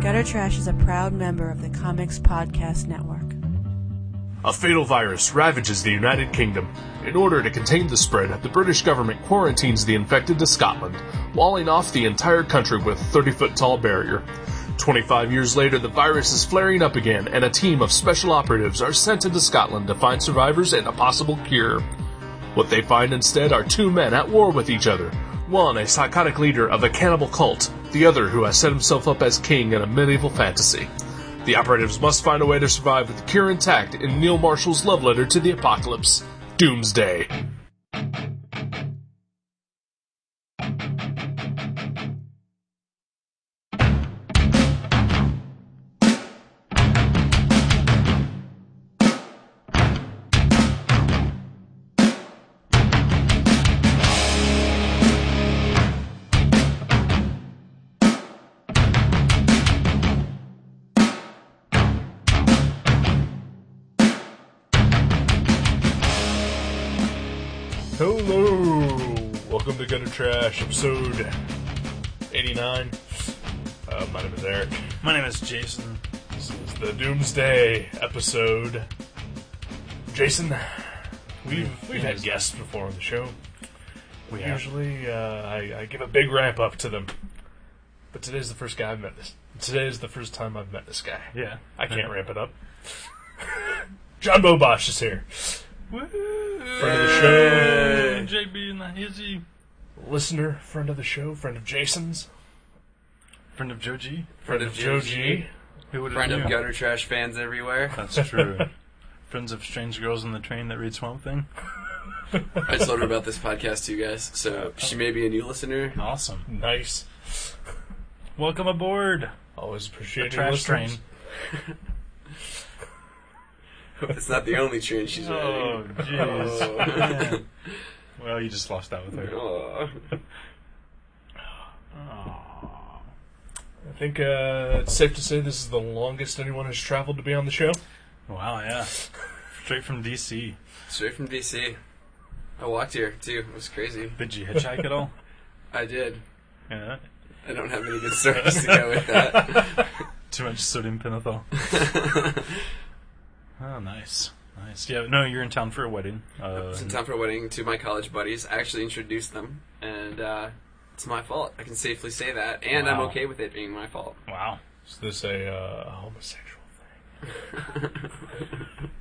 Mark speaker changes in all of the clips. Speaker 1: Gutter Trash is a proud member of the Comics Podcast Network.
Speaker 2: A fatal virus ravages the United Kingdom. In order to contain the spread, the British government quarantines the infected to Scotland, walling off the entire country with a 30 foot tall barrier. 25 years later, the virus is flaring up again, and a team of special operatives are sent into Scotland to find survivors and a possible cure. What they find instead are two men at war with each other one a psychotic leader of a cannibal cult, the other who has set himself up as king in a medieval fantasy. The operatives must find a way to survive with the cure intact in Neil Marshall's love letter to the apocalypse Doomsday. Hello! Welcome to Gutter Trash, episode 89. Uh, my name is Eric.
Speaker 3: My name is Jason.
Speaker 2: This is the Doomsday episode. Jason, we've, we've had guests before on the show.
Speaker 3: We
Speaker 2: Usually, uh, I, I give a big ramp up to them. But today's the first guy I've met this. Today is the first time I've met this guy.
Speaker 3: yeah.
Speaker 2: I can't ramp it up. John Bobosh is here.
Speaker 3: Friend
Speaker 2: Friend of the show.
Speaker 3: JB and the Hizzy.
Speaker 2: Listener, friend of the show, friend of Jason's,
Speaker 3: Friend of Joe G.
Speaker 2: friend of Joe G.
Speaker 3: Who would
Speaker 4: Friend of gutter trash fans everywhere.
Speaker 3: That's true. Friends of strange girls on the train that read Swamp Thing.
Speaker 4: I told her about this podcast too, guys. So she may be a new listener.
Speaker 3: Awesome.
Speaker 2: Nice.
Speaker 3: Welcome aboard.
Speaker 2: Always appreciate your
Speaker 3: Trash train.
Speaker 2: listeners.
Speaker 4: Hope it's not the only train she's
Speaker 3: Oh,
Speaker 4: riding.
Speaker 3: jeez.
Speaker 4: Oh.
Speaker 3: Man. well, you just lost out with her.
Speaker 4: Oh.
Speaker 2: I think uh, it's safe to say this is the longest anyone has traveled to be on the show.
Speaker 3: Wow, yeah. Straight from DC.
Speaker 4: Straight from DC. I walked here too. It was crazy.
Speaker 3: Did you hitchhike at all?
Speaker 4: I did.
Speaker 3: Yeah.
Speaker 4: I don't have any good stories to go with that.
Speaker 3: Too much sodium pentothal. oh, nice. Nice. Yeah, no, you're in town for a wedding.
Speaker 4: I
Speaker 3: Uh,
Speaker 4: was in town for a wedding to my college buddies. I actually introduced them, and uh, it's my fault. I can safely say that, and I'm
Speaker 3: Wow.
Speaker 4: okay with it being my fault.
Speaker 3: wow.
Speaker 2: Is this a uh, homosexual thing?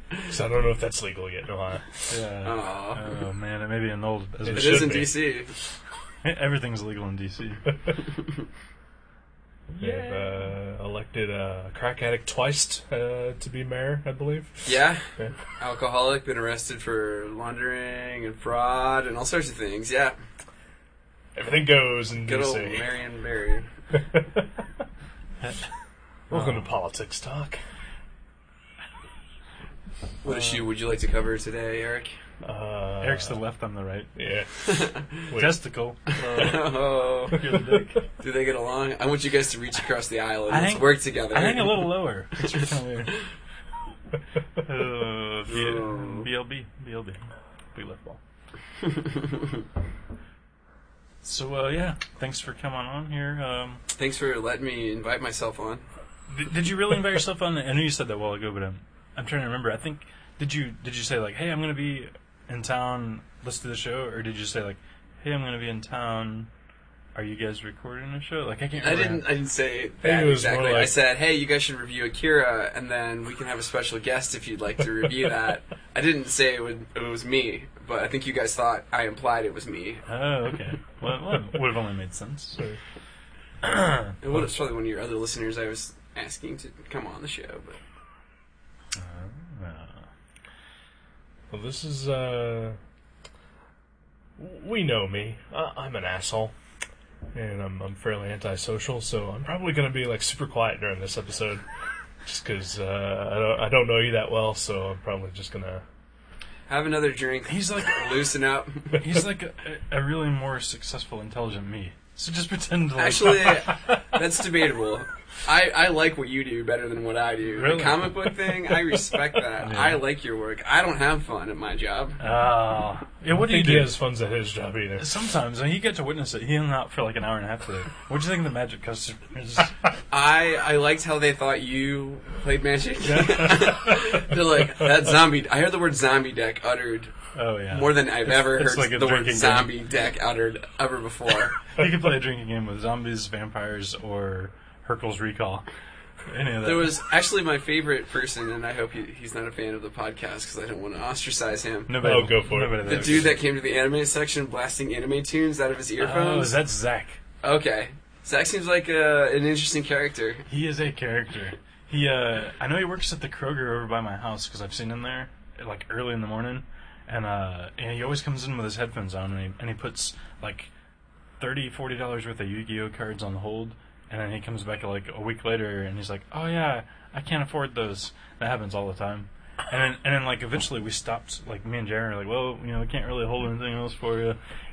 Speaker 2: Because I don't know if that's legal yet in Ohio.
Speaker 3: Yeah.
Speaker 4: Oh.
Speaker 3: Oh man, it may be an old. As
Speaker 2: It
Speaker 3: we
Speaker 4: It
Speaker 2: should
Speaker 4: is in
Speaker 2: be.
Speaker 4: DC.
Speaker 3: Everything's legal in DC.
Speaker 2: They've uh, elected a crack addict twice uh, to be mayor, I believe.
Speaker 4: Yeah.
Speaker 2: Yeah.
Speaker 4: Alcoholic, been arrested for laundering and fraud and all sorts of things. Yeah.
Speaker 2: Everything goes in
Speaker 4: Good old
Speaker 2: DC.
Speaker 4: Marion Barry.
Speaker 2: Welcome
Speaker 3: Uh.
Speaker 2: to Politics Talk.
Speaker 4: What issue would you like to cover today, Eric?
Speaker 2: Uh,
Speaker 3: Eric's the left, I'm the right.
Speaker 2: Yeah. Wait.
Speaker 3: Testicle.
Speaker 4: Oh,
Speaker 3: You're the dick.
Speaker 4: do they get along? I want you guys to reach across the aisle and
Speaker 3: I
Speaker 4: let's
Speaker 3: think-
Speaker 4: work together.
Speaker 3: I hang a little lower. It's kind of weird. Uh, B-
Speaker 4: Oh.
Speaker 3: BLB, BLB, we left ball. So uh, yeah, thanks for coming on here. Um,
Speaker 4: Thanks for letting me invite myself on.
Speaker 3: did, did you really invite yourself on? I know you said that a while ago, but I'm I'm trying to remember. I think did you did you say like, hey, I'm gonna be in town. Let's do the show, or did you say like, hey, I'm gonna be in town. Are you guys recording a show? Like I can't.
Speaker 4: I
Speaker 3: Remember
Speaker 4: didn't. I didn't say
Speaker 2: it was
Speaker 4: that
Speaker 2: more
Speaker 4: exactly. I
Speaker 2: like-
Speaker 4: said, "Hey, you guys should review Akira, and then we can have a special guest if you'd like to review that." I didn't say it, would, it was me, but I think you guys thought I implied it was me.
Speaker 3: Oh, okay. Well, well would have only made sense.
Speaker 4: It was probably one of your other listeners I was asking to come on the show, but
Speaker 2: Well, this is, uh. We know me. I- I'm an asshole. And I'm, I'm fairly antisocial, so I'm probably going to be, like, super quiet during this episode. just because, uh, I don't, I don't know you that well, so I'm probably just going to.
Speaker 4: have another drink.
Speaker 3: He's like
Speaker 4: loosen up.
Speaker 3: he's like a, a really more successful, intelligent me. So just pretend like
Speaker 4: Actually, that's debatable. I, I like what you do better than what I do.
Speaker 3: Really?
Speaker 4: The comic book thing, I respect that.
Speaker 3: Yeah.
Speaker 4: I like your work. I don't have fun at my job.
Speaker 3: Ah. yeah, what do you
Speaker 2: think he
Speaker 3: do?
Speaker 2: has funds at his job either.
Speaker 3: Sometimes, and you get to witness it. He hung out for like an hour and a half today. What do you think of the magic customers?
Speaker 4: I I liked how they thought you played magic. They're like that zombie. I heard the word zombie deck uttered
Speaker 3: oh, yeah.
Speaker 4: more than I've ever
Speaker 3: it's
Speaker 4: heard
Speaker 3: like a
Speaker 4: the word
Speaker 3: drinking game.
Speaker 4: zombie deck uttered ever before.
Speaker 3: you could play a drinking game with zombies, vampires, or Hercules Recall. Any of that.
Speaker 4: There was actually my favorite person, and I hope he, he's not a fan of the podcast because I don't want to ostracize him.
Speaker 3: nobody.
Speaker 2: Oh, go for it.
Speaker 3: nobody
Speaker 4: The
Speaker 3: there.
Speaker 4: dude that came to the anime section blasting anime tunes out of his
Speaker 3: Oh,
Speaker 4: earphones.
Speaker 3: that's Zach.
Speaker 4: okay, Zach seems like a, an interesting character.
Speaker 3: He is a character. He, uh, I know he works at the Kroger over by my house because I've seen him there like early in the morning, and uh, and he always comes in with his headphones on and he, and he puts like 30 40 dollars worth of Yu-Gi-Oh cards on hold, and then he comes back like a week later and he's like, oh yeah, I can't afford those. That happens all the time. And then, and then, like, eventually we stopped. Like, me and Jared are like, well, you know, we can't really hold anything else for you.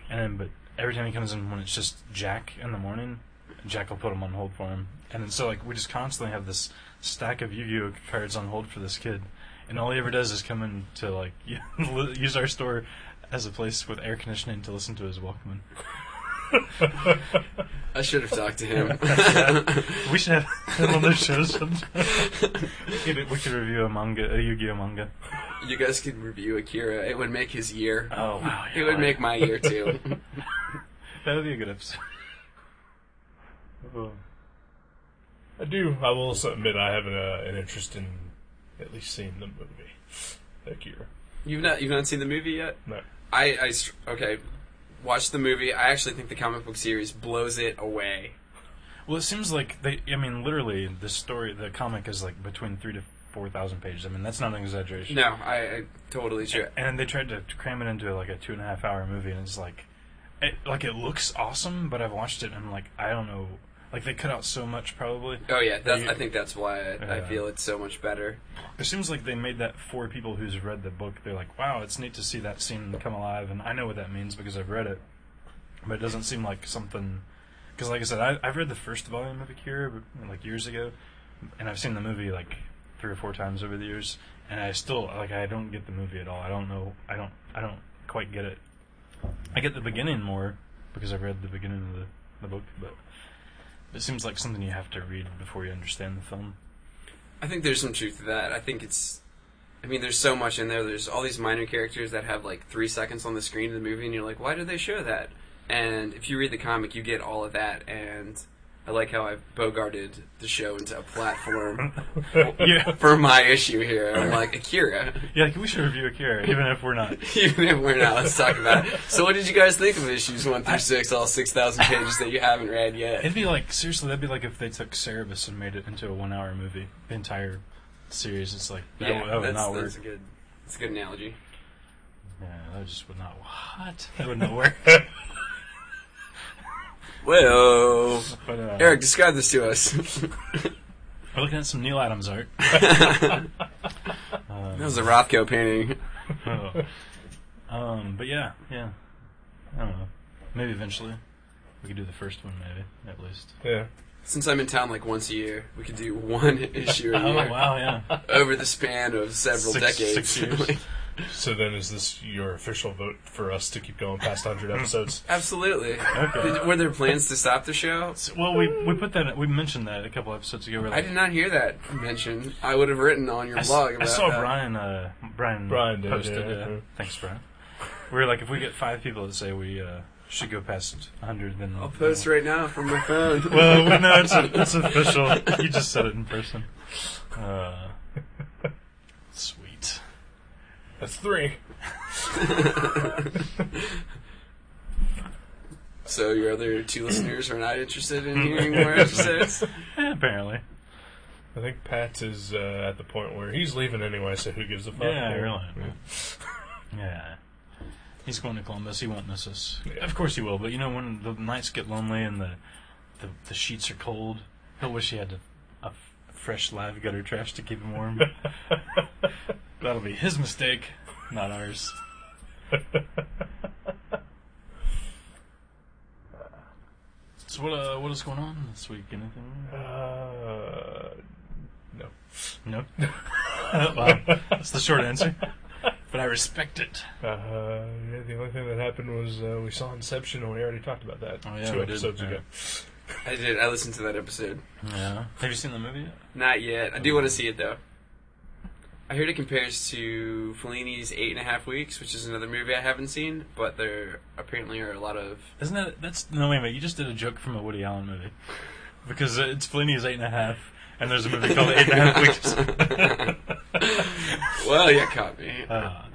Speaker 3: And then, but every time he comes in, when it's just Jack in the morning, Jack will put him on hold for him. And then, so, like, we just constantly have this stack of Yu Gi Oh cards on hold for this kid. And all he ever does is come in to, like, use our store as a place with air conditioning to listen to his Walkman.
Speaker 4: I should have talked to him.
Speaker 3: We should have him on the show sometime. we, could, we could review a manga, a Yu Gi Oh manga.
Speaker 4: you guys could review Akira. It would make his year.
Speaker 3: Oh, wow.
Speaker 4: It would make my year too.
Speaker 3: That would be a good episode.
Speaker 2: Mm-hmm. I do. I will also admit I have an, uh, an interest in at least seeing the movie. Akira.
Speaker 4: You've not you've not seen the movie yet.
Speaker 2: No.
Speaker 4: I, I str- okay, watch the movie. I actually think the comic book series blows it away.
Speaker 3: Well, it seems like they. I mean, literally, the story, the comic is like between three to four thousand pages. I mean, that's not an exaggeration.
Speaker 4: No, I, I totally true.
Speaker 3: And they tried to cram it into like a two and a half hour movie, and it's like, it, like it looks awesome, but I've watched it and I'm like, I don't know. Like they cut out so much, probably.
Speaker 4: Oh yeah, that's, I think that's why I, I
Speaker 3: Yeah.
Speaker 4: feel it's so much better.
Speaker 3: It seems like they made that for people who's read the book. They're like, wow, it's neat to see that scene come alive, and I know what that means because I've read it. But it doesn't seem like something. Because, like I said, I, I've read the first volume of Akira but, like years ago, and I've seen the movie like three or four times over the years, and I still like I don't get the movie at all. I don't know. I don't. I don't quite get it. I get the beginning more because I read the beginning of the, the book, but it seems like something you have to read before you understand the film.
Speaker 4: I think there's some truth to that. I think it's. I mean, there's so much in there. There's all these minor characters that have like three seconds on the screen in the movie, and you're like, why did they show that? And if you read the comic, you get all of that. And I like how I've bogarted the show into a platform
Speaker 3: Yeah.
Speaker 4: for my issue here. I'm like Akira.
Speaker 3: Yeah, like we should review Akira, even if we're not.
Speaker 4: Even if we're not, let's talk about it. So, what did you guys think of issues one through six, all six thousand pages that you haven't read yet?
Speaker 3: It'd be like seriously, that'd be like if they took Cerebus and made it into a one-hour movie, the entire series. It's like that, would- that would
Speaker 4: that's,
Speaker 3: not work.
Speaker 4: that's a good. That's a good analogy.
Speaker 3: yeah, that just would not. What? That would not work.
Speaker 4: Whoa,
Speaker 3: but uh,
Speaker 4: Eric, describe this to us.
Speaker 3: we're looking at some Neil Adams art.
Speaker 4: that was a Rothko painting.
Speaker 3: um, but yeah, yeah. I don't know. Maybe eventually we could do the first one, maybe at least.
Speaker 2: Yeah.
Speaker 4: Since I'm in town like once a year, we could do one issue a
Speaker 3: Oh
Speaker 4: year
Speaker 3: wow, yeah.
Speaker 4: over the span of several
Speaker 3: Six-
Speaker 4: decades.
Speaker 3: six years.
Speaker 2: So then is this your official vote for us to keep going past 100 episodes?
Speaker 4: Absolutely.
Speaker 3: Okay.
Speaker 4: Did- were there plans to stop the show?
Speaker 3: So- well, we we put that we mentioned that a couple episodes ago. We're
Speaker 4: I
Speaker 3: like,
Speaker 4: did not hear that mentioned. I would have written on your
Speaker 3: I, s-
Speaker 4: blog.
Speaker 3: I
Speaker 4: About
Speaker 3: saw
Speaker 4: that.
Speaker 3: Brian. Uh, Brian.
Speaker 2: Brian did,
Speaker 3: posted.
Speaker 2: yeah.
Speaker 3: uh, Thanks, Brian. We were like, if we get five people that say we uh, should go past 100, then
Speaker 4: I'll post right now from my phone.
Speaker 3: Well, we- no, it's, it's official. You just said it in person. Uh, sweet.
Speaker 2: That's three.
Speaker 4: So your other two listeners are not interested in hearing more episodes.
Speaker 3: Eh, apparently.
Speaker 2: I think Pat is uh, at the point where he's leaving anyway, so who gives a fuck?
Speaker 3: Yeah, really. Yeah. He's going to Columbus. He won't miss us. Of course he will. But you know, when the nights get lonely and the the, the sheets are cold, he'll wish he had a, a fresh live gutter trash to keep him warm. That'll be his mistake, not ours. so what uh, what is going on this week? Anything?
Speaker 2: Uh, No.
Speaker 3: No. wow. That's the short answer. But I respect it.
Speaker 2: Uh, yeah, the only thing that happened was uh, we saw Inception, and we already talked about that
Speaker 3: Oh, yeah,
Speaker 2: two
Speaker 3: we did,
Speaker 2: episodes
Speaker 3: yeah.
Speaker 2: ago.
Speaker 4: I did. I listened to that episode.
Speaker 3: Yeah. Have you seen the movie yet?
Speaker 4: Not yet. I do want to see it though. I heard it compares to Fellini's Eight and a Half Weeks, which is another movie I haven't seen, but there apparently are a lot of.
Speaker 3: Isn't that that's no wait a minute, you just did a joke from a Woody Allen movie. Because uh, it's Fellini's eight and a half and there's a movie called Eight and a Half Weeks.
Speaker 4: Well, you caught me.
Speaker 3: Ah.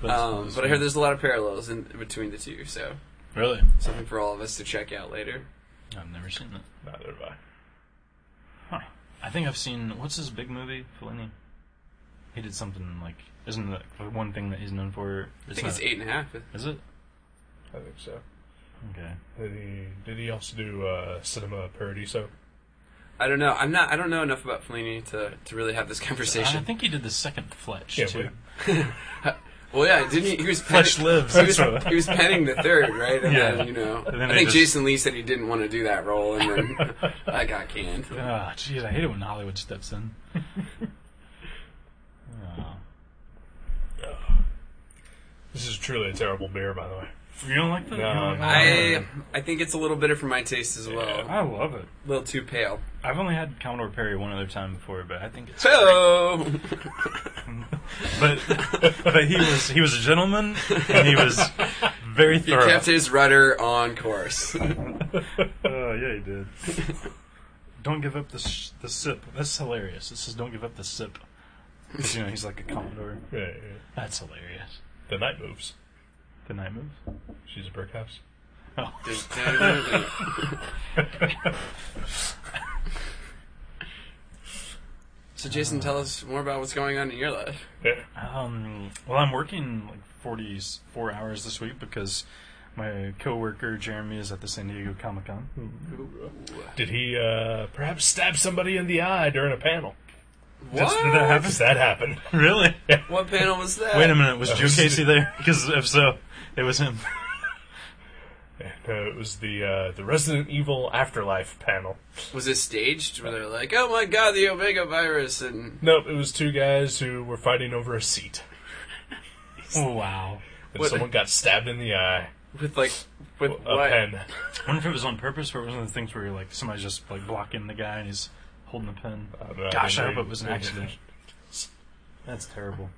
Speaker 3: That's-
Speaker 4: Um,
Speaker 3: that's
Speaker 4: but I
Speaker 3: funny.
Speaker 4: heard there's a lot of parallels in between the two, so
Speaker 3: Really?
Speaker 4: something for all of us to check out later.
Speaker 3: I've never seen that.
Speaker 2: Neither have I.
Speaker 3: Huh. I think I've seen what's his big movie? Fellini. He did something like isn't that the one thing that he's known for?
Speaker 4: I think it's eight and a half.
Speaker 3: Is it?
Speaker 2: I think so.
Speaker 3: Okay.
Speaker 2: Did he, did he also do uh, Cinema Paradiso?
Speaker 4: I don't know. I'm not. I don't know enough about Fellini to, to really have this
Speaker 3: I
Speaker 4: conversation.
Speaker 3: think he did the second Fletch
Speaker 2: Yeah,
Speaker 3: too.
Speaker 2: but-
Speaker 4: Well, yeah, didn't he? He was penning,
Speaker 3: Fletch lives.
Speaker 4: He was,
Speaker 3: that's what-
Speaker 4: he was penning the third, right? And
Speaker 3: Yeah.
Speaker 4: then you know,
Speaker 3: And then
Speaker 4: I
Speaker 3: they
Speaker 4: think
Speaker 3: just-
Speaker 4: Jason Lee said he didn't want to do that role, and then I got canned.
Speaker 3: Ah, jeez, I hate it when Hollywood steps in. Ah.
Speaker 2: This is truly a terrible beer, by the way.
Speaker 3: You don't like that?
Speaker 2: No,
Speaker 3: You don't like
Speaker 2: no.
Speaker 3: that?
Speaker 4: I I think it's a little bitter for my taste as well.
Speaker 3: I love it.
Speaker 4: A little too pale.
Speaker 3: I've only had Commodore Perry one other time before, but I think it's
Speaker 4: Hello.
Speaker 3: but but he was he was a gentleman and he was very
Speaker 4: he
Speaker 3: thorough.
Speaker 4: kept his rudder on course.
Speaker 3: Oh yeah, he did. don't give up the sh- the sip. That's hilarious. This is don't give up the sip. 'Cause, you know he's like a commodore.
Speaker 2: Yeah, yeah, yeah.
Speaker 3: That's hilarious.
Speaker 2: The Night Moves.
Speaker 3: The night moves.
Speaker 2: She's a brick house.
Speaker 3: Oh,
Speaker 4: so Jason, tell us more about what's going on in your life.
Speaker 2: Yeah.
Speaker 3: um, well, I'm working like 44 hours this week because my coworker Jeremy is at the San Diego Comic Con.
Speaker 4: Mm-hmm.
Speaker 2: Did he uh, perhaps stab somebody in the eye during a panel?
Speaker 3: Did that
Speaker 4: What?
Speaker 3: happen?
Speaker 2: Does that happen?
Speaker 3: Really?
Speaker 4: What panel was that?
Speaker 3: Wait a minute. Was Joe
Speaker 2: was-
Speaker 3: Casey there? Because if so, it was him.
Speaker 2: No, it was the uh, the Resident Evil Afterlife panel.
Speaker 4: Was it staged? Where they're like, "Oh my God, the Omega virus," and
Speaker 2: Nope, it was two guys who were fighting over a seat,
Speaker 3: Oh, wow.
Speaker 2: and
Speaker 4: What-
Speaker 2: someone got stabbed in the eye
Speaker 4: with like with
Speaker 2: with a
Speaker 4: what?
Speaker 2: pen.
Speaker 3: I wonder if it was on purpose or it was one of the things where you're like somebody's just like blocking the guy and he's holding the pen.
Speaker 2: don't know, I
Speaker 3: Gosh, I
Speaker 2: didn't
Speaker 3: hope
Speaker 2: read-
Speaker 3: it was an
Speaker 2: didn't
Speaker 3: accident.
Speaker 2: read.
Speaker 3: That's terrible.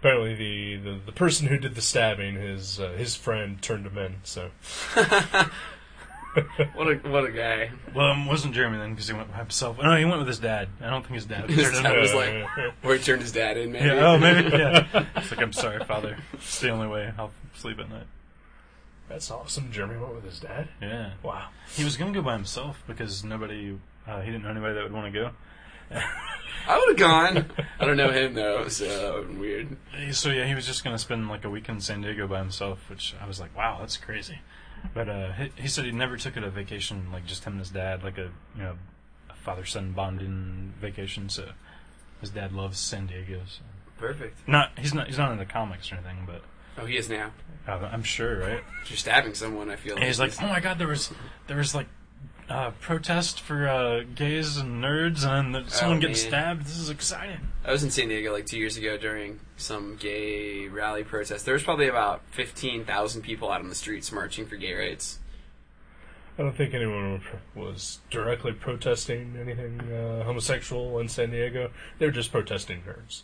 Speaker 2: Apparently, the, the, the person who did the stabbing, his uh, his friend turned him in. So
Speaker 4: What a what a guy!
Speaker 3: Well, it wasn't Jeremy then because he went by himself. No, he went with his dad. I don't think his dad.
Speaker 4: His
Speaker 3: turned
Speaker 4: dad
Speaker 3: him
Speaker 4: was
Speaker 3: in.
Speaker 4: like- Or he turned his dad in, maybe.
Speaker 3: yeah, oh, maybe. Yeah. It's like, I'm sorry, father. It's the only way I'll sleep at night.
Speaker 2: that's awesome. Jeremy went with his dad.
Speaker 3: Yeah.
Speaker 2: Wow.
Speaker 3: He was going to go by himself because nobody, uh, he didn't know anybody that would want to go.
Speaker 4: I would have gone. I don't know him though, so that would've been weird.
Speaker 3: So yeah, he was just gonna spend like a week in San Diego by himself, which I was like, wow, that's crazy. But uh, he, he said he never took it a vacation, like just him and his dad, like a you know, a father son bonding vacation. So his dad loves San Diego. So.
Speaker 4: Perfect.
Speaker 3: Not he's not he's not in the comics or anything, but
Speaker 4: Oh, he is now.
Speaker 3: uh, I'm sure, right?
Speaker 4: You're stabbing someone. I feel.
Speaker 3: And he's like, oh my god, there was there was like uh, protest for uh, gays and nerds, and then someone getting
Speaker 4: man.
Speaker 3: stabbed. This is exciting.
Speaker 4: I was in San Diego like two years ago during some gay rally protest. There was probably about fifteen thousand people out on the streets marching for gay rights.
Speaker 2: I don't think anyone was directly protesting anything uh, homosexual in San Diego. They were just protesting nerds.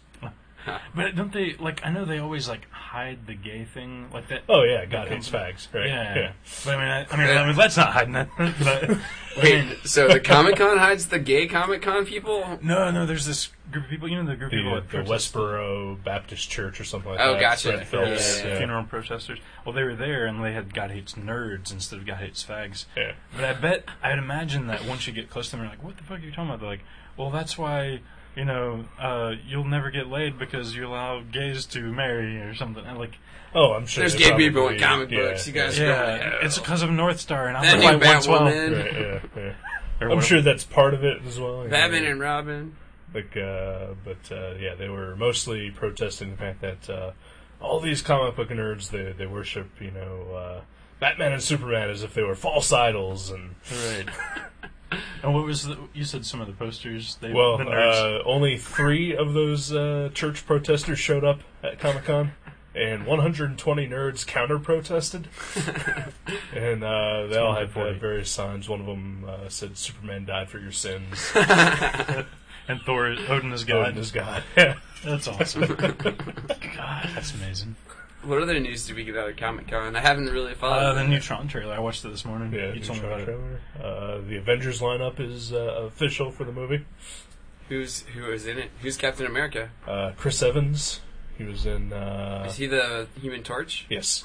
Speaker 3: But don't they like? I know they always like hide the gay thing like that.
Speaker 2: Oh yeah, God hates fags, right?
Speaker 3: Yeah. But I mean, I, I mean, I mean, let's not hide that. but,
Speaker 4: Wait, so the Comic Con hides the gay Comic Con people?
Speaker 3: no, no, there's this group of people. You know, the group of people
Speaker 2: The,
Speaker 3: that
Speaker 2: the
Speaker 3: protest-
Speaker 2: Westboro Baptist Church or something like
Speaker 4: Oh,
Speaker 2: that.
Speaker 4: gotcha.
Speaker 2: Fred Phelps,
Speaker 4: Yeah, yeah, yeah.
Speaker 2: yeah.
Speaker 3: funeral protesters. Well, they were there, and they had God hates nerds instead of God hates fags.
Speaker 2: Yeah.
Speaker 3: But I bet I'd imagine that once you get close to them, you're like, "What the fuck are you talking about?" They're like, "Well, that's why." You know, uh, you'll never get laid because you allow gays to marry or something. And like,
Speaker 2: Oh, I'm sure.
Speaker 4: There's
Speaker 2: they
Speaker 4: gay people
Speaker 2: probably-
Speaker 4: in comic
Speaker 2: yeah,
Speaker 4: books. You guys,
Speaker 3: yeah, it's because of North Star, and
Speaker 4: that
Speaker 3: I'm
Speaker 4: new
Speaker 3: like, 112.
Speaker 2: yeah,
Speaker 4: Batwoman,
Speaker 2: yeah, yeah.
Speaker 3: Or
Speaker 2: I'm
Speaker 3: what-
Speaker 2: sure that's part of it as well. you know.
Speaker 4: Batman and Robin.
Speaker 2: Like, uh, but uh, yeah, they were mostly protesting the fact that uh, all these comic book nerds they they worship, you know, uh, Batman and Superman as if they were false idols, and
Speaker 3: Right. And what was the, you said? Some of the posters. They,
Speaker 2: Well,
Speaker 3: the nerds.
Speaker 2: uh, only three of those uh, church protesters showed up at Comic Con, and 120 nerds counter protested. and uh, they all had
Speaker 3: 140.
Speaker 2: uh, various signs. One of them uh, said, Superman died for your sins.
Speaker 3: and Thor, Odin is God.
Speaker 2: God is God. Yeah.
Speaker 3: That's awesome. God, that's amazing.
Speaker 4: What other news did we get out of Comic Con? I haven't really followed.
Speaker 3: Uh, the new Tron trailer. I watched it this morning.
Speaker 2: Yeah,
Speaker 3: you
Speaker 2: new
Speaker 3: told me
Speaker 2: Tron
Speaker 3: about it.
Speaker 2: trailer. Uh, the Avengers lineup is uh, official for the movie.
Speaker 4: Who's who is in it? Who's Captain America?
Speaker 2: Uh, Chris Evans, he was in. Uh,
Speaker 4: Is he the Human Torch?
Speaker 2: yes.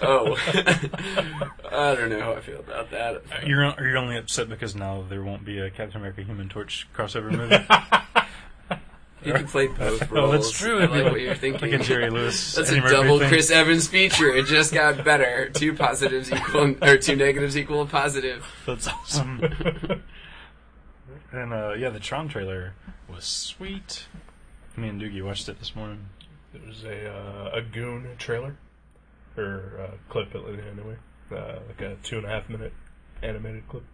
Speaker 4: Oh, I don't know how I feel about that.
Speaker 3: Uh, You're are you only upset because now there won't be a Captain America Human Torch crossover movie?
Speaker 4: You can play both roles.
Speaker 3: Oh, that's true.
Speaker 4: I like what you're thinking.
Speaker 3: Like a Jerry Lewis.
Speaker 4: That's
Speaker 3: Eddie
Speaker 4: a
Speaker 3: Murphy
Speaker 4: double
Speaker 3: thing.
Speaker 4: Chris Evans feature. It just got better. two positives equal, or two negatives equal a positive.
Speaker 3: That's awesome. Um, and uh, yeah, the Tron trailer was sweet. Me and Doogie watched it this morning.
Speaker 2: There was a uh, a goon trailer or uh, clip at least anyway, uh, like a two and a half minute animated clip.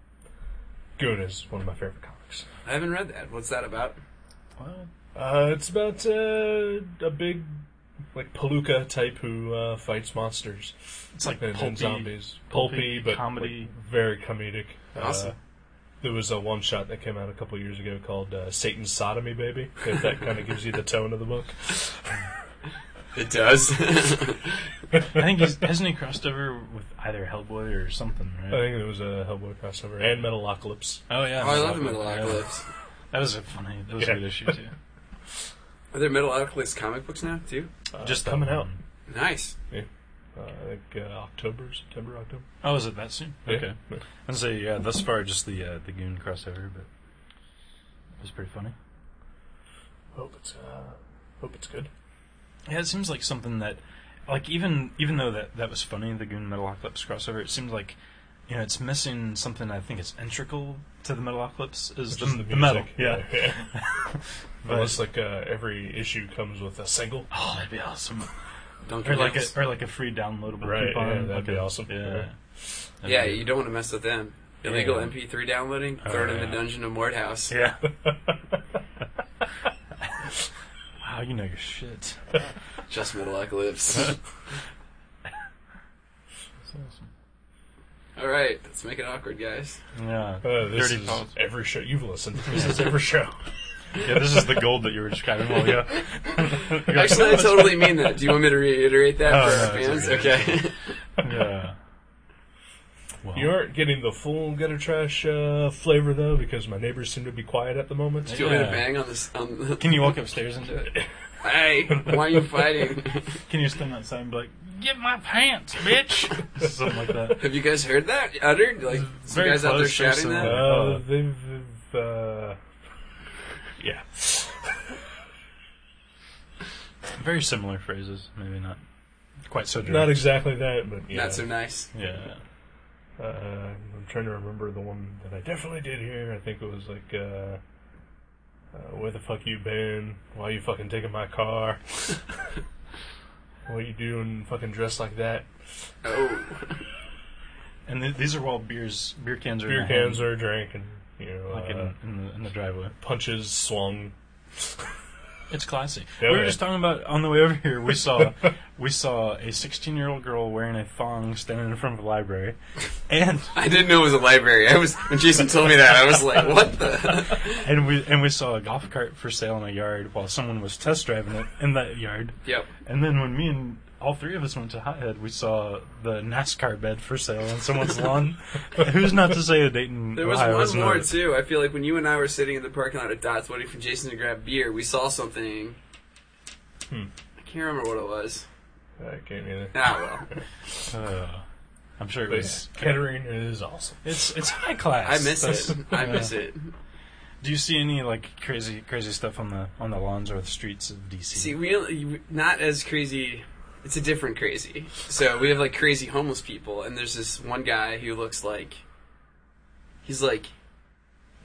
Speaker 2: Goon is one of my favorite comics.
Speaker 4: I haven't read that. What's that about?
Speaker 3: Well,
Speaker 2: Uh, it's about uh, a big like Palooka type who uh, fights monsters.
Speaker 3: it's like
Speaker 2: and, and
Speaker 3: pulpy,
Speaker 2: zombies,
Speaker 3: pulpy
Speaker 2: pulpy, but
Speaker 3: comedy.
Speaker 2: like, very comedic.
Speaker 4: Awesome.
Speaker 2: Uh, there was a one shot that came out a couple years ago called uh, "Satan's Sodomy Baby." If that kind of gives you the tone of the book.
Speaker 4: It does.
Speaker 3: I think he's, hasn't he crossed over with either Hellboy or something,
Speaker 2: I
Speaker 3: right?
Speaker 2: think there was a Hellboy crossover and Metalocalypse.
Speaker 3: Oh yeah,
Speaker 4: oh, I love the
Speaker 3: Metalocalypse.
Speaker 4: Metalocalypse.
Speaker 3: That was a funny. That was
Speaker 2: Yeah.
Speaker 3: a good issue too.
Speaker 4: Are there Metalocalypse comic books now too?
Speaker 2: Uh,
Speaker 3: Just that
Speaker 2: coming out.
Speaker 3: one.
Speaker 4: Nice.
Speaker 2: Uh, I think uh, October, September, October.
Speaker 3: Oh, is it that soon? Okay.
Speaker 2: Yeah.
Speaker 3: And so yeah, thus far just the uh, the goon crossover, but it was pretty funny.
Speaker 2: Hope it's uh, hope it's good.
Speaker 3: Yeah, it seems like something that, like even even though that that was funny, the Goon Metalocalypse crossover, it seems like, you know, it's missing something. I think it's integral to the Metalocalypse is the,
Speaker 2: Just
Speaker 3: the, metal.
Speaker 2: music.
Speaker 3: Yeah. But-
Speaker 2: Unless like uh, every issue comes with a single.
Speaker 3: Oh, that'd be awesome.
Speaker 4: Don't
Speaker 3: Or like a
Speaker 4: announce.
Speaker 3: or like a free downloadable
Speaker 2: Right,
Speaker 3: coupon.
Speaker 2: yeah, that'd
Speaker 3: like
Speaker 2: be
Speaker 3: a-
Speaker 2: awesome.
Speaker 3: Yeah.
Speaker 2: Yeah.
Speaker 3: That'd
Speaker 4: Yeah,
Speaker 3: be-
Speaker 4: you don't want to mess with them. Illegal MP3 downloading,
Speaker 3: Oh,
Speaker 4: throw it in
Speaker 3: yeah.
Speaker 4: the dungeon of Mordhouse.
Speaker 3: Yeah. wow, you know your shit.
Speaker 4: Just Metalocalypse.
Speaker 3: That's awesome.
Speaker 4: All right, let's make it awkward, guys.
Speaker 3: Yeah.
Speaker 2: Uh, this
Speaker 3: Dirty
Speaker 2: is
Speaker 3: Thoughts.
Speaker 2: every show you've listened. to. This is every show.
Speaker 3: Yeah, this is the gold that you were describing. Well, yeah.
Speaker 4: Actually, I totally mean that. Do you want me to reiterate that
Speaker 3: Oh,
Speaker 4: for our
Speaker 3: no, it's
Speaker 4: fans?
Speaker 3: okay.
Speaker 4: Okay.
Speaker 3: Yeah. Well,
Speaker 2: You aren't getting the full gutter trash uh, flavor though, because my neighbors seem to be quiet at the moment.
Speaker 4: Do you want me
Speaker 3: Yeah.
Speaker 4: to bang on this? On the...
Speaker 3: Can you walk upstairs and do it?
Speaker 4: Hey, why are you fighting?
Speaker 3: Can you stand outside and be like, "Get my pants, bitch," something like that?
Speaker 4: Have you guys heard that uttered? Like, some
Speaker 3: Very
Speaker 4: guys out there
Speaker 3: close, there's
Speaker 4: shouting
Speaker 3: some-
Speaker 4: that?
Speaker 2: Uh, they've, they've, uh, yeah.
Speaker 3: Very similar phrases, maybe not quite so direct.
Speaker 2: Not exactly that, but yeah.
Speaker 4: Not so nice.
Speaker 3: yeah,
Speaker 2: Uh, I'm trying to remember the one that I definitely did here. I think it was like, uh, uh, where the fuck you been? Why you fucking taking my car? what you doing fucking dressed like that?
Speaker 4: Oh,
Speaker 3: and th- these are all beers. Beer cans are
Speaker 4: Mm-hmm.
Speaker 2: Beer
Speaker 3: in the
Speaker 2: cans
Speaker 3: hand,
Speaker 2: are drank and, you know,
Speaker 3: like
Speaker 2: uh,
Speaker 3: in, in, the, in the driveway.
Speaker 2: punches swung.
Speaker 3: It's classy.
Speaker 2: Yeah,
Speaker 3: we were
Speaker 2: man.
Speaker 3: just talking about on the way over here. We saw we saw a 16 year old girl wearing a thong standing in front of a library, and
Speaker 4: I didn't know it was a library. I was when Jason told me that, I was like, what the?
Speaker 3: and we and we saw a golf cart for sale in a yard while someone was test driving it in that yard.
Speaker 4: yep.
Speaker 3: And then when me and all three of us went to Hot Head, we saw the NASCAR bed for sale on someone's lawn. Who's not to say a Dayton?
Speaker 4: There was
Speaker 3: Ohio
Speaker 4: one
Speaker 3: isn't
Speaker 4: more
Speaker 3: a-
Speaker 4: too. I feel like when you and I were sitting in the parking lot at Dots waiting for Jason to grab beer, we saw something.
Speaker 2: Hmm.
Speaker 4: I can't remember what it was.
Speaker 2: I can't either.
Speaker 4: Ah well,
Speaker 3: Uh, I'm sure it
Speaker 2: But
Speaker 3: was.
Speaker 2: Kettering is awesome.
Speaker 3: It's it's high class.
Speaker 4: I miss it.
Speaker 3: That's-
Speaker 4: I
Speaker 3: yeah.
Speaker 4: miss it.
Speaker 3: Do you see any like crazy crazy stuff on the on the lawns or the streets of DC?
Speaker 4: See, we you- not as crazy. It's a different crazy. So we have like crazy homeless people, and there's this one guy who looks like he's like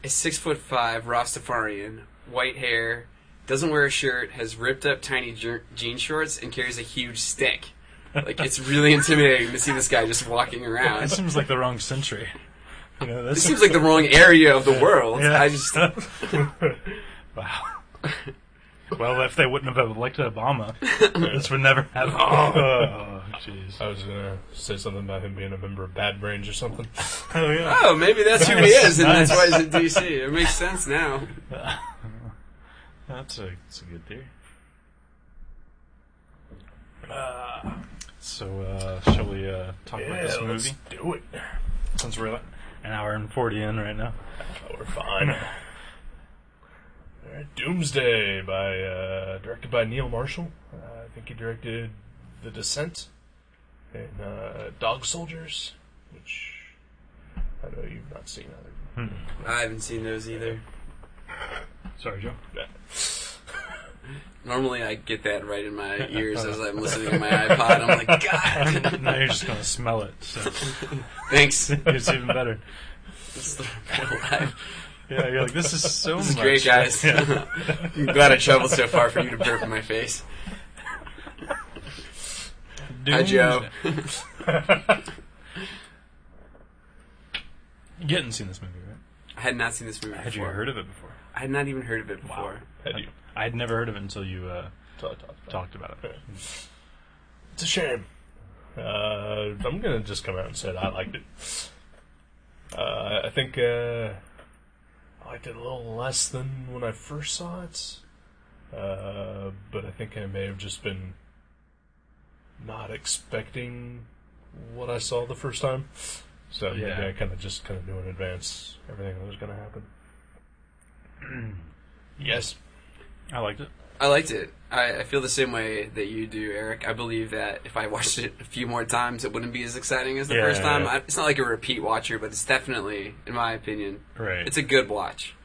Speaker 4: a six foot five Rastafarian, white hair, doesn't wear a shirt, has ripped up tiny jer- jean shorts, and carries a huge stick. Like it's really intimidating to see this guy just walking
Speaker 3: That
Speaker 4: around.
Speaker 3: seems like the wrong century. You know, that
Speaker 4: This seems like the wrong area of the world.
Speaker 3: Yeah.
Speaker 4: I just
Speaker 3: wow. Well, if they wouldn't have elected Obama, this would never happen. Oh, jeez.
Speaker 2: I was gonna say something about him being a member of Bad Brains or something.
Speaker 3: Oh, yeah.
Speaker 4: oh maybe that's who he
Speaker 3: Nice,
Speaker 4: is, and that's why
Speaker 3: nice.
Speaker 4: he's in D.C. It makes sense now.
Speaker 3: That's a, that's a good theory. Uh, so, uh, shall we uh, talk about this movie?
Speaker 2: do it.
Speaker 3: Since we're like an hour and 40 in right now.
Speaker 2: Oh, we're fine. Alright, Doomsday by uh, directed by Neil Marshall. Uh, I think he directed The Descent and uh, Dog Soldiers, which I know you've not seen either.
Speaker 3: Hmm.
Speaker 4: I haven't seen those either.
Speaker 3: Sorry, Joe.
Speaker 4: Normally, I get that right in my ears as I'm listening to my iPod. I'm like, God,
Speaker 3: now you're just going to smell it. So
Speaker 4: thanks.
Speaker 3: it's even better.
Speaker 4: This is the real life.
Speaker 3: Yeah, you're like, this is so
Speaker 4: This is
Speaker 3: much.
Speaker 4: great, guys. I'm glad I traveled so far for you to burp in my face. Hi, Joe.
Speaker 3: You hadn't seen this movie, right?
Speaker 4: I had not seen this movie
Speaker 3: Had you
Speaker 4: before.
Speaker 3: heard of it before?
Speaker 4: I had not even heard of it before.
Speaker 2: Had you?
Speaker 3: I had never heard of it until you uh,
Speaker 2: Until I talked about it.
Speaker 3: talked about it.
Speaker 2: It's a shame. Uh, I'm gonna just come out and say it. I liked it. Uh, I think uh, I liked it a little less than when I first saw it, uh, but I think I may have just been not expecting what I saw the first time. So
Speaker 3: Yeah.
Speaker 2: maybe I kind of just kind of knew in advance everything that was gonna happen. yes.
Speaker 3: I liked it.
Speaker 4: I liked it. I, I feel the same way that you do, Eric. I believe that if I watched it a few more times, it wouldn't be as exciting as the
Speaker 3: Yeah,
Speaker 4: first time.
Speaker 3: yeah.
Speaker 4: I, it's not like a repeat watcher, but it's definitely, in my opinion,
Speaker 3: Right.
Speaker 4: it's a good watch.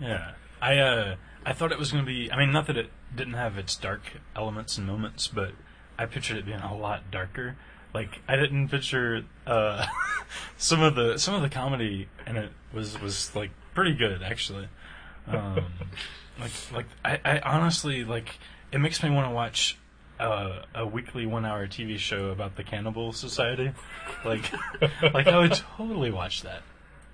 Speaker 3: yeah. I uh, I thought it was going to be. I mean, not that it didn't have its dark elements and moments, but I pictured it being a lot darker. Like I didn't picture uh, some of the some of the comedy in it was was like pretty good actually. Um, like like I, I honestly like it makes me want to watch uh, a weekly one hour TV show about the Cannibal Society. Like like I would totally watch that.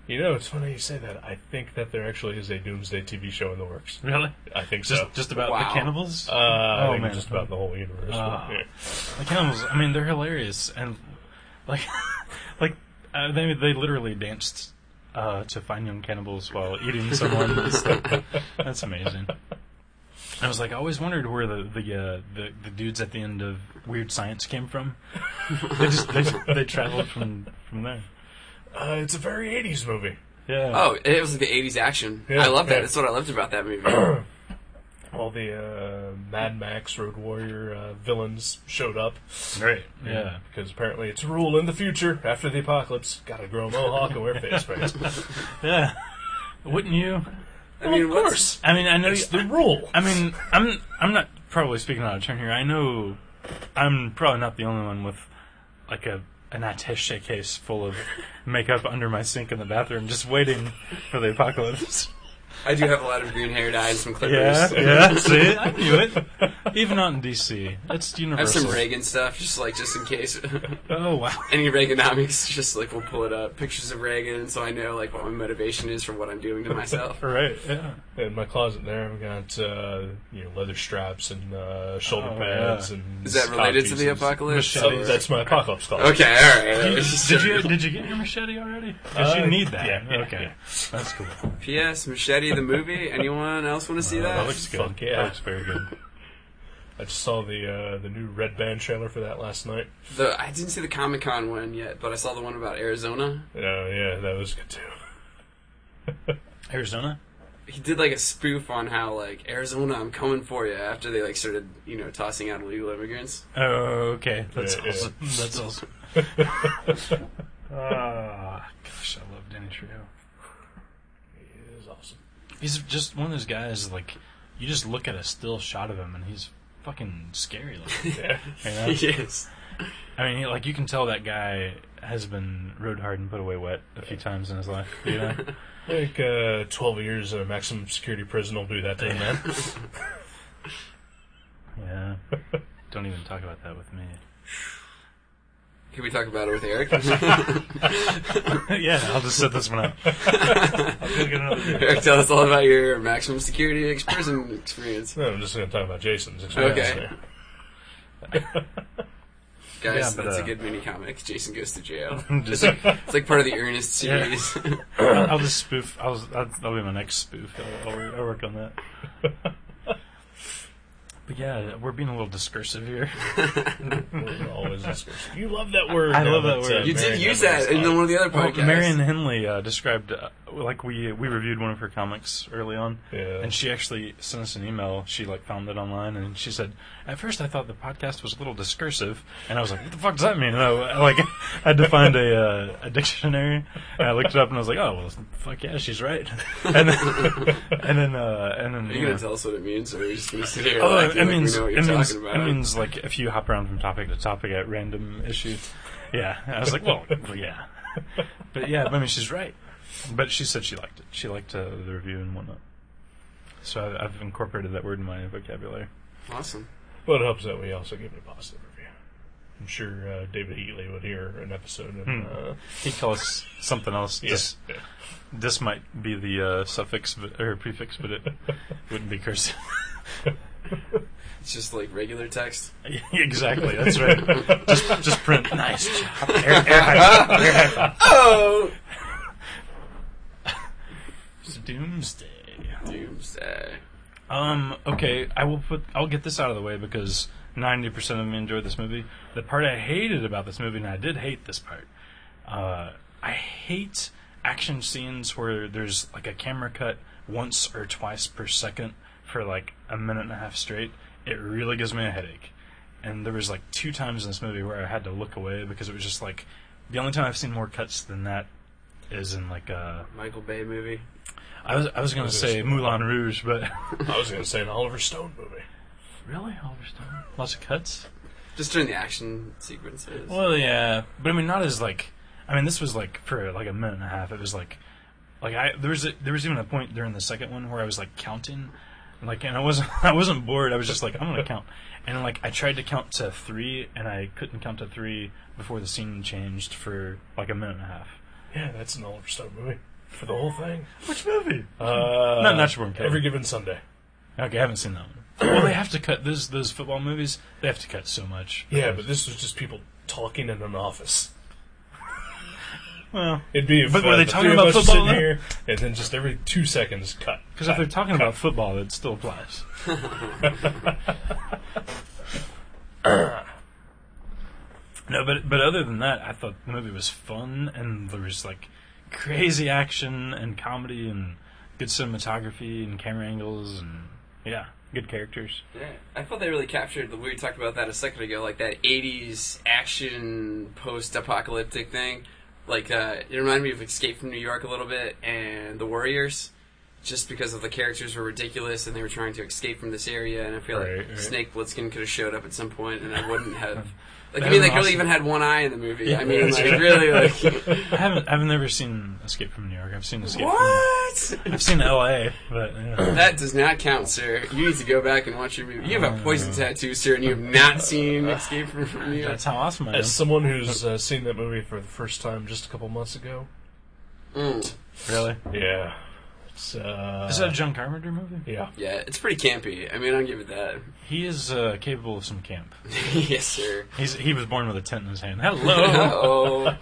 Speaker 2: You know, it's funny you say that. I think that there actually is a Doomsday TV show in the works.
Speaker 3: Really?
Speaker 2: I think
Speaker 3: Just
Speaker 2: so.
Speaker 3: just about the
Speaker 4: Wow.
Speaker 3: cannibals?
Speaker 2: Uh, I
Speaker 3: Oh,
Speaker 2: think
Speaker 3: man.
Speaker 2: just about the whole universe. but,
Speaker 3: Ah.
Speaker 2: yeah.
Speaker 3: the cannibals. I mean, they're hilarious and like like uh, they they literally danced uh, to Fine Young Cannibals while eating someone. It's like- that's amazing.
Speaker 2: Uh,
Speaker 3: I was like, I always wondered where the the, uh, the the dudes at the end of Weird Science came from. they just they, they traveled from from there.
Speaker 2: Uh, it's a very 80s movie.
Speaker 3: Yeah.
Speaker 4: Oh, it was like the 80s action.
Speaker 2: Yeah,
Speaker 4: I love that.
Speaker 2: yeah.
Speaker 4: That's what I loved about that movie.
Speaker 2: All the uh, Mad Max Road Warrior uh, villains showed up.
Speaker 3: Right. Yeah.
Speaker 2: Because apparently it's a rule in the future, after the apocalypse, gotta grow a mohawk and wear face paint.
Speaker 3: Yeah. Wouldn't you?
Speaker 4: I mean,
Speaker 2: of
Speaker 4: what's-
Speaker 2: course.
Speaker 3: I mean, I know
Speaker 2: It's
Speaker 3: you,
Speaker 2: the rule.
Speaker 3: I mean, I'm I'm not probably speaking out of turn here. I know I'm probably not the only one with like a an attaché case full of makeup under my sink in the bathroom, just waiting for the apocalypse.
Speaker 4: I do have a lot of green hair dyes and
Speaker 3: Yeah,
Speaker 4: clippers.
Speaker 3: yeah. See, I knew it. Even out in D.C., it's
Speaker 4: I have
Speaker 3: universal.
Speaker 4: some Reagan stuff, just like just in case
Speaker 3: Oh wow.
Speaker 4: any Reaganomics. Just like we'll pull it up, pictures of Reagan, so I know like what my motivation is for what I'm doing to myself.
Speaker 3: All right. Yeah.
Speaker 2: in my closet there, I've got uh, you know, leather straps and uh, shoulder
Speaker 3: Oh,
Speaker 2: pads.
Speaker 3: yeah.
Speaker 2: and
Speaker 4: Is that
Speaker 2: stock
Speaker 4: related to the
Speaker 2: pieces.
Speaker 4: apocalypse?
Speaker 3: Machete.
Speaker 2: Oh, that's my apocalypse closet.
Speaker 4: Okay, all right.
Speaker 3: Did you did you get your machete already? Because
Speaker 2: Uh,
Speaker 3: Oh, you need that.
Speaker 2: yeah, yeah,
Speaker 3: okay. That's cool.
Speaker 4: P.S. Machete the movie. Anyone else want to see
Speaker 3: Uh, That
Speaker 4: that?
Speaker 3: looks good.
Speaker 2: Fuck yeah.
Speaker 3: That looks very good.
Speaker 2: I just saw the uh, the new Red Band trailer for that last night.
Speaker 4: The, I didn't see the Comic Con one yet, but I saw the one about Arizona.
Speaker 2: Oh yeah, that was good too.
Speaker 3: Arizona.
Speaker 4: He did like a spoof on how like Arizona, I'm coming for you. After they like started, you know, tossing out illegal immigrants.
Speaker 3: Oh, okay. That's
Speaker 2: Yeah, yeah.
Speaker 3: awesome. That's awesome. Ah, gosh, I love Danny Trejo.
Speaker 2: It was awesome.
Speaker 3: He's just one of those guys. Like, you just look at a still shot of him, and he's fucking scary. Looking,
Speaker 2: Yeah.
Speaker 3: you know?
Speaker 4: yes.
Speaker 3: I mean, he- like you can tell that guy has been rode hard and put away wet a few times in his life. You know?
Speaker 2: Like uh, twelve years in a maximum security prison will do that to a man.
Speaker 3: yeah. Don't even talk about that with me.
Speaker 4: Can we talk about it with Eric?
Speaker 3: yeah, I'll just set this one up. I'll go get another beer.
Speaker 4: Eric, tell us all about your maximum security ex- prison experience.
Speaker 2: No, I'm just going to talk about Jason's experience.
Speaker 4: Okay.
Speaker 2: there.
Speaker 4: Guys,
Speaker 3: but,
Speaker 4: that's
Speaker 3: uh,
Speaker 4: a good mini comic. Jason goes to jail.
Speaker 3: Just-
Speaker 4: It's like part of the Ernest series.
Speaker 3: I'll just spoof. I'll, I'll, that'll be my next spoof. I'll, I'll, wor- I'll work on that. But yeah, we're being a little discursive here.
Speaker 2: We're always discussing. You love that word.
Speaker 3: I
Speaker 2: now
Speaker 3: love that
Speaker 2: uh,
Speaker 3: word.
Speaker 4: you
Speaker 2: Marion
Speaker 4: did use
Speaker 2: never
Speaker 4: that in
Speaker 2: stopped.
Speaker 4: one of the other
Speaker 3: Well,
Speaker 4: podcasts.
Speaker 3: Oh, Marion Henley uh, described, uh, like we we reviewed one of her comics early on,
Speaker 2: Yeah.
Speaker 3: and she actually sent us an email. She like found it online, and she said, "At first, I thought the podcast was a little discursive, and I was like, what the fuck does that mean?" And I, like, I had to find a uh, a dictionary, and I looked it up, and I was like, "Oh, well, fuck yeah, she's right." And then, and then, uh, and then
Speaker 4: Are you
Speaker 3: you
Speaker 4: gonna
Speaker 3: know.
Speaker 4: tell us what it means, or are you just gonna sit here?
Speaker 3: Oh,
Speaker 4: and
Speaker 3: it,
Speaker 4: act
Speaker 3: it
Speaker 4: like
Speaker 3: means
Speaker 4: we know what
Speaker 3: it
Speaker 4: you're
Speaker 3: means
Speaker 4: talking
Speaker 3: it
Speaker 4: about.
Speaker 3: means like if you hop around from topic to topic at random issue. Yeah, And I was like, well, well, yeah, but yeah, I mean, she's right. But she said she liked it. She liked uh, the review and whatnot. So I, I've incorporated that word in my vocabulary.
Speaker 4: awesome.
Speaker 2: But it helps that we also give it a positive review. I'm sure uh, David Heatley would hear an episode. And,
Speaker 3: Hmm.
Speaker 2: uh,
Speaker 3: He'd call us something else. This,
Speaker 2: yes.
Speaker 3: this might be the uh, suffix but, or prefix, but it wouldn't be cursive.
Speaker 4: It's just like regular text.
Speaker 3: exactly. That's right. just, just print. Nice job. Air, air high five. Air high five.
Speaker 4: Oh,
Speaker 3: Doomsday.
Speaker 4: doomsday.
Speaker 3: Um. Okay. I will put. I'll get this out of the way because ninety percent of me enjoyed this movie. The part I hated about this movie, and I did hate this part. Uh, I hate action scenes where there's like a camera cut once or twice per second for like a minute and a half straight. It really gives me a headache. And there was like two times in this movie where I had to look away because it was just like the only time I've seen more cuts than that is in like uh
Speaker 4: Michael Bay movie.
Speaker 3: I was I was gonna
Speaker 2: Was
Speaker 3: say
Speaker 2: this-
Speaker 3: Moulin Rouge, but
Speaker 2: I was going to say an Oliver Stone movie.
Speaker 3: Really, Oliver Stone? Lots of cuts.
Speaker 4: Just during the action sequences.
Speaker 3: Well, yeah, but I mean, not as like. I mean, this was like for like a minute and a half. It was like, like I there was a, there was even a point during the second one where I was like counting, like, and I wasn't I wasn't bored. I was just like, I'm gonna count, and like I tried to count to three, and I couldn't count to three before the scene changed for like a minute and a half.
Speaker 2: Yeah, that's an Oliver Stone movie. For the whole thing.
Speaker 3: Which movie?
Speaker 2: Uh,
Speaker 3: Not Natural Born Killer.
Speaker 2: Every Given Sunday.
Speaker 3: Okay, I haven't seen that one. well, they have to cut those those football movies. They have to cut so much.
Speaker 2: Yeah, but this was just people talking in an office.
Speaker 3: Well,
Speaker 2: It'd be if
Speaker 3: But
Speaker 2: uh,
Speaker 3: were they
Speaker 2: the
Speaker 3: talking
Speaker 2: three of
Speaker 3: about
Speaker 2: us were sitting
Speaker 3: football then?
Speaker 2: here, and then just every two seconds cut.
Speaker 3: because if they're talking about football, it still applies. No, but but other than that, I thought the movie was fun, and there was like crazy action and comedy and good cinematography and camera angles and yeah, good characters.
Speaker 4: Yeah, I thought they really captured. We talked about that a second ago, like that '80s action post-apocalyptic thing. Like uh, it reminded me of Escape from New York a little bit and The Warriors, just because of the characters were ridiculous and they were trying to escape from this area. And I feel
Speaker 3: Right,
Speaker 4: like
Speaker 3: right.
Speaker 4: Snake Plissken could have showed up at some point, and I wouldn't have. Like
Speaker 3: That
Speaker 4: I mean,
Speaker 3: was
Speaker 4: they could have
Speaker 3: awesome.
Speaker 4: even had one eye in the movie. I mean,
Speaker 2: that's
Speaker 4: like
Speaker 2: right.
Speaker 4: really, like
Speaker 3: I haven't I've never seen Escape from New York. I've seen Escape. From,
Speaker 4: what?
Speaker 3: I've seen L.A. But you know.
Speaker 4: That does not count, sir. You need to go back and watch your movie. You have a poison tattoo, sir, and you have not seen Escape from New York.
Speaker 3: Uh, that's how awesome I am.
Speaker 2: As someone who's uh, seen that movie for the first time just a couple months ago.
Speaker 4: Mm.
Speaker 3: Really,
Speaker 2: Yeah. It's, uh,
Speaker 3: is that a John Carpenter movie?
Speaker 2: yeah.
Speaker 4: Yeah, it's pretty campy. I mean, I'll give it that.
Speaker 3: He is uh, capable of some camp.
Speaker 4: yes, sir.
Speaker 3: He's he was born with a tent in his hand. Hello.
Speaker 4: Oh,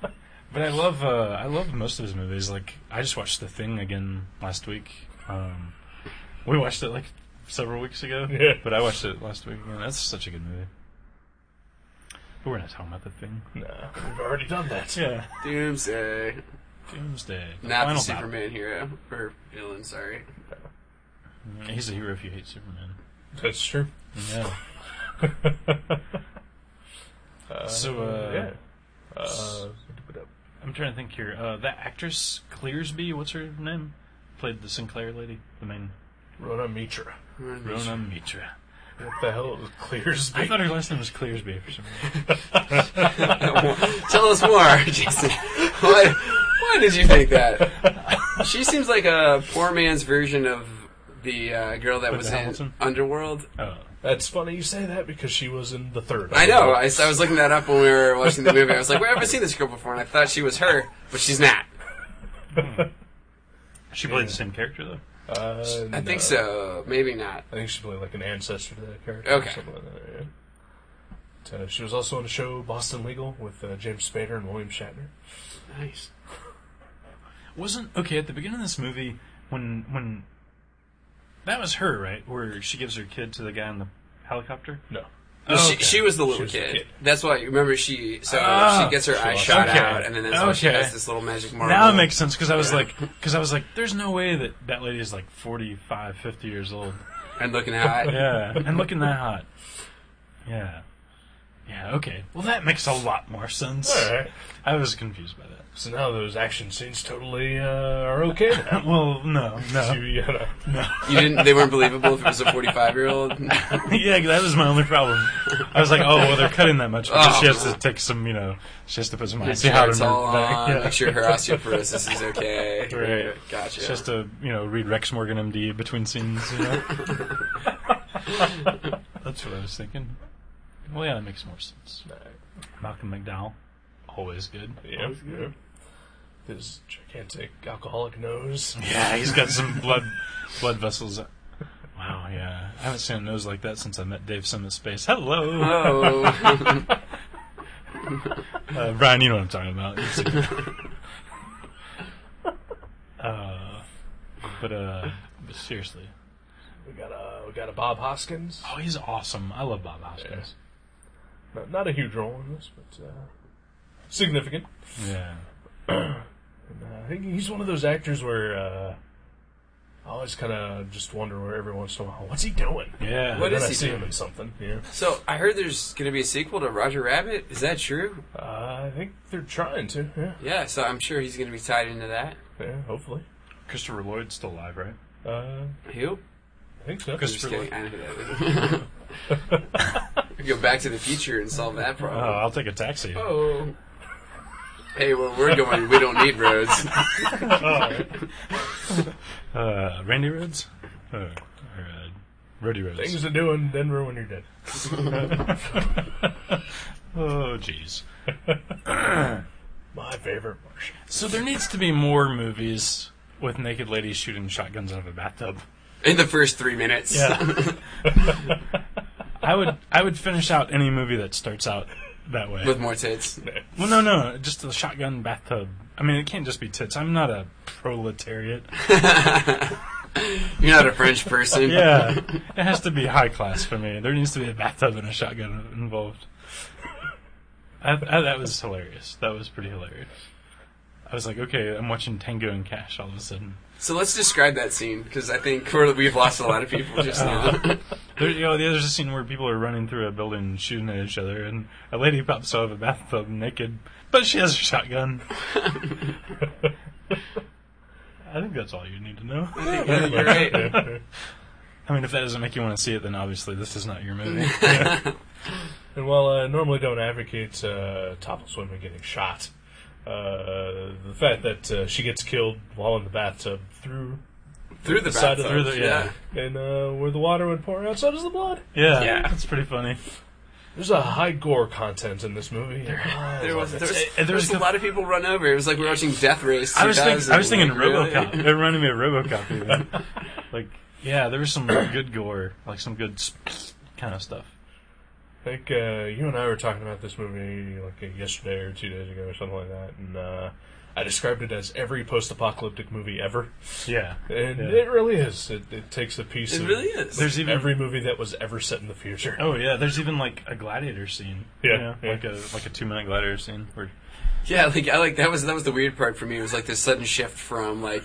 Speaker 3: But I love uh, I love most of his movies. Like I just watched The Thing again last week. Um, we watched it like several weeks ago.
Speaker 2: Yeah.
Speaker 3: But I watched it last week again. That's such a good movie. But we're not talking about The Thing.
Speaker 2: No, we've already done that.
Speaker 3: Yeah.
Speaker 4: Doomsday.
Speaker 3: Doomsday. The
Speaker 4: Not the
Speaker 3: Final
Speaker 4: Superman hero or villain. Sorry.
Speaker 3: Battle. Mm, He's a hero if you hate Superman.
Speaker 2: That's true.
Speaker 3: Yeah. so uh,
Speaker 2: yeah. Uh,
Speaker 3: I'm trying to think here. Uh, that actress Clearsby, what's her name? Played the Sinclair lady, the main
Speaker 2: Rona Mitra.
Speaker 3: Rona Mitra.
Speaker 2: What the hell is clears
Speaker 3: I thought her last name was Clearsby for some reason.
Speaker 4: Tell us more, Jason. Why? Why did you think that? She seems like a poor man's version of the uh, girl that was in
Speaker 3: Hamilton?
Speaker 4: Underworld.
Speaker 3: Oh.
Speaker 2: That's funny you say that because she was in the third.
Speaker 4: I know. I, s- I was looking that up when we were watching the movie. I was like, "Where have I seen this girl before?" And I thought she was her, but she's not.
Speaker 3: She played the same character though.
Speaker 2: Uh,
Speaker 4: I think so. Maybe not.
Speaker 2: I think she played like an ancestor to that character
Speaker 4: Okay.
Speaker 2: or something like that. Yeah. But, uh, she was also on the show Boston Legal with uh, James Spader and William Shatner.
Speaker 4: Nice.
Speaker 3: Wasn't okay at the beginning of this movie when when that was her right where she gives her kid to the guy in the helicopter.
Speaker 2: No.
Speaker 4: Well,
Speaker 3: Oh,
Speaker 4: she,
Speaker 3: okay.
Speaker 4: she was the little
Speaker 2: was the
Speaker 4: kid.
Speaker 2: kid.
Speaker 4: That's why. Remember, she so
Speaker 3: Ah,
Speaker 4: she gets her eye
Speaker 2: lost-
Speaker 4: shot
Speaker 3: okay.
Speaker 4: out, and then that's why she
Speaker 3: Okay.
Speaker 4: has this little magic marble.
Speaker 3: Now it makes sense because I was like, because I was like, there's no way that that lady is like 45, 50 years old.
Speaker 4: and looking hot.
Speaker 3: Yeah, and looking that hot. Yeah, yeah. Okay. Well, that makes a lot more sense.
Speaker 2: All right.
Speaker 3: I was confused by that.
Speaker 2: So now those action scenes totally uh, are okay now.
Speaker 3: Well, no,
Speaker 2: You-
Speaker 3: no,
Speaker 2: you know.
Speaker 3: no.
Speaker 4: You didn't. They weren't believable if it was a forty-five-year-old.
Speaker 3: yeah, that was my only problem. I was like, oh, well, they're cutting that much because
Speaker 4: Oh.
Speaker 3: she has to take some, you know, she has to put some icy hot in
Speaker 4: It's
Speaker 3: her
Speaker 4: all on.
Speaker 3: back. Yeah.
Speaker 4: Make sure her osteoporosis is okay.
Speaker 3: Right.
Speaker 4: Gotcha.
Speaker 3: She has to, you know, read Rex Morgan MD between scenes. You know, that's what I was thinking. Well, yeah, that makes more sense. Malcolm McDowell, always good.
Speaker 2: Yeah. yeah. His gigantic alcoholic nose.
Speaker 3: Yeah, he's got some blood blood vessels. Wow, yeah. I haven't seen a nose like that since I met Dave Summit Space. Hello,
Speaker 4: Oh,
Speaker 3: uh, Brian. You know what I'm talking about. You've seen it. uh, but uh, but seriously,
Speaker 2: We got a we got a Bob Hoskins.
Speaker 3: oh, he's awesome. I love Bob Hoskins.
Speaker 2: Not, not a huge role in this, but uh, significant.
Speaker 3: Yeah.
Speaker 2: Uh, I think he's one of those actors where uh, I always kind of just wonder where every once in a while, what's he doing?
Speaker 3: yeah,
Speaker 4: What
Speaker 2: And then
Speaker 4: is
Speaker 2: I
Speaker 4: he
Speaker 2: see
Speaker 4: doing?
Speaker 2: him in something. Yeah.
Speaker 4: so I heard there's going to be a sequel to Roger Rabbit. Is that true?
Speaker 2: Uh, I think they're trying to. Yeah.
Speaker 4: Yeah. So I'm sure he's going to be tied into that.
Speaker 2: Yeah. Hopefully.
Speaker 3: Christopher Lloyd's still alive, right?
Speaker 2: Uh,
Speaker 4: Who?
Speaker 2: I think so.
Speaker 4: I'm just kidding. I know who that is. We Go back to the future and solve that
Speaker 3: Oh,
Speaker 4: problem.
Speaker 3: I'll take a taxi.
Speaker 4: Oh. Hey, where we're going, we don't need roads.
Speaker 3: Uh, Randy Rhodes? Uh, or, uh, Roddy Rhodes.
Speaker 2: Things to do in Denver when you're dead.
Speaker 3: oh, jeez.
Speaker 2: My favorite Martian.
Speaker 3: So there needs to be more movies with naked ladies shooting shotguns out of a bathtub.
Speaker 4: In the first three minutes.
Speaker 3: I would I would finish out any movie that starts out that way.
Speaker 4: With more tits.
Speaker 3: well, no, no, just the shotgun bathtub. I mean, it can't just be tits. I'm not a proletariat.
Speaker 4: You're not a French person.
Speaker 3: Yeah, it has to be high class for me. There needs to be a bathtub and a shotgun involved. I, I, that was hilarious. That was pretty hilarious. I was like, okay, I'm watching Tango and Cash all of a sudden.
Speaker 4: So let's describe that scene, because I think we're, we've lost a lot of people just now.
Speaker 3: There, you know, there's a scene where people are running through a building and shooting at each other, and a lady pops out of a bathtub naked, but she has a shotgun. I think that's all you need to know.
Speaker 4: You're right.
Speaker 3: I mean, if that doesn't make you want to see it, then obviously this is not your movie.
Speaker 2: And while I normally don't advocate uh, topless women getting shot, uh, the fact that uh, she gets killed while in the bathtub through
Speaker 4: Through the
Speaker 2: side of
Speaker 4: bathtub.
Speaker 2: the-
Speaker 3: through the- yeah.
Speaker 2: and uh, where the water would pour out, so does the blood.
Speaker 3: Yeah,
Speaker 4: Yeah.
Speaker 3: that's pretty funny.
Speaker 2: There's a high gore content in this movie. Oh,
Speaker 4: There was, there was,
Speaker 3: there
Speaker 4: there
Speaker 3: was
Speaker 4: was a
Speaker 3: the-
Speaker 4: lot of people run over. It was like we were watching Death Race.
Speaker 3: I was, think,
Speaker 4: 2000.
Speaker 3: I was thinking
Speaker 4: Like, really?
Speaker 3: RoboCop. It reminded me of RoboCop. Even. like, yeah, there was some good gore, like some good kind of stuff.
Speaker 2: I think uh, you and I were talking about this movie like uh, yesterday or two days ago or something like that, and uh, I described it as every post-apocalyptic movie ever,
Speaker 3: Yeah,
Speaker 2: and
Speaker 3: Yeah.
Speaker 2: it really is. It, it takes a piece.
Speaker 4: It
Speaker 2: of
Speaker 4: really is.
Speaker 3: There's even
Speaker 2: every movie that was ever set in the future.
Speaker 3: Oh yeah, there's even like a gladiator scene.
Speaker 2: Yeah,
Speaker 3: You know,
Speaker 2: yeah.
Speaker 3: like a like a two minute gladiator scene where
Speaker 4: Yeah, like I like that was that was the weird part for me. It was like this sudden shift from like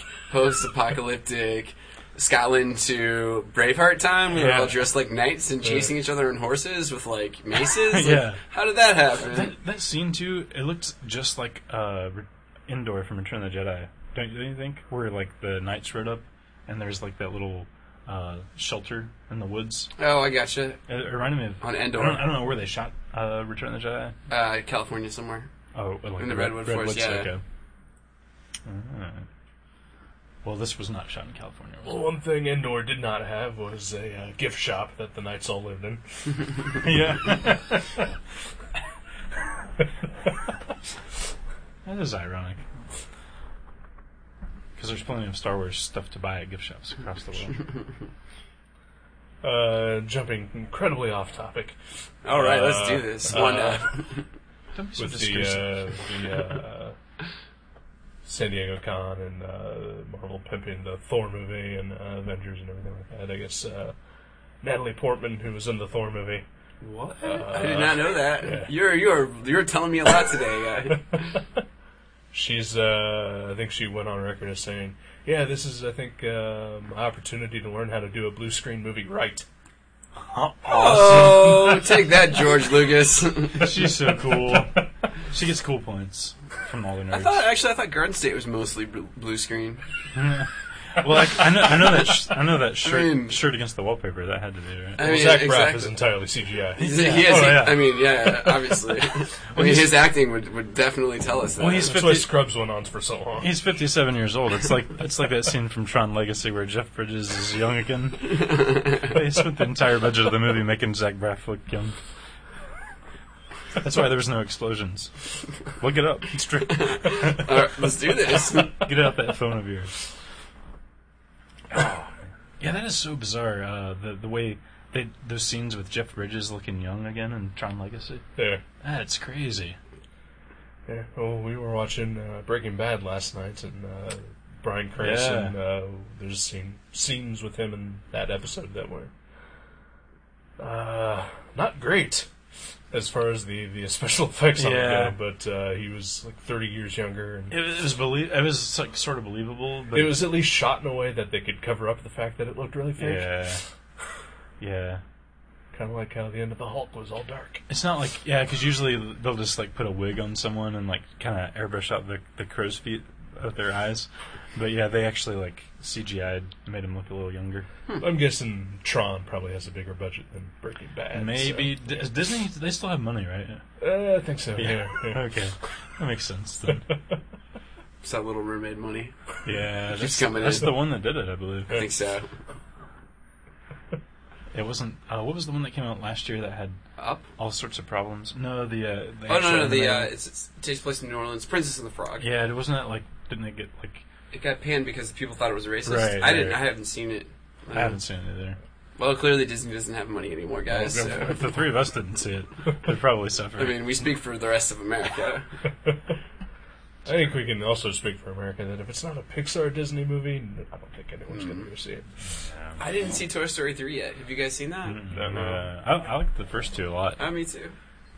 Speaker 4: post-apocalyptic Scotland to Braveheart time. We were
Speaker 3: Yeah.
Speaker 4: all dressed like knights and chasing each other on horses with like maces. Like,
Speaker 3: Yeah.
Speaker 4: how did that happen?
Speaker 3: that, that scene too. It looked just like uh, Re- Endor from Return of the Jedi. Don't you, don't you think? Where like the knights rode up and there's like that little uh, shelter in the woods.
Speaker 4: Oh, I gotcha.
Speaker 3: It, it reminded me of
Speaker 4: On Endor.
Speaker 3: I don't, I don't know where they shot uh, Return of the Jedi.
Speaker 4: Uh, California somewhere.
Speaker 3: Oh, like
Speaker 4: In the
Speaker 3: Red-
Speaker 4: Redwood Forest, yeah.
Speaker 3: Circa. Ah. Well, this was not shot in California. was it?
Speaker 4: Oh,
Speaker 2: Well, one thing Endor did not have was a uh, gift shop that the Knights all lived in.
Speaker 3: yeah. that is ironic. Because there's plenty of Star Wars stuff to buy at gift shops across the world.
Speaker 2: Uh, jumping incredibly off topic
Speaker 4: All right, let's
Speaker 2: Uh,
Speaker 4: do this. One.
Speaker 2: uh,
Speaker 4: Uh,
Speaker 3: Don't be so
Speaker 2: with the,
Speaker 3: discursive.
Speaker 2: uh, the uh, San Diego Con and uh, Marvel pimping the Thor movie and uh, Avengers and everything like that. I guess uh, Natalie Portman, who was in the Thor movie,
Speaker 4: what? I did not know that. You're you're you're telling me a lot today. Uh,
Speaker 2: she's uh, I think she went on record as saying, "Yeah, this is I think um, my opportunity to learn how to do a blue screen movie right."
Speaker 3: Uh,
Speaker 4: oh, take that, George Lucas. I
Speaker 3: She's so cool. She gets cool points from all the nerds.
Speaker 4: thought actually I thought Garden State was mostly bl- blue screen.
Speaker 3: well, like, I know, I know that. Sh- I know that shirt.
Speaker 4: mean-
Speaker 3: shirt against the wallpaper. That had to be right.
Speaker 4: I
Speaker 2: Well,
Speaker 4: mean,
Speaker 2: Zach Braff
Speaker 4: exactly.
Speaker 2: is entirely CGI.
Speaker 4: He has,
Speaker 3: Oh, yeah.
Speaker 4: I mean, yeah, obviously. I mean, his acting would, would definitely tell us that.
Speaker 3: Well, he's
Speaker 2: That's why
Speaker 3: 50,
Speaker 2: Scrubs went on for so long.
Speaker 3: he's 57 years old. It's like it's like that scene from Tron Legacy where Jeff Bridges is young again. they spent the entire budget of the movie making Zach Braff look young. That's why there was no explosions. Look it up. It's true.
Speaker 4: All right, let's do this.
Speaker 3: Get out that phone of yours. yeah, that is so bizarre. Uh, the the way they those scenes with Jeff Bridges looking young again in Tron Legacy.
Speaker 2: There.
Speaker 3: That's crazy.
Speaker 2: Yeah. Well, we were watching uh, Breaking Bad last night, and uh, Brian Cranston. Uh, there's scene, scenes with him in that episode that were uh, not great as far as the, the special effects on
Speaker 3: Yeah.
Speaker 2: it go, but uh, he was like 30 years younger. And
Speaker 3: It was it was, belie- it was like sort of believable, but
Speaker 2: it was at least shot in a way that they could cover up the fact that it looked really fake.
Speaker 3: yeah, yeah.
Speaker 2: Kind of like how the end of the Hulk was all dark.
Speaker 3: It's not like yeah, because usually they'll just like put a wig on someone and like kind of airbrush out the the crow's feet of their eyes, but yeah, they actually like CGI'd made him look a little younger.
Speaker 2: I'm guessing Tron probably has a bigger budget than Breaking Bad.
Speaker 3: Maybe D- is Disney they still have money, right?
Speaker 2: so- Uh, I think so. Yeah. yeah.
Speaker 3: Okay, that makes sense then.
Speaker 4: It's that little mermaid money.
Speaker 3: Yeah, that's,
Speaker 4: Just coming
Speaker 3: that's
Speaker 4: in.
Speaker 3: the one that did it, I believe.
Speaker 4: I think so.
Speaker 3: It wasn't. Uh, what was the one that came out last year that had
Speaker 4: Up?
Speaker 3: all sorts of problems? No, the. Uh, the
Speaker 4: Oh,
Speaker 3: actual
Speaker 4: no, no, the, uh,
Speaker 3: anime.
Speaker 4: it's, it's, it takes place in New Orleans. Princess and the Frog.
Speaker 3: yeah, it wasn't that like didn't it get like
Speaker 4: It got panned because people thought it was racist.
Speaker 3: Right,
Speaker 4: I didn't.
Speaker 3: right.
Speaker 4: I haven't seen it.
Speaker 3: I haven't seen it either.
Speaker 4: Well, clearly Disney doesn't have money anymore, guys. So.
Speaker 3: If the three of us didn't see it, we'd probably suffer.
Speaker 4: uh, I mean, we speak for the rest of America.
Speaker 2: I think we can also speak for America that if it's not a Pixar Disney movie, n- I don't think anyone's going to go see it.
Speaker 4: I didn't see Toy Story 3 yet. Have you guys seen that?
Speaker 3: Uh, I, I like the first two a lot.
Speaker 4: Oh, me too.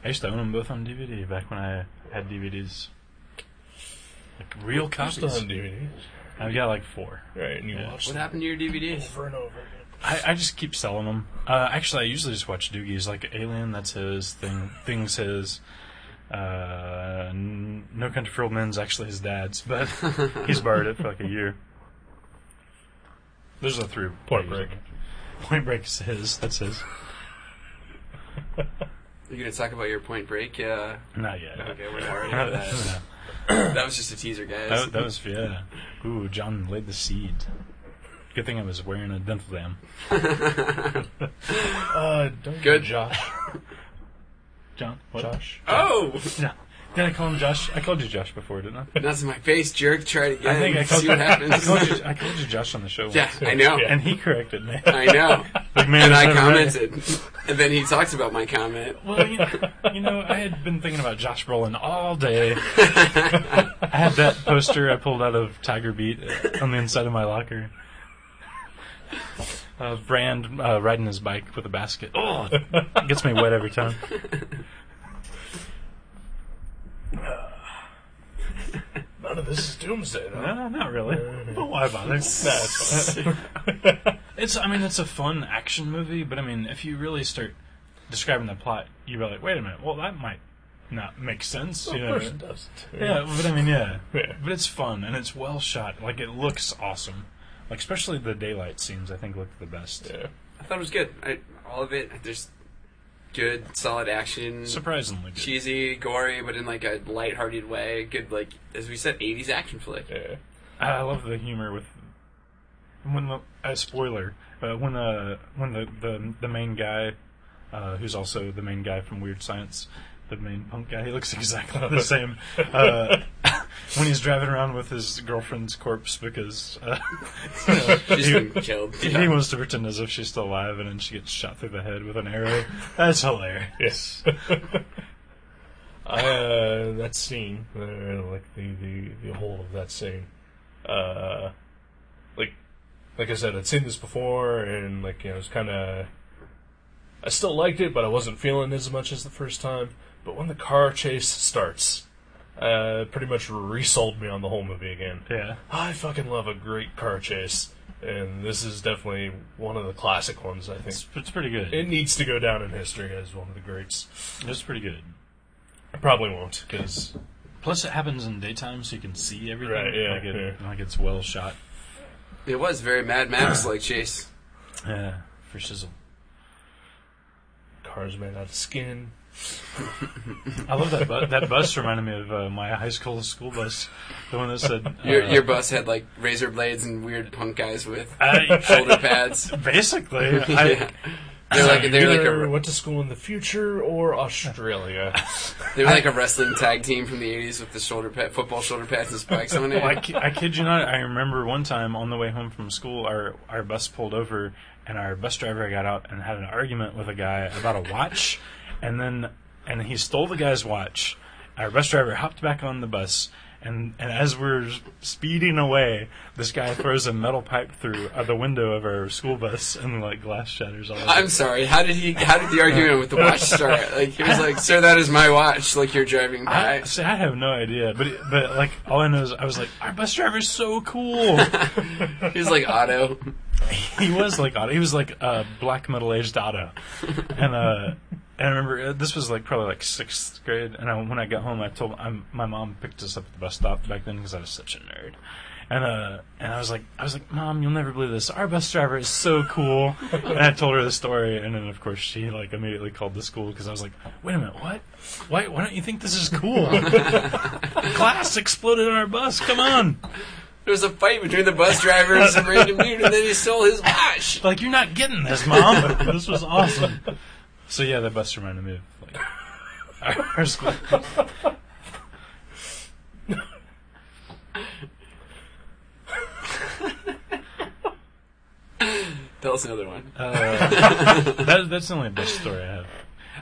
Speaker 3: I used to own them both on DVD back when I had DVDs, like real
Speaker 2: Still
Speaker 3: copies.
Speaker 2: on DVDs,
Speaker 3: I've got like four.
Speaker 2: right? And you
Speaker 3: Yeah.
Speaker 2: watch
Speaker 4: What
Speaker 2: them
Speaker 4: happened to your DVDs?
Speaker 2: over and over again.
Speaker 3: I, I just keep selling them. Uh, actually, I usually just watch Doogie's. Like Alien, that's his thing. Things his. Uh, N- no Country for Old Men's actually his dad's, but he's borrowed it for like a year. Those are the three.
Speaker 2: Point
Speaker 3: I use
Speaker 2: Break.
Speaker 3: it. Point Break's his. That's his.
Speaker 4: Are you going to talk about your Point Break? uh, Yeah.
Speaker 3: Not yet.
Speaker 4: Okay, we're not ready
Speaker 3: No,
Speaker 4: for that.
Speaker 3: no.
Speaker 4: That was just a teaser, guys.
Speaker 3: That, that was yeah. Ooh, John laid the seed. Good thing I was wearing a dental dam.
Speaker 2: Uh, don't
Speaker 4: Good.
Speaker 2: Josh.
Speaker 3: John, what?
Speaker 2: Josh.
Speaker 4: oh!
Speaker 3: No. Did I call him Josh? I called you Josh before, didn't I?
Speaker 4: That's my face, jerk. Try it again.
Speaker 3: I think I called,
Speaker 4: See what
Speaker 3: I called
Speaker 4: happens.
Speaker 3: you. I called you Josh on the show.
Speaker 4: yeah,
Speaker 3: once.
Speaker 4: I know.
Speaker 2: Yeah.
Speaker 3: and he corrected me.
Speaker 4: I know.
Speaker 3: Like, man,
Speaker 4: And
Speaker 3: it's
Speaker 4: I
Speaker 3: not right.
Speaker 4: commented. And then he talked about my comment.
Speaker 3: Well, you you know, I had been thinking about Josh Brolin all day. I had that poster I pulled out of Tiger Beat on the inside of my locker. Uh, Brand uh, riding his bike with a basket. Oh, it gets me wet every time.
Speaker 2: None of this is Doomsday. Though.
Speaker 3: No, not really. But why bother? It's. I mean, it's a fun action movie, but I mean, if you really start describing the plot, you are like, wait a minute. Well, that might not make sense. you
Speaker 2: Of
Speaker 3: know?
Speaker 2: course it doesn't.
Speaker 3: Yeah, but I mean, yeah.
Speaker 2: Yeah.
Speaker 3: But it's fun and it's well shot. Like it looks awesome. Like especially the daylight scenes, I think look the best.
Speaker 2: Yeah.
Speaker 4: I thought it was good. I, all of it, there's good, solid action.
Speaker 3: Surprisingly good.
Speaker 4: cheesy, gory, but in like a lighthearted way. Good, like as we said, '80s action flick.
Speaker 2: Yeah.
Speaker 3: I I love the humor with when the a spoiler uh, when the when the the, the main guy uh, who's also the main guy from Weird Science, the main punk guy, he looks exactly the same uh, when he's driving around with his girlfriend's corpse because uh,
Speaker 4: She's
Speaker 3: he,
Speaker 4: been killed.
Speaker 3: he wants to pretend as if she's still alive, and then she gets shot through the head with an arrow. That's hilarious.
Speaker 2: Yes. I, uh, that scene, uh, like the, the, the whole of that scene, uh, like, like I said, I'd seen this before, and like you know, it was kind of. I still liked it, but I wasn't feeling it as much as the first time. But when the car chase starts, uh, it pretty much resold me on the whole movie again.
Speaker 3: Yeah.
Speaker 2: I fucking love a great car chase, and this is definitely one of the classic ones. I think
Speaker 3: It's, it's pretty good.
Speaker 2: it needs to go down in history as one of the greats.
Speaker 3: it's pretty good.
Speaker 2: I probably won't because
Speaker 3: Plus, it happens in daytime, so you can see everything.
Speaker 2: Right, yeah,
Speaker 3: like, it, like it's well shot.
Speaker 4: It was very Mad Max like chase.
Speaker 3: Yeah, for sizzle.
Speaker 2: cars made out of skin.
Speaker 3: I love that. Bu- that bus reminded me of uh, my high school school bus, the one that said uh,
Speaker 4: Your your bus had like razor blades and weird punk guys with
Speaker 3: I,
Speaker 4: shoulder pads.
Speaker 3: basically,
Speaker 4: Yeah. They're like they're like
Speaker 2: Either
Speaker 4: a
Speaker 2: went to school in the future or Australia.
Speaker 4: they're like a wrestling tag team from the '80s with the shoulder pad, football shoulder pads and spikes on
Speaker 3: I, well, I,
Speaker 4: it.
Speaker 3: ki- I kid you not. I remember one time on the way home from school, our our bus pulled over, and our bus driver got out and had an argument with a guy about a watch, and then and he stole the guy's watch. Our bus driver hopped back on the bus. And, and as we're s- speeding away, this guy throws a metal pipe through uh, the window of our school bus, and like glass shatters all over.
Speaker 4: I'm sorry. How did he? How did the argument with the watch start? Like he was like, "Sir, that is my watch." Like you're driving
Speaker 3: I,
Speaker 4: by.
Speaker 3: see, I have no idea, but but like all I know is I was like, our bus driver's so cool.
Speaker 4: He was like Otto.
Speaker 3: he was like Otto. He was like a black middle aged Otto, and uh, and I remember uh, this was like probably like sixth grade. And I, when I got home, I told i my mom picked us up at the bus stop back then because I was such a nerd. And uh, and I was like, I was like, Mom, you'll never believe this. Our bus driver is so cool. and I told her the story, and then of course she like immediately called the school because I was like, Wait a minute, what? Why why don't you think this is cool? Class exploded on our bus. Come on.
Speaker 4: There was a fight between the bus driver and some random dude, and then he stole his watch.
Speaker 3: like you're not getting this, mom. this was awesome. So yeah, that bus reminded me of like our, our school.
Speaker 4: Tell us another one.
Speaker 3: Uh, That, that's the only bus story I have.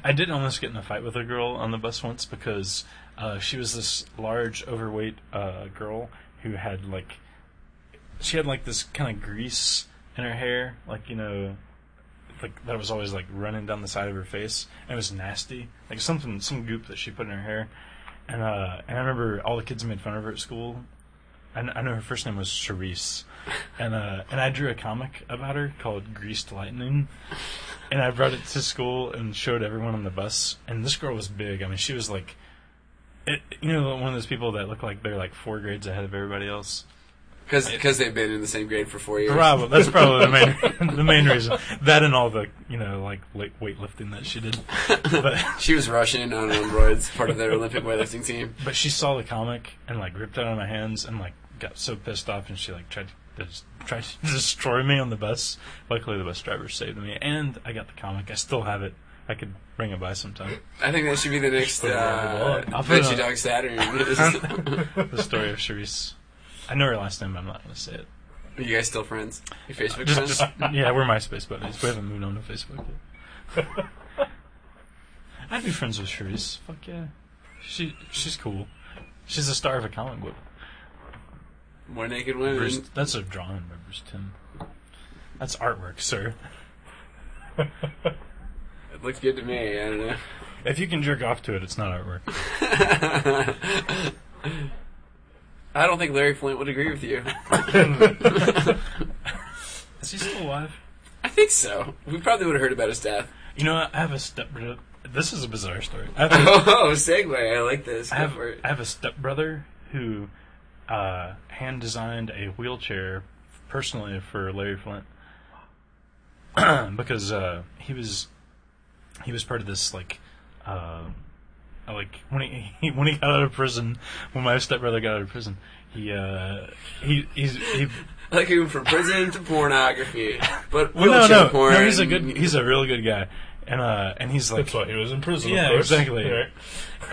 Speaker 3: I did almost get in a fight with a girl on the bus once because uh, she was this large, overweight uh, girl who had like she had like this kind of grease in her hair, like you know, like that was always like running down the side of her face, and it was nasty, like something, some goop that she put in her hair. And uh, and I remember all the kids made fun of her at school. I, kn- I know her first name was Charisse, and uh, and I drew a comic about her called Greased Lightning, and I brought it to school and showed everyone on the bus. And this girl was big. I mean, she was like, it, you know, one of those people that look like they're like four grades ahead of everybody else.
Speaker 4: Because they've been in the same grade for four years.
Speaker 3: Probably that's probably the main the main reason. That and all the you know like li- weightlifting that she did. But
Speaker 4: She was Russian on roids, part of their Olympic weightlifting team.
Speaker 3: but she saw the comic and like ripped it out of my hands and like got so pissed off and she like tried to des- tried to destroy me on the bus. Luckily, the bus driver saved me and I got the comic. I still have it. I could bring it by sometime.
Speaker 4: I think that should be the next uh,
Speaker 3: I'll put it
Speaker 4: Veggie
Speaker 3: on.
Speaker 4: Dog Saturn.
Speaker 3: The story of Charisse. I know her last name, but I'm not going to say it.
Speaker 4: Are you guys still friends? You Facebook
Speaker 3: Just,
Speaker 4: friends?
Speaker 3: just yeah, we're MySpace buddies. We haven't moved on to Facebook yet. I'd be friends with Charisse. Fuck yeah, she she's cool. She's the star of a comic book.
Speaker 4: More naked women.
Speaker 3: Bruce, that's a drawing by Bruce Tim. That's artwork, sir.
Speaker 4: It looked good to me. I don't know.
Speaker 3: If you can jerk off to it, it's not artwork.
Speaker 4: I don't think Larry Flint would agree with you.
Speaker 3: Is he still alive?
Speaker 4: I think so. We probably would have heard about his death.
Speaker 3: You know, I have a stepbrother. This is a bizarre story. I have a,
Speaker 4: Oh, segue. I like this.
Speaker 3: I
Speaker 4: Go
Speaker 3: have,
Speaker 4: for it.
Speaker 3: I have a stepbrother who uh, hand designed a wheelchair personally for Larry Flint because uh, he was he was part of this like uh, like when he, he when he got out of prison when my stepbrother got out of prison he uh, he he's, he
Speaker 4: Like him from prison to pornography, but
Speaker 3: Well, no,
Speaker 4: wheelchair
Speaker 3: no,
Speaker 4: porn.
Speaker 3: no, he's a good, he's a really good guy, and uh, and he's like,
Speaker 2: That's why he was in prison.
Speaker 3: Yeah,
Speaker 2: of course.
Speaker 3: exactly.
Speaker 2: Right.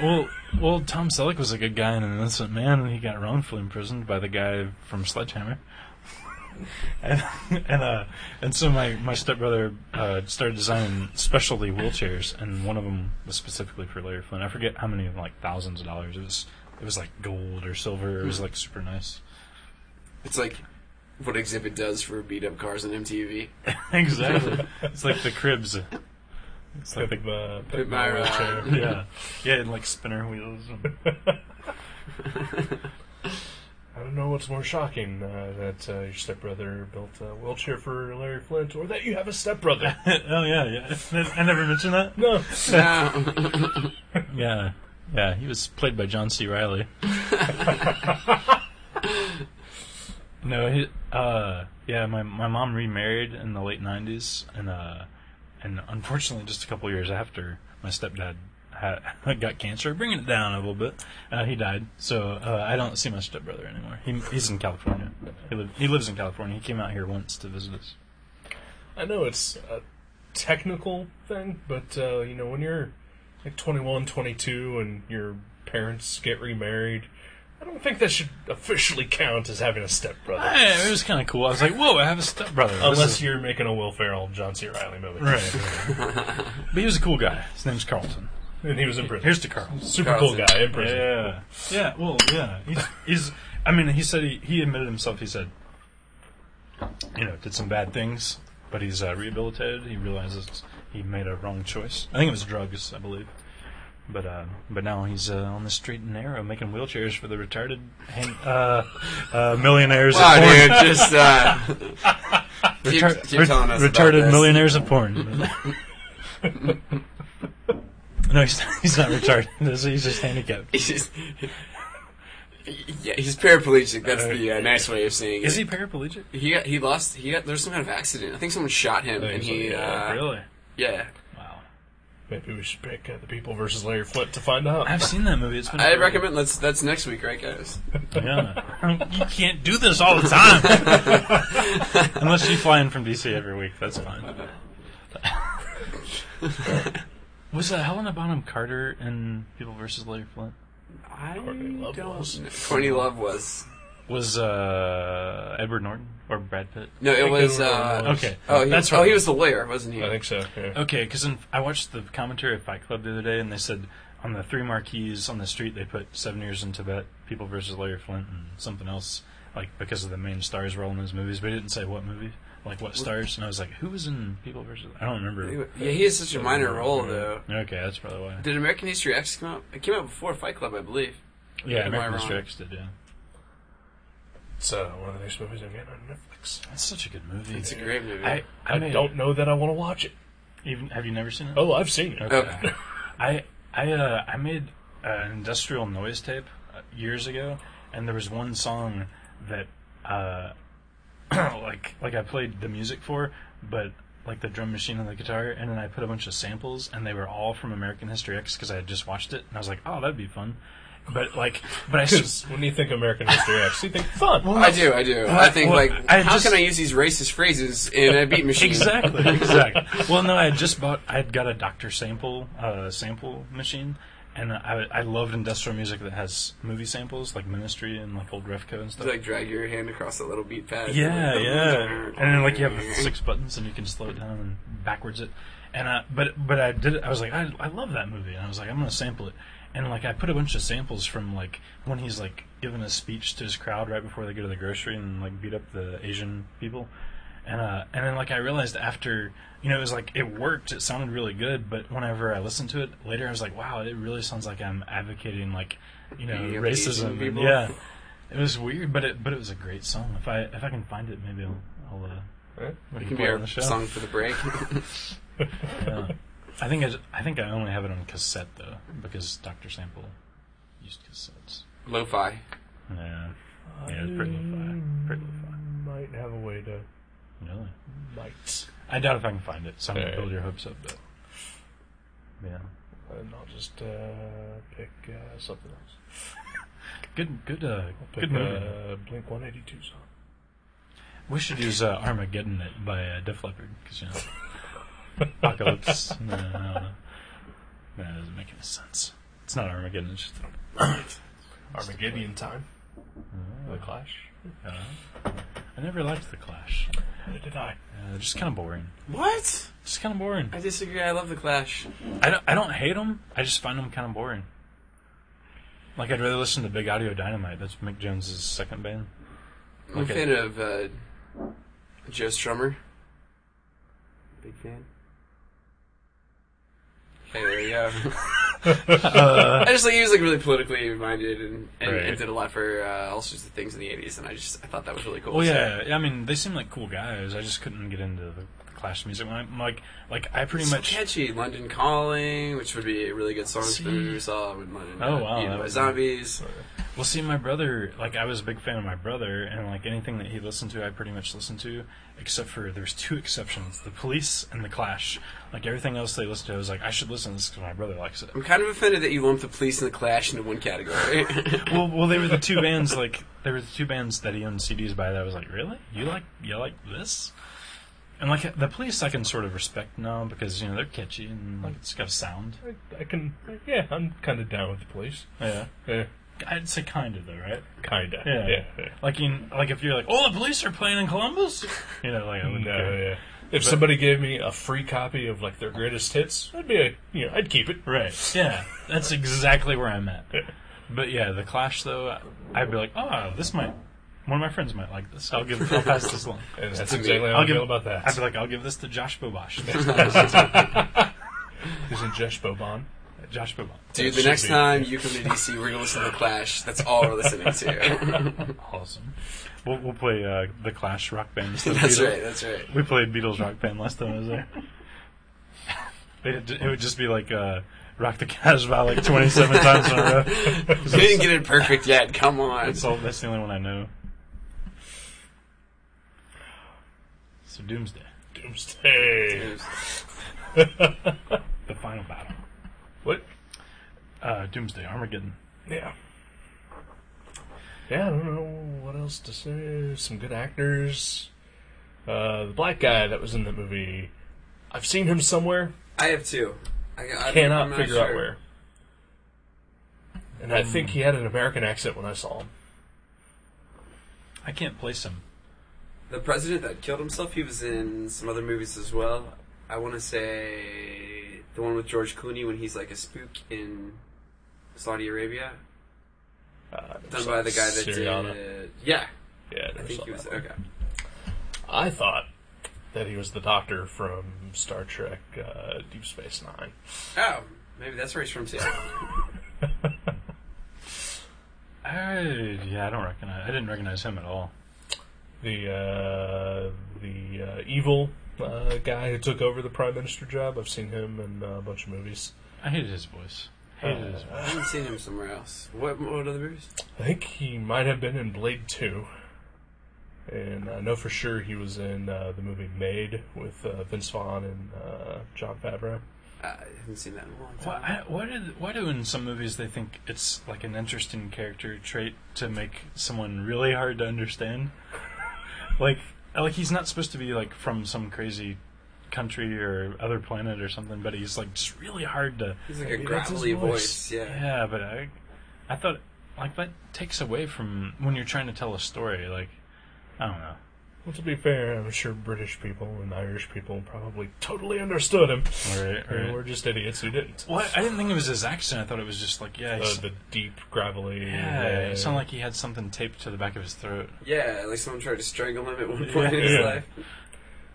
Speaker 3: well, well, Tom Selleck was a good guy and an innocent man, and he got wrongfully imprisoned by the guy from Sledgehammer. and and uh, and so my my stepbrother uh, started designing specialty wheelchairs, and one of them was specifically for Larry Flynn. I forget how many, like thousands of dollars. It was it was like gold or silver. It was like super nice.
Speaker 4: It's like what Exhibit does for beat up cars on MTV.
Speaker 3: exactly. it's like the cribs. It's like the
Speaker 2: Pip, uh, Pip
Speaker 4: Pip Myra.
Speaker 2: Myra.
Speaker 3: yeah, yeah, and like spinner wheels. And,
Speaker 2: I don't know what's more shocking uh, that uh, your stepbrother built a wheelchair for Larry Flint, or that you have a stepbrother.
Speaker 3: oh yeah, yeah. I never mentioned that.
Speaker 2: no,
Speaker 4: No.
Speaker 3: Yeah, yeah. He was played by John C. Riley. no, he, uh, yeah. My my mom remarried in the late '90s, and uh, and unfortunately, just a couple years after, my stepdad had got cancer, bringing it down a little bit. Uh, he died, so uh, I don't see my stepbrother anymore. He he's in California. He live, he lives in California. He came out here once to visit us.
Speaker 2: I know it's a technical thing, but uh, you know when you're like 21, 22, and your parents get remarried, I don't think that should officially count as having a stepbrother,
Speaker 3: Hey, it was kind of cool. I was like, whoa, I have a stepbrother. This
Speaker 2: unless
Speaker 3: is-
Speaker 2: you're making a Will Ferrell, John C. Riley movie,
Speaker 3: Right. but he was a cool guy. His name's Carlton.
Speaker 2: and he was in prison.
Speaker 3: Here's to Carl.
Speaker 2: Super cool
Speaker 4: Carlson.
Speaker 2: guy in prison.
Speaker 3: Yeah. Yeah. Well. Yeah. He's. he's I mean, he said he, he admitted himself. He said, you know, did some bad things, but he's uh, rehabilitated. He realizes he made a wrong choice. I think it was drugs, I believe. But uh, but now he's uh, on the street in Arrow making wheelchairs for the retarded hang- uh, uh, millionaires. of
Speaker 4: Wow,
Speaker 3: porn.
Speaker 4: dude, just uh, keep,
Speaker 3: Retar-
Speaker 4: keep
Speaker 3: ret-
Speaker 4: telling us about
Speaker 3: retarded
Speaker 4: this.
Speaker 3: millionaires of porn. no, he's not, he's not retarded. is he? He's just handicapped.
Speaker 4: He's just- yeah, he's paraplegic. That's the uh, nice way of saying it.
Speaker 3: Is he paraplegic?
Speaker 4: He got, he lost. He got there's some kind of accident. I think someone shot him, and he uh,
Speaker 3: really?
Speaker 4: yeah.
Speaker 3: Wow.
Speaker 2: Maybe we should pick uh, the people versus Larry Flint to find out.
Speaker 3: I've seen that movie. It's been
Speaker 4: I recommend let's that's next week, right, guys?
Speaker 3: Yeah. you can't do this all the time. Unless you fly in from DC every week, that's fine. Was uh, Helena Bonham Carter in People versus Larry Flint?
Speaker 4: I
Speaker 2: Love
Speaker 4: don't
Speaker 2: was.
Speaker 4: know. Courtney Love was
Speaker 3: Was uh, Edward Norton or Brad Pitt?
Speaker 4: no, it was.
Speaker 2: they were
Speaker 4: Uh,
Speaker 2: all-
Speaker 3: Okay.
Speaker 4: oh, he,
Speaker 3: that's
Speaker 4: oh, he
Speaker 3: right.
Speaker 4: was the lawyer, wasn't he?
Speaker 2: I think so. Yeah.
Speaker 3: Okay, because I watched the commentary of Fight Club the other day, and they said on the three marquees on the street they put Seven Years in Tibet, People versus Larry Flint, and something else, like because of the main stars were all in those movies, but it didn't say what movie, like what stars. And I was like, who was in People versus? I don't remember.
Speaker 4: Yeah, he uh, has such a minor role though.
Speaker 3: Okay, that's probably why.
Speaker 4: Did American History X come out? It came out before Fight Club, I believe.
Speaker 3: Yeah,
Speaker 4: am I
Speaker 3: American
Speaker 4: wrong?
Speaker 3: History X did. Yeah,
Speaker 2: It's uh, one of the next movies I'm getting on Netflix.
Speaker 3: that's such a good movie.
Speaker 4: It's a great movie.
Speaker 3: I I,
Speaker 2: I,
Speaker 3: made-
Speaker 2: don't know that I want to watch it.
Speaker 3: even have you never seen it?
Speaker 2: Oh, I've seen it.
Speaker 4: Okay.
Speaker 3: I I uh, I made an industrial noise tape uh, years ago, and there was one song that uh, like like I played the music for, but like the drum machine and the guitar, and then I put a bunch of samples, and they were all from American History X because I had just watched it, and I was like, oh, that'd be fun. But like, but I s-
Speaker 2: 'Cause when you think American History X, you think fun.
Speaker 4: I do, I do. I think
Speaker 3: Uh, well,
Speaker 4: like,
Speaker 3: I
Speaker 4: how
Speaker 3: just-
Speaker 4: can I use these racist phrases in a beat machine?
Speaker 3: Exactly, exactly. well, no, I had just bought. I had got a Doctor Sample uh, sample machine, and I, I loved industrial music that has movie samples, like Ministry and like old Refco and stuff.
Speaker 4: Like drag your hand across the little beat pad.
Speaker 3: yeah, yeah. And then like you have the six buttons, and you can slow it down and backwards it. And I, but but I did. it I was like, I, I love that movie, and I was like, I'm gonna sample it. And like I put a bunch of samples from like when he's like giving a speech to his crowd right before they go to the grocery and like beat up the Asian people. And uh, and then like I realized after you know it was like it worked it sounded really good but whenever I listened to it later I was like wow it really sounds like I'm advocating like you know
Speaker 4: Beating up Asian
Speaker 3: racism and,
Speaker 4: people.
Speaker 3: yeah it was weird but it but it was a great song if I if I can find it maybe I'll, I'll uh,
Speaker 2: Right.
Speaker 3: we
Speaker 4: It
Speaker 3: can
Speaker 4: can
Speaker 3: play
Speaker 4: be
Speaker 3: it on the
Speaker 4: our
Speaker 3: show
Speaker 4: song for the break.
Speaker 3: Yeah. I think I, j- I think I only have it on cassette though because Doctor Sample used cassettes
Speaker 4: Lo-fi.
Speaker 3: yeah yeah it's pretty lo-fi pretty lo-fi
Speaker 2: Might have a way to.
Speaker 3: really
Speaker 2: Might.
Speaker 3: I doubt if I can find it so I'm gonna
Speaker 2: Alright.
Speaker 3: build your hopes up but yeah.
Speaker 2: And I'll just uh, pick uh, something else.
Speaker 3: Good, good, uh,
Speaker 2: I'll pick
Speaker 3: good movie.
Speaker 2: uh, Blink 182 song.
Speaker 3: We should use uh, Armageddon it by uh, Def Leppard because you know apocalypse. no, no, no. No, it doesn't make any sense. It's not Armageddon. It's just
Speaker 2: Armageddon time. The Clash.
Speaker 3: uh, I never liked the Clash.
Speaker 2: Neither did I.
Speaker 3: Uh, they're just kind of boring.
Speaker 4: What?
Speaker 3: Just kind of boring.
Speaker 4: I disagree. I love the Clash.
Speaker 3: I don't. I don't hate them. I just find them kind of boring. Like I'd rather listen to Big Audio Dynamite. That's Mick Jones's second band.
Speaker 4: I'm
Speaker 3: Okay.
Speaker 4: a fan of uh, Joe Strummer. Big fan. Hey, there you go. I just like he was like really politically minded and, and, and
Speaker 3: Right.
Speaker 4: did a lot for uh, all sorts of things in the '80s, and I just I thought that was really cool.
Speaker 3: Well,
Speaker 4: So-
Speaker 3: yeah, yeah, I mean, they seem like cool guys. I just couldn't get into the Clash music. When I'm like, like I pretty
Speaker 4: So
Speaker 3: much.
Speaker 4: catchy. London Calling, which would be a really good song for the movie we saw with London.
Speaker 3: Oh, wow,
Speaker 4: Eaten
Speaker 3: that
Speaker 4: by
Speaker 3: would-
Speaker 4: zombies.
Speaker 3: Well, see, my brother, like, I was a big fan of my brother, and like anything that he listened to, I pretty much listened to, except for there's two exceptions: the Police and the Clash. Like everything else they listened to, I was like, I should listen to this because my brother likes it.
Speaker 4: I'm kind of offended that you lumped the Police and the Clash into one category.
Speaker 3: well, well, they were the two bands like they were the two bands that he owned CDs by. That I was like, really? You like you like this? And like the Police, I can sort of respect now because you know they're catchy and like it's got a sound.
Speaker 2: I, I can. Yeah, I'm kind of down with the police.
Speaker 3: Yeah,
Speaker 2: Yeah,
Speaker 3: I'd say kind of though, right?
Speaker 2: kinda.
Speaker 3: Yeah.
Speaker 2: yeah. yeah.
Speaker 3: Like in like if you're like, oh, the Police are playing in Columbus. You know, like I uh, wouldn't
Speaker 2: No,
Speaker 3: care.
Speaker 2: yeah. If somebody gave me a free copy of like their greatest hits, I'd be, a, you know, I'd keep it.
Speaker 3: Right. Yeah, that's exactly where I'm at. But yeah, the Clash though, I- I'd be like, oh, this might. One of my friends might like this. I'll give. I'll pass this along.
Speaker 2: And that's
Speaker 4: me.
Speaker 2: exactly how
Speaker 3: I'll
Speaker 2: I
Speaker 3: give-
Speaker 2: feel about that.
Speaker 3: I'd be like, I'll give this to Josh Bobosh.
Speaker 2: Is it Josh Boban?
Speaker 3: Josh Bobosh.
Speaker 4: Dude,
Speaker 2: Should
Speaker 4: the next
Speaker 2: be.
Speaker 4: time you come to DC, we're gonna listen to the Clash. That's all we're listening to.
Speaker 3: Awesome. We'll, we'll play uh, the Clash rock band. instead of
Speaker 4: that's
Speaker 3: Beatles.
Speaker 4: right. That's right.
Speaker 3: We played Beatles rock band last time I was there. It, it would just be like uh, Rock the Casbah like 27 times in a row.
Speaker 4: You didn't get it perfect yet. Come on.
Speaker 3: That's, all, that's the only one I know. So Doomsday,
Speaker 2: Doomsday.
Speaker 3: the final battle.
Speaker 2: What?
Speaker 3: Uh, Doomsday, Armageddon.
Speaker 2: Yeah. Yeah, I don't know what else to say. Some good actors. Uh, the black guy that was in the movie. I've seen him somewhere.
Speaker 4: I have two. I, I I'm
Speaker 2: Cannot
Speaker 4: not
Speaker 2: figure out
Speaker 4: sure. Um,
Speaker 2: where. And I think he had an American accent when I saw him.
Speaker 3: I can't place him.
Speaker 4: The president that killed himself. He was in some other movies as well. I want to say the one with George Clooney when he's like a spook in Saudi Arabia,
Speaker 2: Uh,
Speaker 4: done by the guy that
Speaker 2: Syriana.
Speaker 4: did. uh, Yeah,
Speaker 2: Yeah,
Speaker 4: I think he was okay.
Speaker 2: I thought that he was the doctor from Star Trek uh, Deep Space Nine.
Speaker 4: Oh, maybe that's where he's from too.
Speaker 3: I, yeah, I don't recognize. I didn't recognize him at all.
Speaker 2: The uh, the uh, evil uh, guy who took over the prime minister job. I've seen him in uh, a bunch of movies.
Speaker 3: I hated his voice. Hated his voice.
Speaker 4: I haven't seen him somewhere else. What what other movies?
Speaker 2: I think he might have been in Blade Two, and I know for sure he was in uh, the movie Made with uh, Vince Vaughn and uh, John Favreau.
Speaker 4: I haven't seen that in a long
Speaker 3: Why,
Speaker 4: time.
Speaker 3: I- why, did, why do in some movies they think it's like an interesting character trait to make someone really hard to understand? like, like he's not supposed to be like from some crazy country or other planet or something, but he's like just really hard to.
Speaker 4: He's like a
Speaker 2: Maybe that's his
Speaker 4: gravelly
Speaker 2: voice.
Speaker 4: voice. Yeah.
Speaker 3: Yeah, but I, I thought like that takes away from when you're trying to tell a story. Like, I don't know.
Speaker 2: Well, to be fair, I'm sure British people and Irish people probably totally understood him.
Speaker 3: Right,
Speaker 2: And
Speaker 3: right.
Speaker 2: We're just idiots who didn't.
Speaker 3: Well, I- I didn't think it was his accent. I thought it was just like yeah,
Speaker 2: Uh,
Speaker 3: he's,
Speaker 2: the deep gravelly.
Speaker 3: yeah.
Speaker 2: uh,
Speaker 3: It sounded like he had something taped to the back of his throat.
Speaker 4: Yeah, like someone tried to strangle him at one point in his
Speaker 2: Yeah.
Speaker 4: life.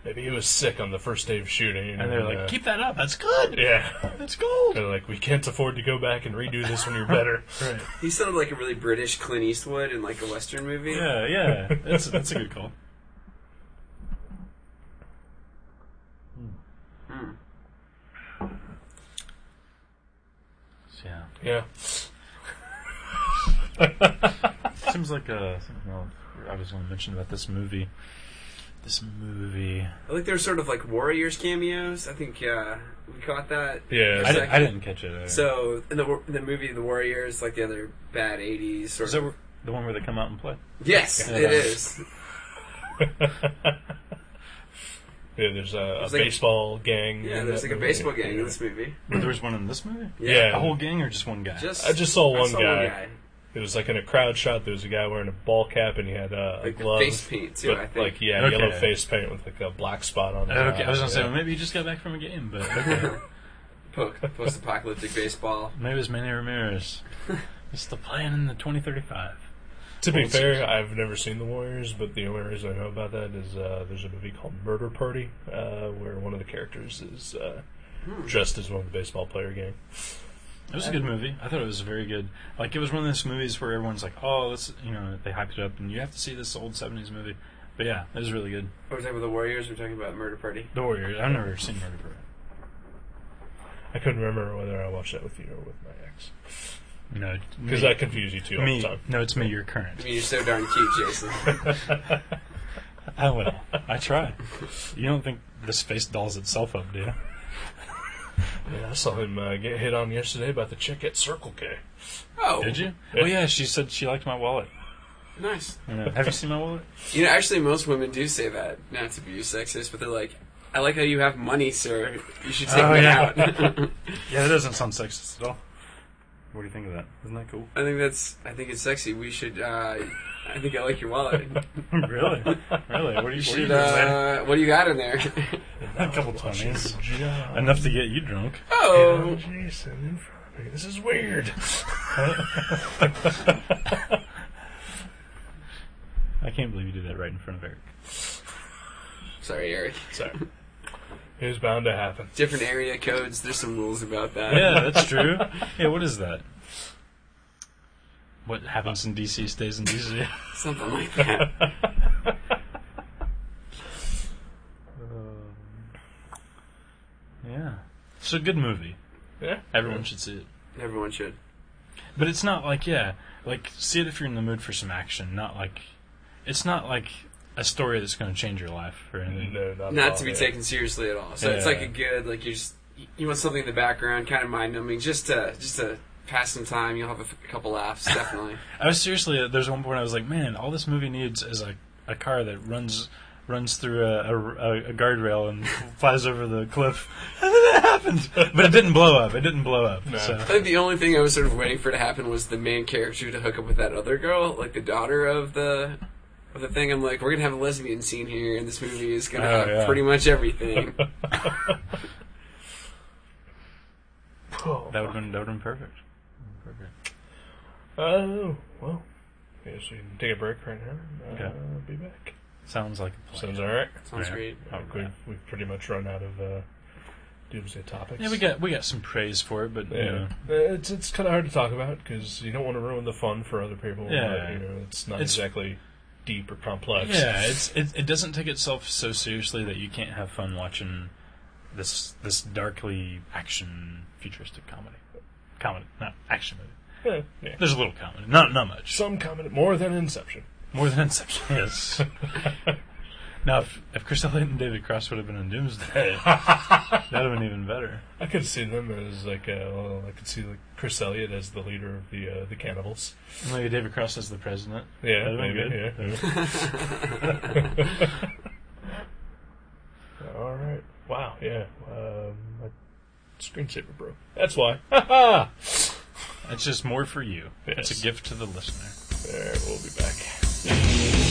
Speaker 2: maybe he was sick on the first day of shooting.
Speaker 3: And they're like,
Speaker 2: uh,
Speaker 3: keep that up. That's good.
Speaker 2: yeah.
Speaker 3: That's gold.
Speaker 2: They're like, we can't afford to go back and redo this when you're better.
Speaker 3: Right.
Speaker 4: He sounded like a really British Clint Eastwood in like a Western movie.
Speaker 3: Yeah, yeah. That's that's a good call. So, Yeah.
Speaker 2: yeah.
Speaker 3: Seems like uh, something else I was going to mention about this movie. This movie.
Speaker 4: I think they were sort of like Warriors cameos. I think uh, we caught that.
Speaker 2: Yeah.
Speaker 4: For a
Speaker 3: I, di-
Speaker 4: second.
Speaker 3: I didn't catch it. uh,
Speaker 4: So in the in the movie The Warriors, like the other bad '80s sort
Speaker 3: Is that
Speaker 4: of.
Speaker 3: where- the one where they come out and play?
Speaker 4: yes,
Speaker 3: Yeah.
Speaker 4: it is.
Speaker 2: Yeah, there's a, a
Speaker 4: like a-
Speaker 2: baseball gang.
Speaker 4: Yeah,
Speaker 2: in
Speaker 4: there's
Speaker 2: that
Speaker 4: like a
Speaker 2: movie.
Speaker 4: baseball
Speaker 2: Yeah.
Speaker 4: gang in this movie.
Speaker 3: But there was one in this movie?
Speaker 2: Yeah.
Speaker 3: A whole gang or just one guy?
Speaker 4: Just
Speaker 2: I just saw
Speaker 4: I
Speaker 2: one
Speaker 4: saw
Speaker 2: guy. It was like in a crowd shot. There was a guy wearing a ball cap and he had uh, a
Speaker 4: Like
Speaker 2: glove,
Speaker 4: face paint too,
Speaker 2: but,
Speaker 4: I think.
Speaker 2: like yeah,
Speaker 3: Okay.
Speaker 2: yellow face paint with like a black spot on. The
Speaker 3: Okay, I was
Speaker 2: top,
Speaker 3: gonna say
Speaker 2: yeah.
Speaker 3: well, maybe he just got back from a game, but okay.
Speaker 4: Post apocalyptic baseball.
Speaker 3: maybe it's Manny Ramirez. It's the plan in the 2035.
Speaker 2: To be
Speaker 3: Old
Speaker 2: fair, I've never seen The Warriors, but the only reason I know about that is uh, there's a movie called Murder Party uh, where one of the characters is uh,
Speaker 4: Hmm.
Speaker 2: dressed as one of the baseball player gang.
Speaker 3: It was a good movie. I thought it was very good. Like it was one of those movies where everyone's like, "Oh, this," you know, they hyped it up, and you have to see this old 70s movie. But yeah, it was really good.
Speaker 4: We're talking about the Warriors. We're talking about Murder Party.
Speaker 3: The Warrior. I've never seen Murder Parade.
Speaker 2: I couldn't remember whether I watched that with you or with my ex
Speaker 3: No, it's
Speaker 2: because
Speaker 3: me.
Speaker 2: I confuse you two all
Speaker 3: me.
Speaker 2: the time.
Speaker 3: No, it's me. You're
Speaker 4: I
Speaker 3: current.
Speaker 4: mean, you're so darn cute, Jason.
Speaker 3: I will. I try. You don't think this face dolls itself up, do you?
Speaker 2: Yeah, I saw him uh, get hit on yesterday by the chick at Circle K.
Speaker 4: Oh,
Speaker 3: Did you? Oh yeah, she said she liked my wallet.
Speaker 4: Nice.
Speaker 3: I know. Have you seen my wallet?
Speaker 4: You know, actually, most women do say that. Not to be sexist, but they're like, "I like how you have money, sir. You should take
Speaker 3: Oh,
Speaker 4: me
Speaker 3: yeah.
Speaker 4: out." I
Speaker 3: Yeah, that doesn't sound sexist at all. What do you think of that? Isn't that cool?
Speaker 4: think that's. I think it's sexy. We should. Uh, I think I like your wallet.
Speaker 3: really? Really? What do you, what do you
Speaker 4: Should,
Speaker 3: do, man?
Speaker 4: uh, what do you got in there?
Speaker 3: A couple twenties.
Speaker 2: John
Speaker 3: Enough to get you drunk.
Speaker 4: oh,
Speaker 2: Jason in front of me. This is weird.
Speaker 3: I can't believe you did that right in front of Eric.
Speaker 4: sorry, Eric.
Speaker 2: Sorry. It was bound to happen.
Speaker 4: Different area codes. There's some rules about that.
Speaker 3: Yeah, that's true. Yeah, what is that? What happens in DC stays in DC.
Speaker 4: Something like that.
Speaker 2: Um,
Speaker 3: yeah. It's a good movie.
Speaker 2: Yeah.
Speaker 3: Everyone should see it.
Speaker 4: Everyone should.
Speaker 3: But it's not like yeah, like see it if you're in the mood for some action. Not like it's not like a story that's going to change your life or anything.
Speaker 2: No, not, at
Speaker 4: not
Speaker 2: all,
Speaker 4: to be
Speaker 2: yeah.
Speaker 4: taken seriously at all. So it's
Speaker 3: Yeah.
Speaker 4: like a good like you just you want something in the background, kind of mind numbing, just to just to pass some time. You'll have a, f- a couple laughs, definitely.
Speaker 3: I was seriously uh, there's one point I was like, man, all this movie needs is a a car that runs runs through a, a, a guardrail and flies over the cliff. And then it happened, but it didn't blow up. It didn't blow up. So.
Speaker 4: I think the only thing I was sort of waiting for to happen was the main character to hook up with that other girl, like the daughter of the of the thing. I'm like, we're gonna have a lesbian scene here, and this movie is gonna
Speaker 3: Oh,
Speaker 4: have
Speaker 3: yeah.
Speaker 4: pretty much everything.
Speaker 2: Oh,
Speaker 3: That would have been that would have been perfect.
Speaker 2: oh, well. I guess we can take a break right now. Uh,
Speaker 3: Okay.
Speaker 2: Be back.
Speaker 3: Sounds like a plan.
Speaker 2: Sounds all right.
Speaker 4: Sounds
Speaker 3: Yeah.
Speaker 4: great.
Speaker 3: Oh,
Speaker 2: We've,
Speaker 3: crap.
Speaker 2: we've pretty much run out of uh, doomsday topics.
Speaker 3: Yeah, we got we got some praise for it, but you
Speaker 2: Yeah.
Speaker 3: know,
Speaker 2: Uh, It's it's kind of hard to talk about because you don't want to ruin the fun for other people.
Speaker 3: Yeah.
Speaker 2: you know, it's not
Speaker 3: It's-
Speaker 2: exactly deep or complex.
Speaker 3: yeah, it's it, it doesn't take itself so seriously that you can't have fun watching this this darkly action futuristic comedy, comedy, not action movie.
Speaker 2: Yeah, yeah.
Speaker 3: There's a little comedy, not not much,
Speaker 2: Some comment more than Inception.
Speaker 3: more than Inception. Yes. now, if if Chris Elliott and David Cross would have been in Doomsday, that'd have been even better.
Speaker 2: I could see them as like uh, well, I could see like Chris Elliott as the leader of the uh, the cannibals.
Speaker 3: Maybe David Cross is the president.
Speaker 2: Yeah,
Speaker 3: That'd have been
Speaker 2: maybe,
Speaker 3: good.
Speaker 2: yeah. All right. Wow. Yeah. Um, my screensaver broke. That's why. Ha
Speaker 3: It's just more for you. It's
Speaker 2: Yes.
Speaker 3: a gift to the listener.
Speaker 2: There, we'll be back.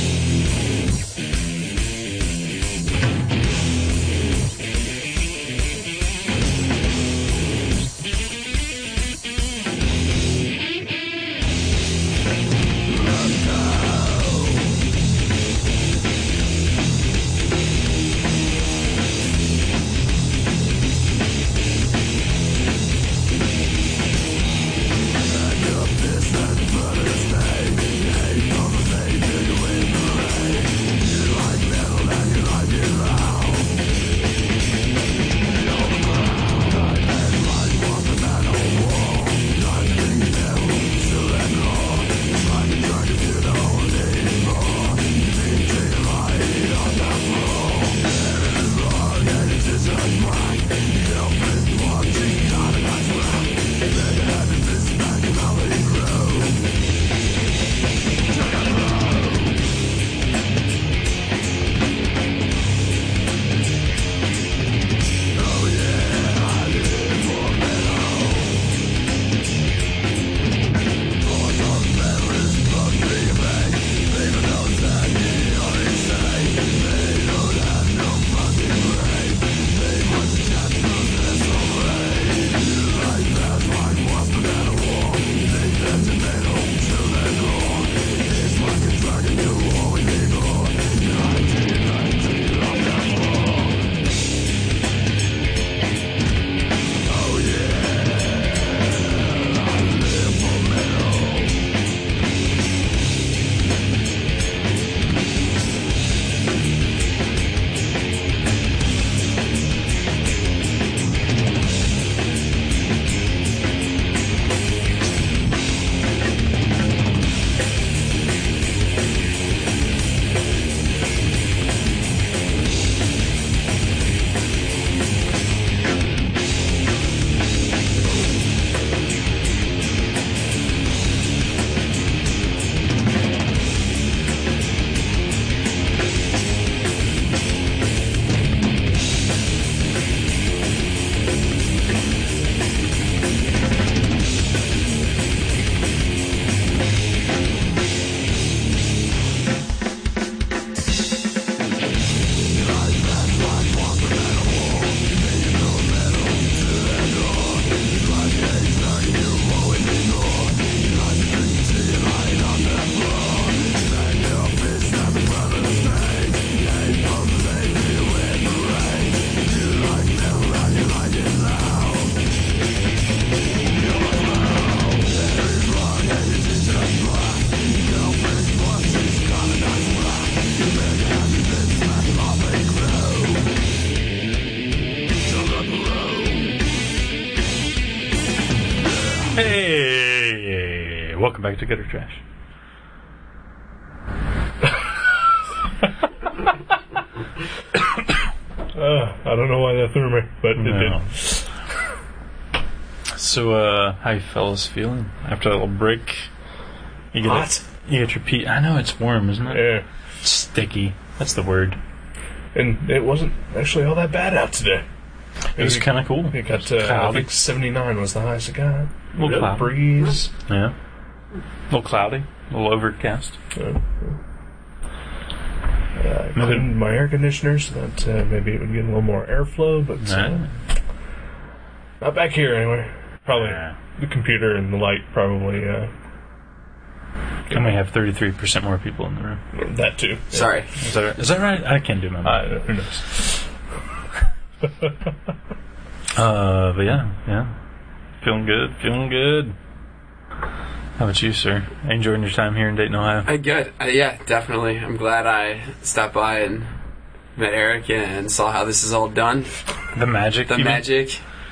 Speaker 3: Hey, welcome back to Gutter Trash.
Speaker 2: Uh, I don't know why that threw me, but it
Speaker 3: No.
Speaker 2: did.
Speaker 3: So, uh, how you fellas feeling after that little break? You get a-
Speaker 2: Hot.
Speaker 3: you get your pee. I know it's warm, isn't it?
Speaker 2: Yeah.
Speaker 3: Sticky. That's the word.
Speaker 2: And it wasn't actually all that bad out today.
Speaker 3: It was kind of cool.
Speaker 2: It got, uh, I
Speaker 3: Cloudy.
Speaker 2: think 79 was the highest it got.
Speaker 3: Well,
Speaker 2: Little
Speaker 3: cloudy.
Speaker 2: breeze.
Speaker 3: Yeah. A little cloudy, a little overcast.
Speaker 2: Uh, I cleaned my air conditioner so that uh, maybe it would get a little more airflow, but uh,
Speaker 3: Nah.
Speaker 2: not back here anyway. Probably
Speaker 3: Yeah.
Speaker 2: the computer and the light probably uh,
Speaker 3: And we have 33% more people in the room.
Speaker 2: that too.
Speaker 4: Sorry.
Speaker 3: Is that right? Is that right? I can't do my math.
Speaker 2: Uh, who knows?
Speaker 3: Uh, but yeah, yeah. Feeling good, feeling good. How about you, sir? Enjoying your time here in Dayton, Ohio?
Speaker 4: I get. Uh, yeah, definitely. I'm glad I stopped by and met Eric and saw how this is all done.
Speaker 3: The magic.
Speaker 4: The
Speaker 3: you mean?
Speaker 4: magic.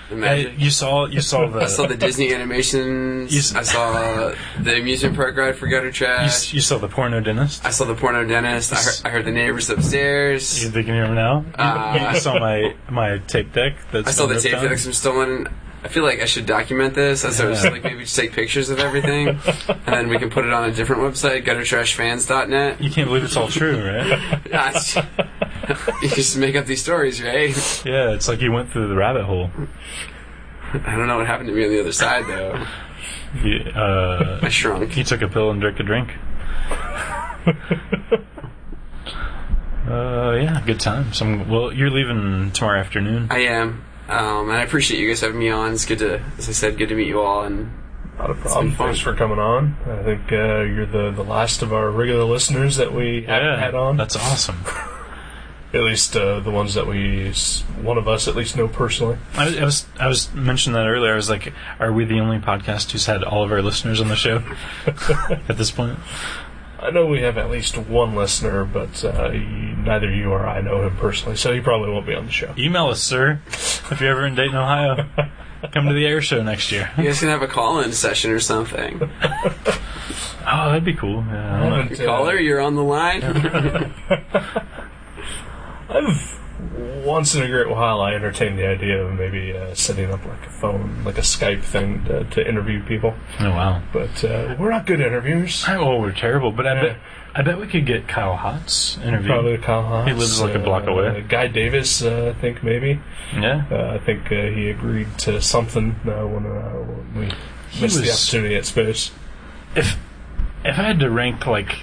Speaker 4: The
Speaker 3: Hey,
Speaker 4: magic.
Speaker 3: you saw, you saw the,
Speaker 4: I saw the Disney animations.
Speaker 3: You s-
Speaker 4: I saw the amusement park ride for Gutter
Speaker 3: you,
Speaker 4: Trash.
Speaker 3: s- you saw the porno dentist.
Speaker 4: I saw the porno dentist. I heard, I heard the neighbors upstairs.
Speaker 3: You think you remember now?
Speaker 4: Uh,
Speaker 3: I saw my my tape deck. That's
Speaker 4: I saw
Speaker 3: been
Speaker 4: the
Speaker 3: ripped
Speaker 4: tape
Speaker 3: down.
Speaker 4: decks from stolen. I feel like I should document this. As I was like, maybe just take pictures of everything, and then we can put it on a different website, guttertrashfans.net.
Speaker 3: You can't believe it's all true, right?
Speaker 4: Ah, it's- you just make up these stories, right?
Speaker 3: yeah, it's like you went through the rabbit hole.
Speaker 4: I don't know what happened to me on the other side though.
Speaker 3: You, uh,
Speaker 4: I shrunk.
Speaker 3: you took a pill and drank a drink. uh, yeah, good time. Some well, you're leaving tomorrow afternoon.
Speaker 4: I am, um, and I appreciate you guys having me on. It's good to, as I said, good to meet you all. And
Speaker 2: Not a problem.
Speaker 4: been fun.
Speaker 2: Thanks for coming on. I think uh, you're the, the last of our regular listeners that we haven't had on.
Speaker 3: That's awesome.
Speaker 2: At least uh, the ones that we, s- one of us at least know personally.
Speaker 3: I was, I was I was mentioned that earlier. I was like, are we the only podcast who's had all of our listeners on the show at this point?
Speaker 2: I know we have at least one listener, but uh, you- neither you or I know him personally, so he probably won't be on the show.
Speaker 3: Email us, sir, if you're ever in Dayton, Ohio. Come to the air show next year.
Speaker 4: you guys can have a call-in session or something.
Speaker 3: Oh, that'd be cool. Yeah, I don't know.
Speaker 2: Haven't, uh,
Speaker 4: Caller, you're on the line.
Speaker 2: I've once in a great while I entertained the idea of maybe uh, setting up like a phone, like a Skype thing to, to interview people,
Speaker 3: Oh, wow.
Speaker 2: but uh, we're not good interviewers.
Speaker 3: I, well, we're terrible, but I
Speaker 2: Yeah.
Speaker 3: bet I bet we could get Kyle Hotz interviewed.
Speaker 2: Probably Kyle Haas.
Speaker 3: He lives, like, a block
Speaker 2: uh,
Speaker 3: away.
Speaker 2: Guy Davis, uh, I think maybe.
Speaker 3: Yeah.
Speaker 2: Uh, I think uh, he agreed to something uh, when, uh, when we missed the
Speaker 3: was-
Speaker 2: opportunity at space.
Speaker 3: if if I had to rank like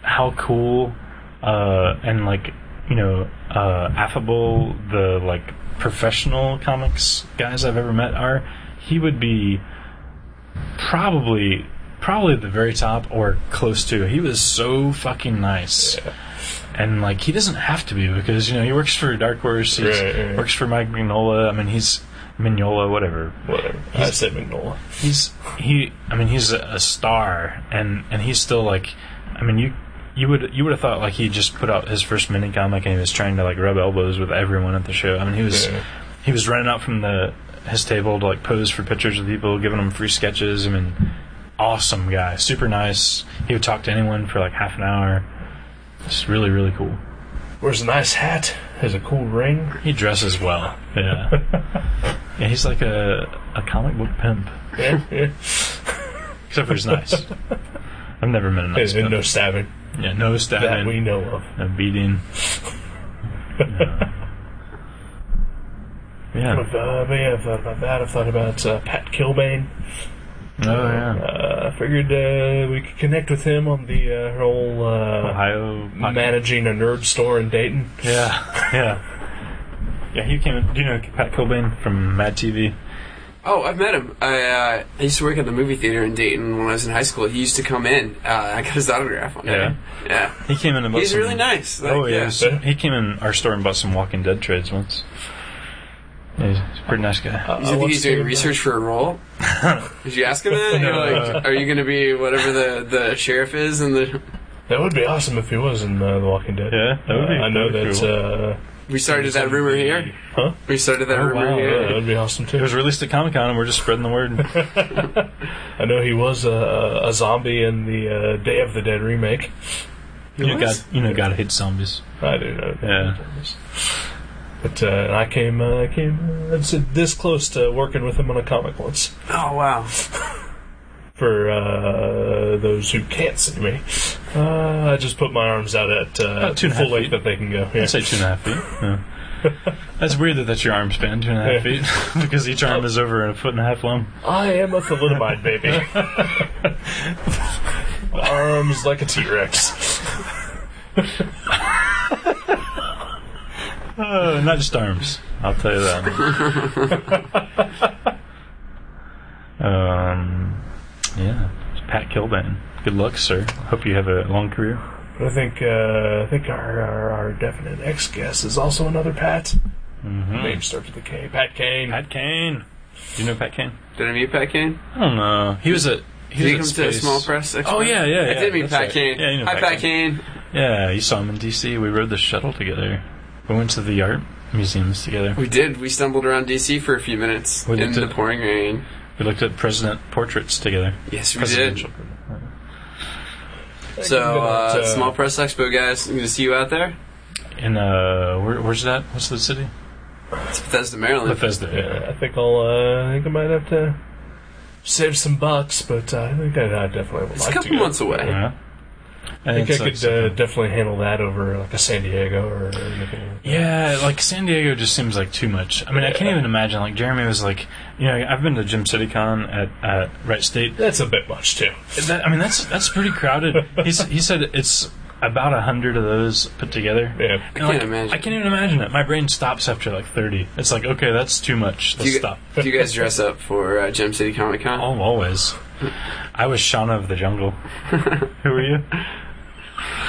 Speaker 3: how cool uh, and like you know uh, affable the like professional comics guys I've ever met are, he would be probably probably at the very top or close to. He was so fucking nice. And like he doesn't have to be because you know he works for Dark Horse, he
Speaker 2: Right, right.
Speaker 3: works for Mike Mignola. I mean he's Mignola, whatever,
Speaker 2: Whatever. I said Magnola.
Speaker 3: he's he i mean he's a, a star and and he's still like i mean you you would you would have thought like he just put out his first mini comic and he was trying to like rub elbows with everyone at the show i mean he was
Speaker 2: Yeah.
Speaker 3: he was running out from the his table to like pose for pictures with people giving them free sketches i mean awesome guy super nice he would talk to anyone for like half an hour it's really really cool
Speaker 2: Wears a nice hat, has a cool ring.
Speaker 3: he dresses well yeah yeah he's like a a comic book pimp
Speaker 2: Yeah, yeah.
Speaker 3: except for he's nice i've never met a nice
Speaker 2: And
Speaker 3: pimp.
Speaker 2: no stabbing
Speaker 3: Yeah, no
Speaker 2: that we
Speaker 3: stabbing,
Speaker 2: know of.
Speaker 3: no beating. yeah.
Speaker 2: I've, uh, but yeah, I've thought about that. I've thought about uh, Pat Kilbane.
Speaker 3: Oh yeah.
Speaker 2: Uh, I figured uh, we could connect with him on the uh, whole uh,
Speaker 3: Ohio. podcast.
Speaker 2: managing a nerd store in Dayton.
Speaker 3: Yeah. Yeah. Yeah. He came. in- Do you know Pat Cobain from Mad TV?
Speaker 4: Oh, I've met him. I, uh, I used to work at the movie theater in Dayton when I was in high school. He used to come in. Uh, I got his autograph on
Speaker 3: Yeah.
Speaker 4: him. Yeah.
Speaker 3: He came in and bought
Speaker 4: He's
Speaker 3: some-
Speaker 4: really nice. Like,
Speaker 3: oh
Speaker 4: yeah.
Speaker 3: yeah. so- He came in our store and bought some Walking Dead trades once. Yeah, he's he's a pretty nice guy.
Speaker 2: Uh,
Speaker 4: You think
Speaker 2: what's
Speaker 4: he's doing
Speaker 2: the-
Speaker 4: research for a role? Did you ask him that? You're like, are you going to be whatever the, the sheriff is? And the
Speaker 2: That would be awesome if he was in uh, The Walking Dead.
Speaker 3: Yeah, that would be-
Speaker 2: Uh, I know
Speaker 3: that would be
Speaker 2: that
Speaker 3: cool.
Speaker 2: uh,
Speaker 4: We started that rumor here.
Speaker 2: Huh?
Speaker 4: We started that
Speaker 3: Oh,
Speaker 4: rumor
Speaker 3: wow.
Speaker 2: Yeah,
Speaker 4: here.
Speaker 2: that'd be awesome too.
Speaker 3: It was released at Comic Con, and we're just spreading the word.
Speaker 2: I know he was uh, a, a zombie in the uh, Day of the Dead remake.
Speaker 3: you got, you know, gotta hit zombies.
Speaker 2: I do know. that.
Speaker 3: Yeah.
Speaker 2: But uh, I came, uh, I came uh, to- this close to working with him on a comic once.
Speaker 4: Oh wow!
Speaker 2: For uh, those who can't see me, uh, I just put my arms out at uh,
Speaker 3: two and a half
Speaker 2: full length that they can go. Yeah.
Speaker 3: I'd say two and a half feet. Yeah. That's weird that that's your arm span, two and a half feet, because each arm is over a foot and a half long.
Speaker 2: I am a thalidomide baby. Arms like a T Rex.
Speaker 3: Uh, not just arms. I'll tell you that. um, yeah, Pat Kilbane. Good luck, sir. Hope you have a long career.
Speaker 2: But I think uh, I think our, our, our definite ex guest is also another Pat. Name starts with a K. Hmm. Pat Kane.
Speaker 3: Mm-hmm. Pat Kane. Do you know Pat Kane?
Speaker 4: Did I meet Pat Kane?
Speaker 3: I don't know. He was at. He
Speaker 4: Did
Speaker 3: was
Speaker 4: he
Speaker 3: at
Speaker 4: come to
Speaker 3: space.
Speaker 4: Small Press? Expo?
Speaker 3: Oh, yeah, yeah,
Speaker 4: I
Speaker 3: yeah,
Speaker 4: did meet
Speaker 3: that's
Speaker 4: Pat
Speaker 3: right.
Speaker 4: Kane.
Speaker 3: Yeah, you know
Speaker 4: Hi,
Speaker 3: Pat
Speaker 4: Pat Kane.
Speaker 3: Yeah, you saw him in DC. We rode the shuttle together. We went to the art museums together.
Speaker 4: We did. We stumbled around DC for a few minutes
Speaker 3: We
Speaker 4: in
Speaker 3: looked
Speaker 4: the
Speaker 3: at-
Speaker 4: pouring rain.
Speaker 3: We looked at president portraits together.
Speaker 4: Yes, we did.
Speaker 3: Presidential.
Speaker 4: So, uh,
Speaker 2: Uh,
Speaker 4: Small Press Expo, guys. I'm going to see you out there.
Speaker 3: In uh, where, where's that? What's the city?
Speaker 4: It's Bethesda, Maryland.
Speaker 3: Bethesda.
Speaker 2: Yeah, I think I'll. Uh, I think I might have to save some bucks, but uh, I think I, I definitely would
Speaker 4: it's a
Speaker 2: like
Speaker 4: couple
Speaker 2: to. go.
Speaker 4: months away.
Speaker 3: Yeah.
Speaker 2: I
Speaker 3: Uh-huh. And
Speaker 2: think
Speaker 3: it's
Speaker 2: I
Speaker 3: like
Speaker 2: could uh, definitely handle that over like a San Diego or anything. Like that.
Speaker 3: Yeah, like San Diego just seems like too much. I mean, I can't even imagine. Like Jeremy was like, you know, I've been to Gym City Con at at Wright State.
Speaker 2: That's a bit much too.
Speaker 3: That, I mean, that's that's pretty crowded. He's, he said it's about a hundred of those put together.
Speaker 2: Yeah.
Speaker 3: I
Speaker 4: can't imagine.
Speaker 3: I can't even imagine it. My brain stops after like thirty. It's like okay, that's too much.
Speaker 4: Do
Speaker 3: Let's
Speaker 4: you,
Speaker 3: stop.
Speaker 4: do you guys dress up for uh, Gem City Comic Con?
Speaker 3: Oh, always. I was Shauna of the Jungle. Who are you?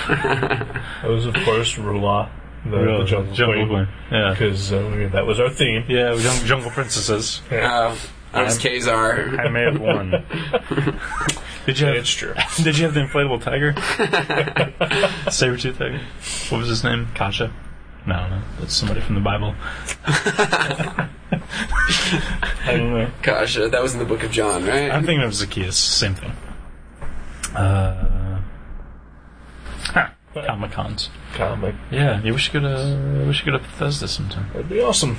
Speaker 2: That was of course Rula, the, the Jungle,
Speaker 3: Queen. Yeah.
Speaker 2: because uh, we- that was our theme.
Speaker 3: Yeah, we jung- jungle princesses.
Speaker 4: Uh, I was Kazar.
Speaker 3: I may have won. Did you have
Speaker 2: It's true.
Speaker 3: Did you have the inflatable tiger? Saber-tooth tiger? What was his name? Kasha? No, I don't know. That's somebody from the Bible. I don't know.
Speaker 4: Gosh, uh, that was in the Book of John, right?
Speaker 3: I'm thinking of Zacchaeus. Same thing. Uh, huh, Comic Cons.
Speaker 2: Comic.
Speaker 3: Yeah, yeah, we should go to we should go to Bethesda sometime.
Speaker 2: That'd be awesome.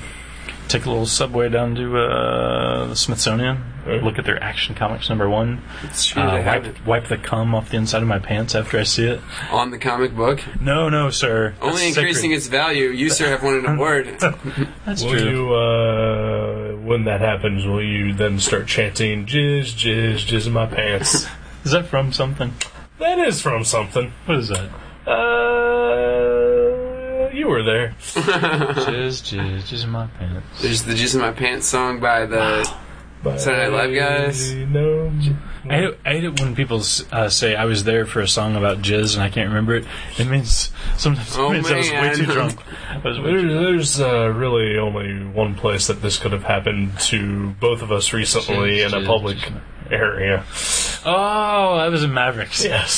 Speaker 3: Take a little subway down to uh, the Smithsonian.
Speaker 2: Right.
Speaker 3: Look at their Action Comics number one.
Speaker 4: It's true,
Speaker 3: Uh,
Speaker 4: they have it.
Speaker 3: wipe wipe the cum off the inside of my pants after I see it.
Speaker 4: On the comic book.
Speaker 3: No, no, sir.
Speaker 4: Only
Speaker 3: That's
Speaker 4: increasing
Speaker 3: sacred.
Speaker 4: its value. You, sir, have won an award.
Speaker 3: That's
Speaker 2: Will
Speaker 3: true.
Speaker 2: you, uh, when that happens, will you then start chanting "jizz, jizz, jizz in my pants"?
Speaker 3: Is that from something?
Speaker 2: that is from something.
Speaker 3: What is that?
Speaker 2: Uh, you were there.
Speaker 3: jizz, jizz, jizz in my pants.
Speaker 4: There's the Jizz in My Pants song by the. Saturday Night Live guys.
Speaker 2: No,
Speaker 3: I hate, it- I hate it when people s- uh, say I was there for a song about jizz and I can't remember it. It means sometimes it
Speaker 4: Oh,
Speaker 3: means I was way
Speaker 4: man.
Speaker 3: too drunk. I was way
Speaker 2: there,
Speaker 3: too
Speaker 2: there's uh, really only one place that this could have happened to both of us recently
Speaker 3: Jizz,
Speaker 2: in a
Speaker 3: jizz,
Speaker 2: public
Speaker 3: jizz.
Speaker 2: area.
Speaker 3: Oh, that was in Mavericks.
Speaker 2: Yes.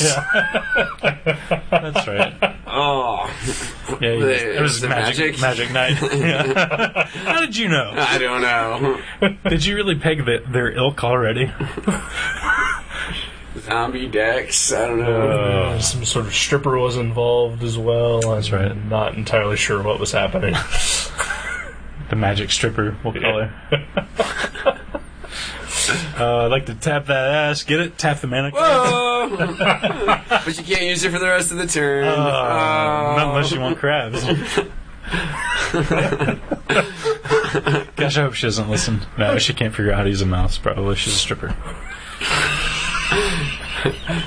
Speaker 3: That's right.
Speaker 4: Oh,
Speaker 3: Yeah, you-
Speaker 4: The-
Speaker 3: it was
Speaker 4: the
Speaker 3: magic, magic night.
Speaker 4: magic?
Speaker 3: Yeah. How did you know?
Speaker 4: I don't know.
Speaker 3: Did you really peg the, their ilk already?
Speaker 4: Zombie Dex. I don't know.
Speaker 2: Uh, some sort of stripper was involved as well. That's
Speaker 3: right.
Speaker 2: Not entirely sure what was happening.
Speaker 3: The magic stripper, we'll call her. uh, I'd like to tap that ass. Get it? Tap the mannequin.
Speaker 4: Oh! but you can't use it for the rest of the turn.
Speaker 3: Uh, Not
Speaker 4: Oh.
Speaker 3: unless you want crabs. Gosh, I hope she doesn't listen. No, she can't figure out how to use a mouse, probably. She's a stripper.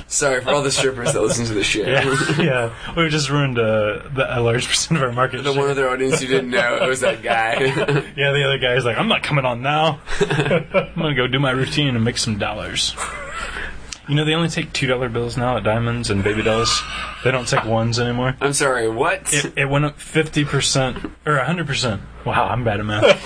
Speaker 4: Sorry for all the strippers that listen to the shit.
Speaker 3: Yeah, yeah. We've just ruined uh, the, a large percent of our market
Speaker 4: The one
Speaker 3: share.
Speaker 4: of their audience who didn't know it was that guy.
Speaker 3: Yeah, the other guy's like, I'm not coming on now. I'm going to go do my routine and make some dollars. You know, they only take $2 bills now at Diamonds and Baby Dolls. They don't take ones anymore.
Speaker 4: I'm sorry, what?
Speaker 3: It, it went up 50% or 100%. Wow, I'm bad at math.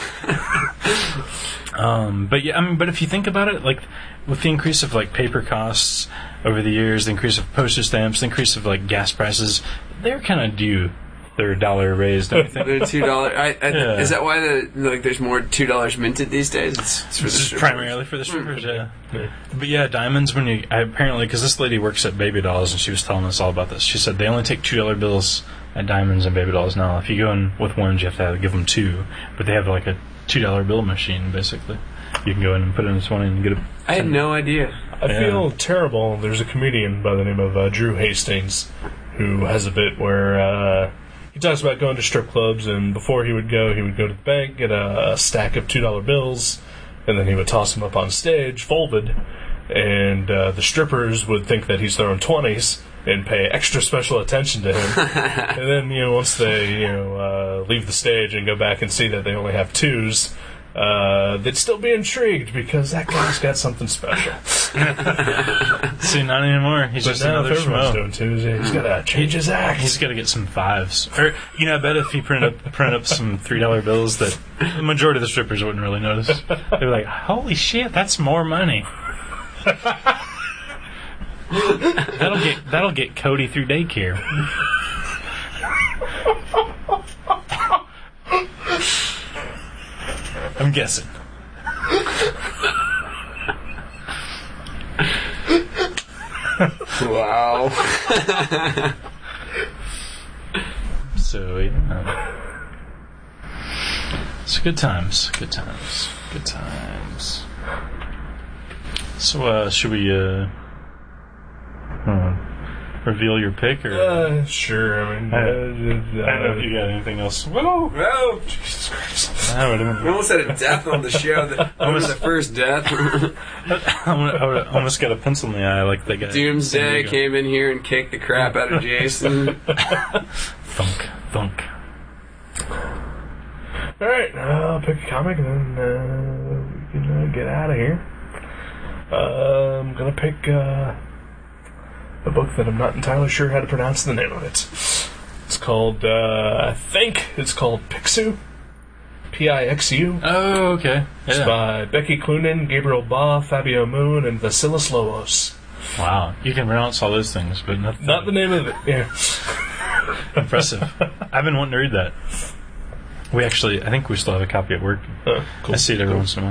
Speaker 3: um, but yeah, I mean, but if you think about it, like with the increase of like paper costs over the years, the increase of postage stamps, the increase of like gas prices, they're kind of due. their dollar raised. Don't you think?
Speaker 4: They're two dollar. I, I,
Speaker 3: Yeah.
Speaker 4: Is that why the like there's more two dollars minted these days? It's, it's for the
Speaker 3: This is
Speaker 4: strippers.
Speaker 3: primarily for the strippers, yeah.
Speaker 2: Yeah.
Speaker 3: But yeah, diamonds. When you I, apparently, because this lady works at Baby Dolls, and she was telling us all about this. She said they only take two dollar bills at Diamonds and Baby Dolls now. If you go in with ones, you have to have, give them two, but they have like a two dollar bill machine basically. You can go in and put in a twenty and get a.
Speaker 4: I had no idea.
Speaker 2: I feel terrible. There's a comedian by the name of uh, Drew Hastings who has a bit where uh, he talks about going to strip clubs, and before he would go, he would go to the bank, get a, a stack of $2 bills, and then he would toss them up on stage, folded, and uh, the strippers would think that he's throwing 20s. And pay extra special attention to him, and then you know once they you know uh, leave the stage and go back and see that they only have twos, uh, they'd still be intrigued because that guy's got something special.
Speaker 3: See, not anymore. He's
Speaker 2: But
Speaker 3: just
Speaker 2: now
Speaker 3: another Hmm.
Speaker 2: if everyone's
Speaker 3: schmo.
Speaker 2: doing Tuesday, he's gotta change his act.
Speaker 3: He's got to get some fives, or you know, I bet if he printed up, print up some three dollar bills, that the majority of the strippers wouldn't really notice. They'd be like, "Holy shit, that's more money." that'll get that'll get Cody through daycare. I'm guessing.
Speaker 4: Wow.
Speaker 3: So yeah. So good times, good times, good times. So uh, should we uh, hmm, reveal your pick or?
Speaker 2: uh, sure. I mean, uh,
Speaker 3: I
Speaker 2: uh,
Speaker 3: I don't know if you got anything else. Whoa!
Speaker 4: Well,
Speaker 2: Jesus Christ.
Speaker 3: I would
Speaker 4: we
Speaker 3: have
Speaker 4: almost had a death on the show. The, almost the first death.
Speaker 3: I would've- I would've almost got a pencil in the eye like they got.
Speaker 4: Doomsday came in here and kicked the crap out of Jason.
Speaker 3: Thunk, thunk.
Speaker 2: All right, I'll pick a comic and then uh, we can uh, get out of here. Uh, I'm gonna pick uh, a book that I'm not entirely sure how to pronounce the name of it. It's called, uh, I think it's called Pixu. P I X U.
Speaker 3: Oh, okay.
Speaker 2: It's
Speaker 3: Yeah.
Speaker 2: by Becky Cloonan, Gabriel Ba, Fabio Moon, and Vasilis Lobos.
Speaker 3: Wow. You can pronounce all those things, but not,
Speaker 2: Not the name of it. Yeah.
Speaker 3: impressive. I've been wanting to read that. We actually, I think we still have a copy at work.
Speaker 2: Oh, cool.
Speaker 3: I see it every once in a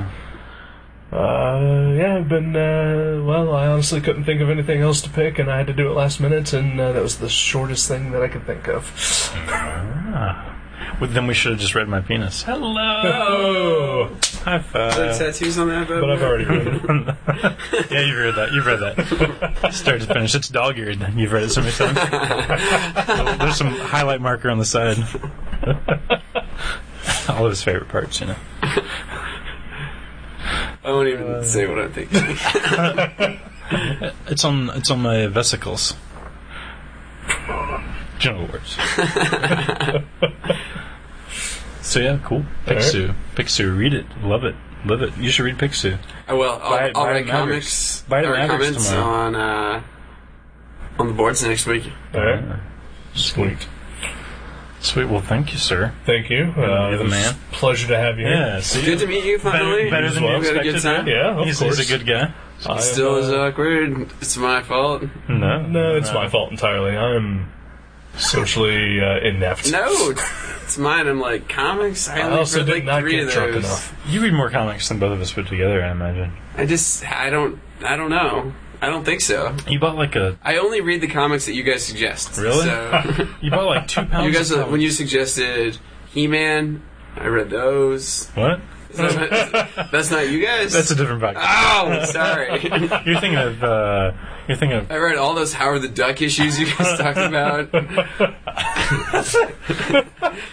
Speaker 3: while.
Speaker 2: Uh, yeah, I've been, uh, well, I honestly couldn't think of anything else to pick, and I had to do it last minute, and uh, that was the shortest thing that I could think of.
Speaker 3: Well, then we should have just read my penis. Hello.
Speaker 2: Oh!
Speaker 3: High five.
Speaker 4: tattoos on that,
Speaker 2: But I've already read it.
Speaker 3: Yeah, you've read that. You've read that. Start to finish. It's dog-eared. You've read it so many times. There's some highlight marker on the side. All of his favorite parts, you know.
Speaker 4: I won't even say what I'm thinking.
Speaker 3: It's on. It's on my vesicles. General words. so yeah, cool. Pixu. Pixu. Read it. Love it. Live it. You should read Pixu.
Speaker 4: Uh, Well, I'll,
Speaker 3: Buy-
Speaker 4: I'll
Speaker 3: buy
Speaker 4: write
Speaker 3: Mavericks.
Speaker 4: comics
Speaker 3: Buy the
Speaker 4: or
Speaker 3: Mavericks
Speaker 4: comments
Speaker 3: tomorrow.
Speaker 4: on uh, on the boards next week.
Speaker 2: Alright. Sweet.
Speaker 3: Sweet. Well, thank you, sir.
Speaker 2: Thank you. Uh,
Speaker 3: You're the
Speaker 2: it was
Speaker 3: man.
Speaker 2: a Pleasure to have you here.
Speaker 3: Yeah. See.
Speaker 4: Good to meet you finally.
Speaker 3: better, better than you
Speaker 2: well.
Speaker 4: We had a
Speaker 3: expected.
Speaker 4: good time.
Speaker 2: Yeah, of
Speaker 3: he's,
Speaker 2: course.
Speaker 3: he's a good guy.
Speaker 2: I,
Speaker 4: Still
Speaker 2: uh,
Speaker 4: is uh, awkward. It's my fault.
Speaker 3: No.
Speaker 2: No, it's my fault entirely. I'm socially uh, inept.
Speaker 4: No, it's mine. I'm like comics. I,
Speaker 2: I
Speaker 4: only
Speaker 2: also
Speaker 4: read,
Speaker 2: did
Speaker 4: like
Speaker 2: not
Speaker 4: three
Speaker 2: get
Speaker 4: of
Speaker 2: drunk
Speaker 4: those.
Speaker 2: enough.
Speaker 3: You read more comics than both of us put together, I imagine.
Speaker 4: I just I don't I don't know. I don't think so.
Speaker 3: You bought like a
Speaker 4: I only read the comics that you guys suggest.
Speaker 3: Really?
Speaker 4: So
Speaker 3: you bought like two pounds.
Speaker 4: you guys
Speaker 3: of
Speaker 4: when you suggested He-Man, I read those.
Speaker 3: what?
Speaker 4: That's not, that's not you guys.
Speaker 3: That's a different podcast.
Speaker 4: Oh, sorry.
Speaker 3: You're thinking of uh, you're thinking of
Speaker 4: I read all those Howard the Duck issues you guys talked about.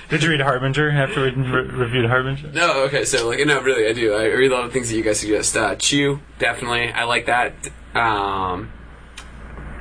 Speaker 3: Did you read Harbinger after we re- reviewed Harbinger?
Speaker 4: No, okay, so like no, really, I do. I read a lot of things that you guys suggest. Uh, Chew, definitely, I like that. Um,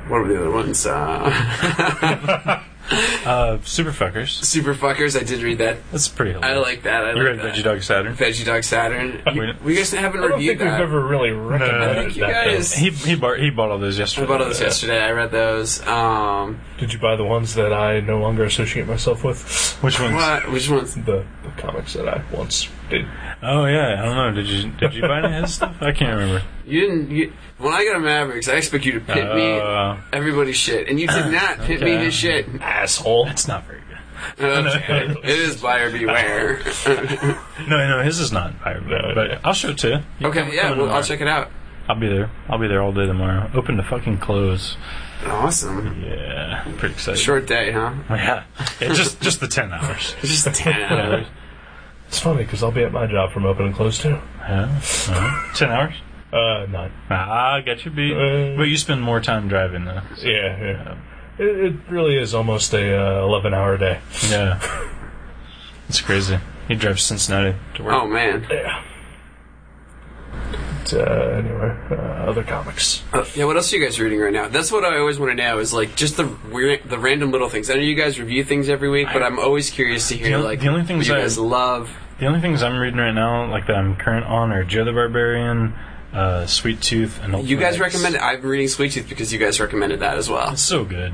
Speaker 4: what were the other ones? Uh,
Speaker 3: Uh, Superfuckers.
Speaker 4: Super fuckers, I did read that.
Speaker 3: That's pretty
Speaker 4: I
Speaker 3: hilarious.
Speaker 4: like that. I
Speaker 3: you read
Speaker 4: like that.
Speaker 3: Veggie Dog Saturn.
Speaker 4: Veggie Dog Saturn. You, we guys haven't
Speaker 2: I don't
Speaker 4: reviewed
Speaker 2: think we've
Speaker 4: that.
Speaker 2: ever really recommended
Speaker 3: I
Speaker 4: think you
Speaker 2: that. though.
Speaker 4: guys-
Speaker 3: He he, bar- he bought all those yesterday.
Speaker 4: I bought all those yesterday. I read those. Um,
Speaker 2: Did you buy the ones that I no longer associate myself with?
Speaker 3: Which ones?
Speaker 4: what? Which ones?
Speaker 2: The, the comics that I once did.
Speaker 3: Oh yeah, I don't know. Did you did you buy any of his stuff? I can't remember.
Speaker 4: You didn't. You, when I go to Mavericks, I expect you to pit me
Speaker 3: Uh,
Speaker 4: everybody's shit, and you did not pit me
Speaker 3: Okay.
Speaker 4: his shit.
Speaker 2: Asshole.
Speaker 3: That's not very good.
Speaker 4: it is buyer beware.
Speaker 3: No, no, his is not pirate,
Speaker 2: No,
Speaker 3: but
Speaker 2: no.
Speaker 3: I'll show it to you. You come-
Speaker 4: okay, yeah,
Speaker 3: come
Speaker 4: well,
Speaker 3: tomorrow.
Speaker 4: I'll check it out.
Speaker 3: I'll be there. I'll be there all day tomorrow. Open to fucking close.
Speaker 4: Awesome.
Speaker 3: Yeah, pretty excited.
Speaker 4: Short day, huh?
Speaker 3: Yeah, Yeah, just just the ten hours.
Speaker 4: Just ten hours.
Speaker 2: It's funny because I'll be at my job from open and close too.
Speaker 3: Yeah, uh, ten hours.
Speaker 2: Uh, nine.
Speaker 3: Ah, I got you beat.
Speaker 2: Uh,
Speaker 3: but you spend more time driving though.
Speaker 2: Yeah, yeah. It, it really is almost a uh, eleven-hour day.
Speaker 3: Yeah, it's crazy. He drives Cincinnati to work.
Speaker 4: Oh man.
Speaker 2: Yeah. But, uh, anyway, uh, other comics.
Speaker 4: Uh, yeah, what else are you guys reading right now? That's what I always want to know is like just the weird, the random little things. I know you guys review things every week, but I'm always curious to hear
Speaker 3: The-
Speaker 4: like
Speaker 3: the only
Speaker 4: what
Speaker 3: things
Speaker 4: you
Speaker 3: I-
Speaker 4: guys love.
Speaker 3: The only things I'm reading right now, like that I'm current on, are Joe the Barbarian, uh, Sweet Tooth, and Ultimate
Speaker 4: You guys
Speaker 3: X.
Speaker 4: recommend. I'm reading Sweet Tooth because you guys recommended that as well.
Speaker 3: It's so good.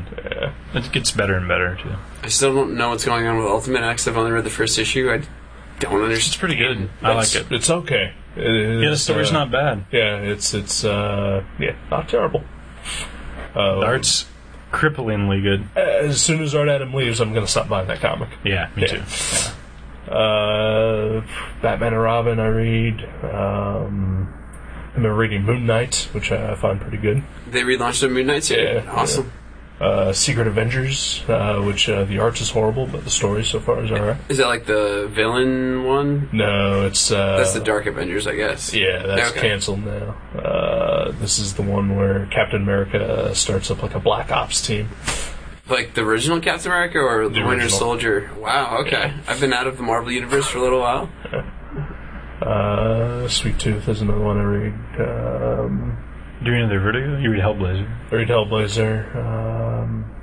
Speaker 3: It gets better and better too.
Speaker 4: I still don't know what's going on with Ultimate X. I've only read the first issue. I don't
Speaker 3: It's
Speaker 4: understand.
Speaker 3: pretty good. I like
Speaker 2: It's-
Speaker 3: it.
Speaker 2: It's okay. It is,
Speaker 3: Yeah, the story's
Speaker 2: uh,
Speaker 3: not bad.
Speaker 2: Yeah, it's it's uh, yeah, not terrible.
Speaker 3: The art's cripplingly good.
Speaker 2: As soon as Art Adam leaves, I'm gonna stop buying that comic.
Speaker 3: Yeah, me
Speaker 2: Yeah.
Speaker 3: too.
Speaker 2: Uh, Batman and Robin, I read. Um, I've been reading Moon Knight, which I find pretty good.
Speaker 4: They relaunched the Moon Knight series.
Speaker 2: Yeah,
Speaker 4: awesome.
Speaker 2: Uh, Secret Avengers, uh, which uh, the art is horrible, but the story so far is alright.
Speaker 4: Is that like the villain one?
Speaker 2: No, it's uh,
Speaker 4: That's the Dark Avengers, I guess.
Speaker 2: Yeah, that's
Speaker 4: Okay.
Speaker 2: canceled now. Uh, this is the one where Captain America starts up like a Black Ops team.
Speaker 4: Like the original Captain America or the, Winter
Speaker 2: original.
Speaker 4: Soldier? Wow, okay. I've been out of the Marvel Universe for a little while.
Speaker 2: Uh, Sweet Tooth is another one I read. Um,
Speaker 3: Do you read another Vertigo? You read Hellblazer.
Speaker 2: I read Hellblazer. Um,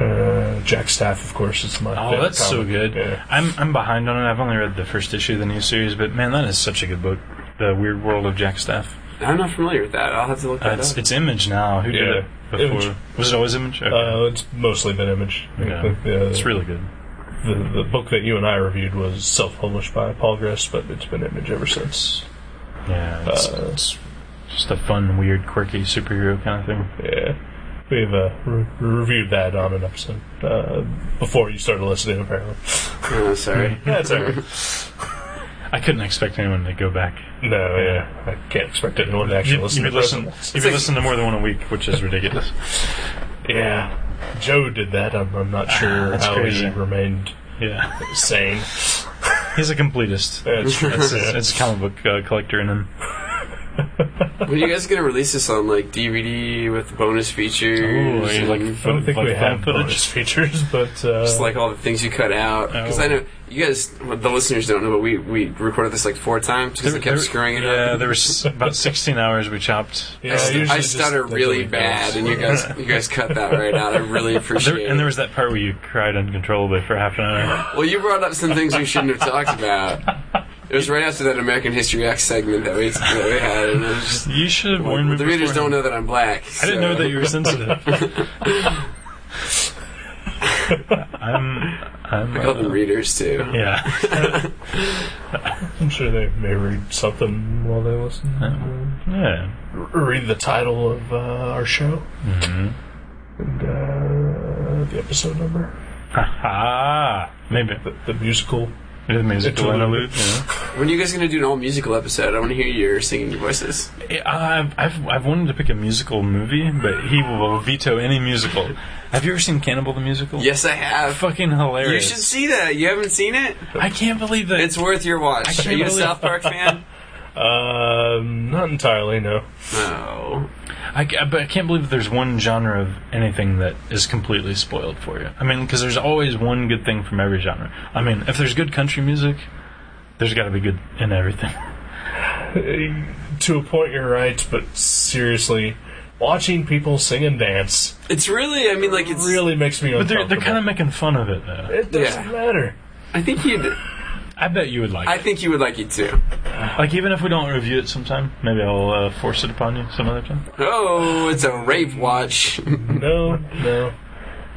Speaker 2: uh, Jack Staff, of course, is my.
Speaker 3: Oh,
Speaker 2: favorite
Speaker 3: that's so
Speaker 2: comic.
Speaker 3: good.
Speaker 2: Yeah.
Speaker 3: I'm I'm behind on it. I've only read the first issue of the new series, but man, that is such a good book. The Weird World of Jack Staff.
Speaker 4: I'm not familiar with that. I'll have to look
Speaker 3: Uh,
Speaker 4: that
Speaker 3: it's
Speaker 4: up.
Speaker 3: it's Image now. Who did
Speaker 2: Yeah.
Speaker 3: it before?
Speaker 2: Image.
Speaker 3: Was it always Image? Okay.
Speaker 2: Uh, it's mostly been Image.
Speaker 3: Yeah.
Speaker 2: The, the-
Speaker 3: It's really good.
Speaker 2: the, the book that you and I reviewed was self-published by Paul Grist, but it's been Image ever since.
Speaker 3: Yeah, it's,
Speaker 2: Uh,
Speaker 3: it's just a fun, weird, quirky superhero kind of thing.
Speaker 2: Yeah. We've uh, re- reviewed that on an episode uh, before you started listening, apparently.
Speaker 4: Oh, sorry.
Speaker 2: That's okay.
Speaker 3: I couldn't expect anyone to go back.
Speaker 2: No, yeah. I can't expect anyone to actually
Speaker 3: You,
Speaker 2: listen
Speaker 3: you
Speaker 2: to
Speaker 3: would listen.
Speaker 2: presents.
Speaker 3: You would listen to more than one a week, which is ridiculous.
Speaker 2: Yeah. Joe did that. I'm, I'm not sure
Speaker 3: That's
Speaker 2: how
Speaker 3: crazy.
Speaker 2: he remained
Speaker 3: yeah,
Speaker 2: sane.
Speaker 3: he's a completist.
Speaker 2: That's true.
Speaker 3: It's, it's a comic book uh, collector in him.
Speaker 4: when are you guys gonna release this on like DVD with bonus features?
Speaker 3: Ooh, are you, Oh, like,
Speaker 4: and
Speaker 2: I don't think
Speaker 3: Like
Speaker 2: we
Speaker 3: fan
Speaker 2: have
Speaker 3: footage?
Speaker 2: bonus features, but uh,
Speaker 4: just like all the things you cut out? Because I know you guys, well, the listeners don't know, but we, we recorded this like four times because I kept screwing it
Speaker 3: yeah,
Speaker 4: up.
Speaker 3: there was about 16 hours we chopped.
Speaker 2: yeah,
Speaker 4: I, st-
Speaker 2: usually
Speaker 4: I
Speaker 2: just
Speaker 4: stutter
Speaker 2: like the
Speaker 4: really
Speaker 2: week
Speaker 4: bad,
Speaker 2: goes.
Speaker 4: and you guys you guys cut that right out. I really appreciate
Speaker 3: There,
Speaker 4: it.
Speaker 3: and there was that part where you cried uncontrollably for half an hour.
Speaker 4: Well, you brought up some things we shouldn't have talked about. It was right after that American History X segment that we, that we had, and it was just,
Speaker 3: You should have warned me.
Speaker 4: the readers don't
Speaker 3: beforehand.
Speaker 4: know that I'm black.
Speaker 3: I didn't know that you were sensitive. I'm. I'm.
Speaker 4: I call them
Speaker 3: Uh,
Speaker 4: readers too.
Speaker 3: yeah.
Speaker 2: I'm sure they may read something while they listen.
Speaker 3: Yeah.
Speaker 2: R- read the title of uh, our show
Speaker 3: Mm-hmm.
Speaker 2: and uh, the episode number,
Speaker 3: Ah, maybe
Speaker 2: the, the musical.
Speaker 3: it is musical
Speaker 2: Interlude.
Speaker 3: interlude. Yeah.
Speaker 4: When are you guys gonna do an all musical episode? I want to hear your singing voices.
Speaker 3: Yeah, I've, I've I've wanted to pick a musical movie, but he will veto any musical. Have you ever seen Cannibal the Musical?
Speaker 4: Yes, I have.
Speaker 3: Fucking
Speaker 4: You
Speaker 3: hilarious.
Speaker 4: should see that. You haven't seen it?
Speaker 3: I can't believe that.
Speaker 4: It's worth your watch.
Speaker 3: can't
Speaker 4: Are you a
Speaker 3: believe-
Speaker 4: South Park fan?
Speaker 2: Um, not entirely, no.
Speaker 4: No.
Speaker 3: I, ca- but I can't believe that there's one genre of anything that is completely spoiled for you. I mean, because there's always one good thing from every genre. I mean, if there's good country music, there's got to be good in everything.
Speaker 2: To a point, you're right, but seriously, watching people sing and dance
Speaker 4: It's really. I mean, like it's.
Speaker 2: really makes me
Speaker 3: But they're
Speaker 2: uncomfortable.
Speaker 3: they're kind of making fun of it though.
Speaker 2: It doesn't
Speaker 4: Yeah.
Speaker 2: matter.
Speaker 4: I think you.
Speaker 3: I bet you would like
Speaker 4: I
Speaker 3: it.
Speaker 4: think you would like it too.
Speaker 3: Like even if we don't review it sometime, maybe I'll uh, force it upon you some other time.
Speaker 4: Oh, it's a rape watch.
Speaker 2: No, no.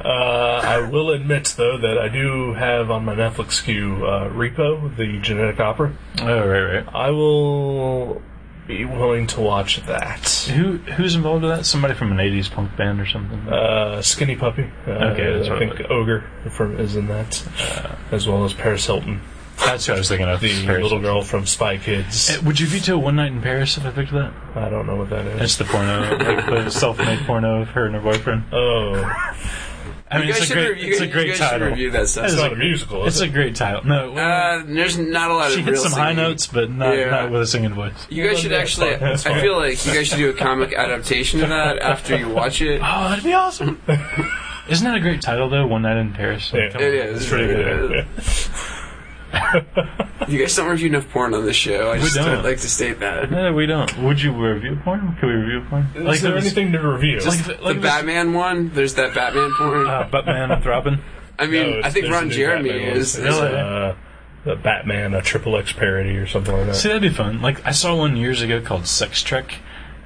Speaker 2: Uh, I will admit, though, that I do have on my Netflix queue uh, Repo, the genetic opera.
Speaker 3: Oh right, right.
Speaker 2: I will be willing to watch that.
Speaker 3: Who who's involved with that? Somebody from an '80s punk band or something.
Speaker 2: Uh, Skinny Puppy. Uh,
Speaker 3: Okay, that's
Speaker 2: I
Speaker 3: what I Uh,
Speaker 2: think Ogre from, is in that, as well as Paris Hilton,
Speaker 3: That's who I was thinking of.
Speaker 2: the
Speaker 3: Paris.
Speaker 2: little girl from Spy Kids.
Speaker 3: Eh, Would you veto One Night in Paris if I picked that?
Speaker 2: I don't know what that is.
Speaker 3: It's the porno, like the self-made porno of her and her boyfriend.
Speaker 2: Oh,
Speaker 3: I mean,
Speaker 4: you guys
Speaker 3: it's a
Speaker 4: should
Speaker 3: great,
Speaker 4: review,
Speaker 3: it's a
Speaker 4: you
Speaker 3: great
Speaker 4: guys should
Speaker 3: title.
Speaker 4: review that stuff.
Speaker 2: it's
Speaker 3: It's
Speaker 2: not
Speaker 3: a-
Speaker 2: a musical.
Speaker 3: It's
Speaker 2: Is
Speaker 3: a
Speaker 2: it?
Speaker 3: great title. No,
Speaker 4: Uh, there's not a lot
Speaker 3: she
Speaker 4: of
Speaker 3: hit
Speaker 4: real
Speaker 3: some high
Speaker 4: singing.
Speaker 3: notes, but not
Speaker 4: Yeah.
Speaker 3: not with a singing voice.
Speaker 4: You guys should actually. I feel like you guys should do a comic adaptation of that after you watch it.
Speaker 3: Oh, that'd be awesome. Isn't that a great title though? One night in Paris. Like,
Speaker 2: Yeah.
Speaker 3: come
Speaker 4: It
Speaker 3: on.
Speaker 4: is.
Speaker 2: It's pretty good.
Speaker 4: Uh,
Speaker 2: yeah.
Speaker 4: You guys don't review enough porn on this show. I just
Speaker 3: don't.
Speaker 4: would like to state that.
Speaker 3: No, we don't. Would you review porn? Could we review porn?
Speaker 2: Is there
Speaker 3: if it's-
Speaker 2: anything to review?
Speaker 3: Like, if it- like
Speaker 4: The
Speaker 3: if it's-
Speaker 4: Batman one. There's that Batman porn.
Speaker 3: Uh, Batman with Robin.
Speaker 4: I
Speaker 2: No,
Speaker 4: mean, I think
Speaker 2: there's a
Speaker 4: Ron
Speaker 2: new
Speaker 4: Jeremy
Speaker 2: Batman one.
Speaker 4: is.
Speaker 2: There's,
Speaker 4: is-
Speaker 3: Really?
Speaker 2: Uh, the Batman, a triple X parody or something like that.
Speaker 3: See, that'd be fun. Like I saw one years ago called Sex Trek,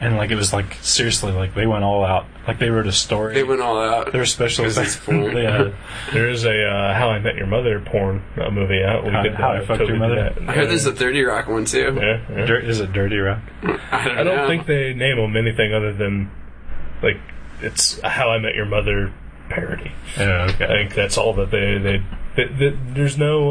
Speaker 3: and like it was like seriously, like they went all out. Like they wrote a story.
Speaker 4: They went all out.
Speaker 3: Their special
Speaker 4: Because it's porn.
Speaker 3: they had a-
Speaker 2: There is a uh, How I Met Your Mother porn uh, movie out. We
Speaker 3: How-
Speaker 2: could,
Speaker 3: How I
Speaker 2: uh,
Speaker 3: Fucked Your
Speaker 2: do
Speaker 3: Mother?
Speaker 2: that.
Speaker 4: I heard there's a 30 Rock one too.
Speaker 2: Yeah, yeah.
Speaker 3: Dir- is it Dirty Rock?
Speaker 4: I don't,
Speaker 2: I don't
Speaker 4: know.
Speaker 2: think they name them anything other than like it's a How I Met Your Mother parody.
Speaker 3: Yeah,
Speaker 2: I
Speaker 3: okay.
Speaker 2: think that's all that they they. they, they there's no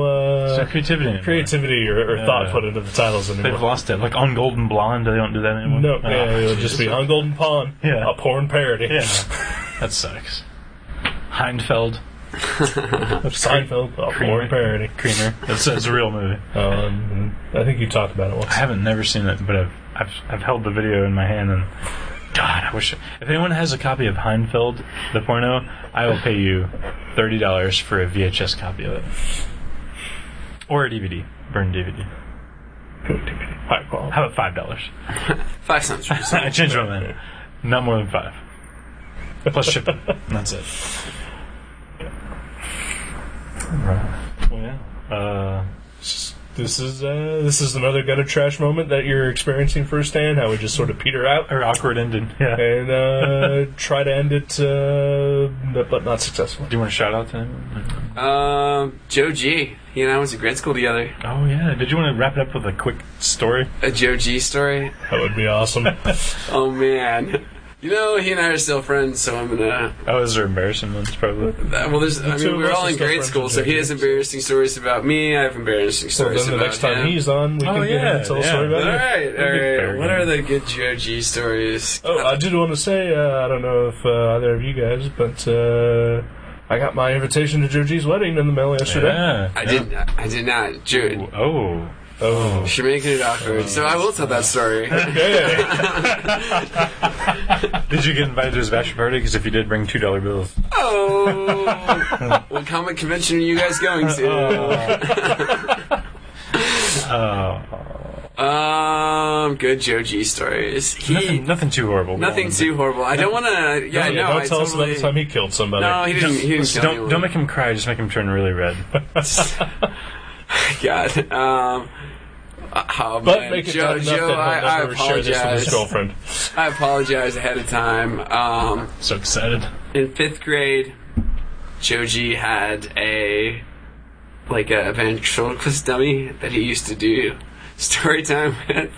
Speaker 3: So
Speaker 2: uh,
Speaker 3: creativity. anymore.
Speaker 2: creativity or, or thought
Speaker 3: Yeah.
Speaker 2: put into the titles
Speaker 3: They've
Speaker 2: anymore.
Speaker 3: lost it. Like on Golden Blonde, they don't do that anymore.
Speaker 2: No,
Speaker 3: Ah,
Speaker 2: yeah, it'll just be on Golden Pond,
Speaker 3: Yeah.
Speaker 2: a porn parody.
Speaker 3: Yeah, that sucks. Heinfeld,
Speaker 2: Seinfeld, a
Speaker 3: Creamer.
Speaker 2: porn parody.
Speaker 3: Creamer. That's, that's a real movie.
Speaker 2: Um, I think you talked about it once.
Speaker 3: I haven't never seen it, but I've, I've I've held the video in my hand and God, I wish if anyone has a copy of Heinfeld the porno, I will pay you thirty dollars for a VHS copy of it or a DVD, burned DVD.
Speaker 2: High quality.
Speaker 3: How about five dollars?
Speaker 4: Five sounds reasonable.
Speaker 3: I changed my mind. Not more than five. Plus shipping. That's it. Right. Well, yeah. Uh,
Speaker 2: This is uh, this is another gutter trash moment that you're experiencing firsthand. How we just sort of peter out
Speaker 3: or awkward ending. Yeah.
Speaker 2: and uh, try to end it, uh, but, but not successfully.
Speaker 3: Do you want to shout out to him?
Speaker 4: Um, Joe G. He and I went to grade school together.
Speaker 3: Oh yeah. Did you want to wrap it up with a quick story?
Speaker 4: A Joe G story.
Speaker 2: That would be awesome.
Speaker 4: Oh man. You know, he and I are still friends, so I'm gonna.
Speaker 3: Oh, those are embarrassing ones probably.
Speaker 4: That, well, there's. I
Speaker 2: two
Speaker 4: mean,
Speaker 2: of
Speaker 4: we're
Speaker 2: us
Speaker 4: all
Speaker 2: are
Speaker 4: in
Speaker 2: still
Speaker 4: grade
Speaker 2: friends
Speaker 4: school,
Speaker 2: with
Speaker 4: so
Speaker 2: Joe
Speaker 4: he
Speaker 2: G.
Speaker 4: has embarrassing stories about me. I have embarrassing
Speaker 2: so
Speaker 4: stories
Speaker 2: then the
Speaker 4: about
Speaker 2: next time
Speaker 4: him.
Speaker 2: he's on, we
Speaker 3: Oh,
Speaker 2: can get
Speaker 3: yeah,
Speaker 2: him to tell a
Speaker 3: yeah.
Speaker 2: story
Speaker 4: All
Speaker 2: about it.
Speaker 4: right, all
Speaker 3: fair
Speaker 4: right. What
Speaker 3: game.
Speaker 4: are the good Joe G stories?
Speaker 2: Oh, I did want to say uh, I don't know if uh, either of you guys, but uh, I got my invitation to Georgie's wedding in the mail yesterday.
Speaker 3: Yeah.
Speaker 4: I did. not I did not. Joe,
Speaker 3: Oh.
Speaker 2: Oh,
Speaker 4: You're making it awkward, so I will tell that story.
Speaker 2: yeah.
Speaker 3: Did you get invited to his bachelor party? Because if you did, bring two dollar bills.
Speaker 4: oh, what comic convention are you guys going to?
Speaker 3: Oh.
Speaker 4: Um, good Joe G stories. He
Speaker 3: Nothing,
Speaker 4: nothing,
Speaker 3: nothing too horrible.
Speaker 4: too horrible. I don't want to. Yeah, I know.
Speaker 2: don't
Speaker 4: I
Speaker 2: tell us
Speaker 4: totally,
Speaker 2: about the time he killed somebody.
Speaker 4: No, he didn't. He didn't kill
Speaker 3: Don't
Speaker 4: anyone.
Speaker 3: don't make him cry. Just make him turn really red.
Speaker 4: God. Um. Oh,
Speaker 2: but
Speaker 4: man.
Speaker 2: make it
Speaker 4: Joe,
Speaker 2: bad enough
Speaker 4: Joe,
Speaker 2: that he'll
Speaker 4: I, I
Speaker 2: never share this with his
Speaker 4: apologize.
Speaker 2: girlfriend.
Speaker 4: I apologize ahead of time. Um,
Speaker 3: so excited.
Speaker 4: in fifth grade, Joji had a like a ventriloquist dummy that he used to do story time with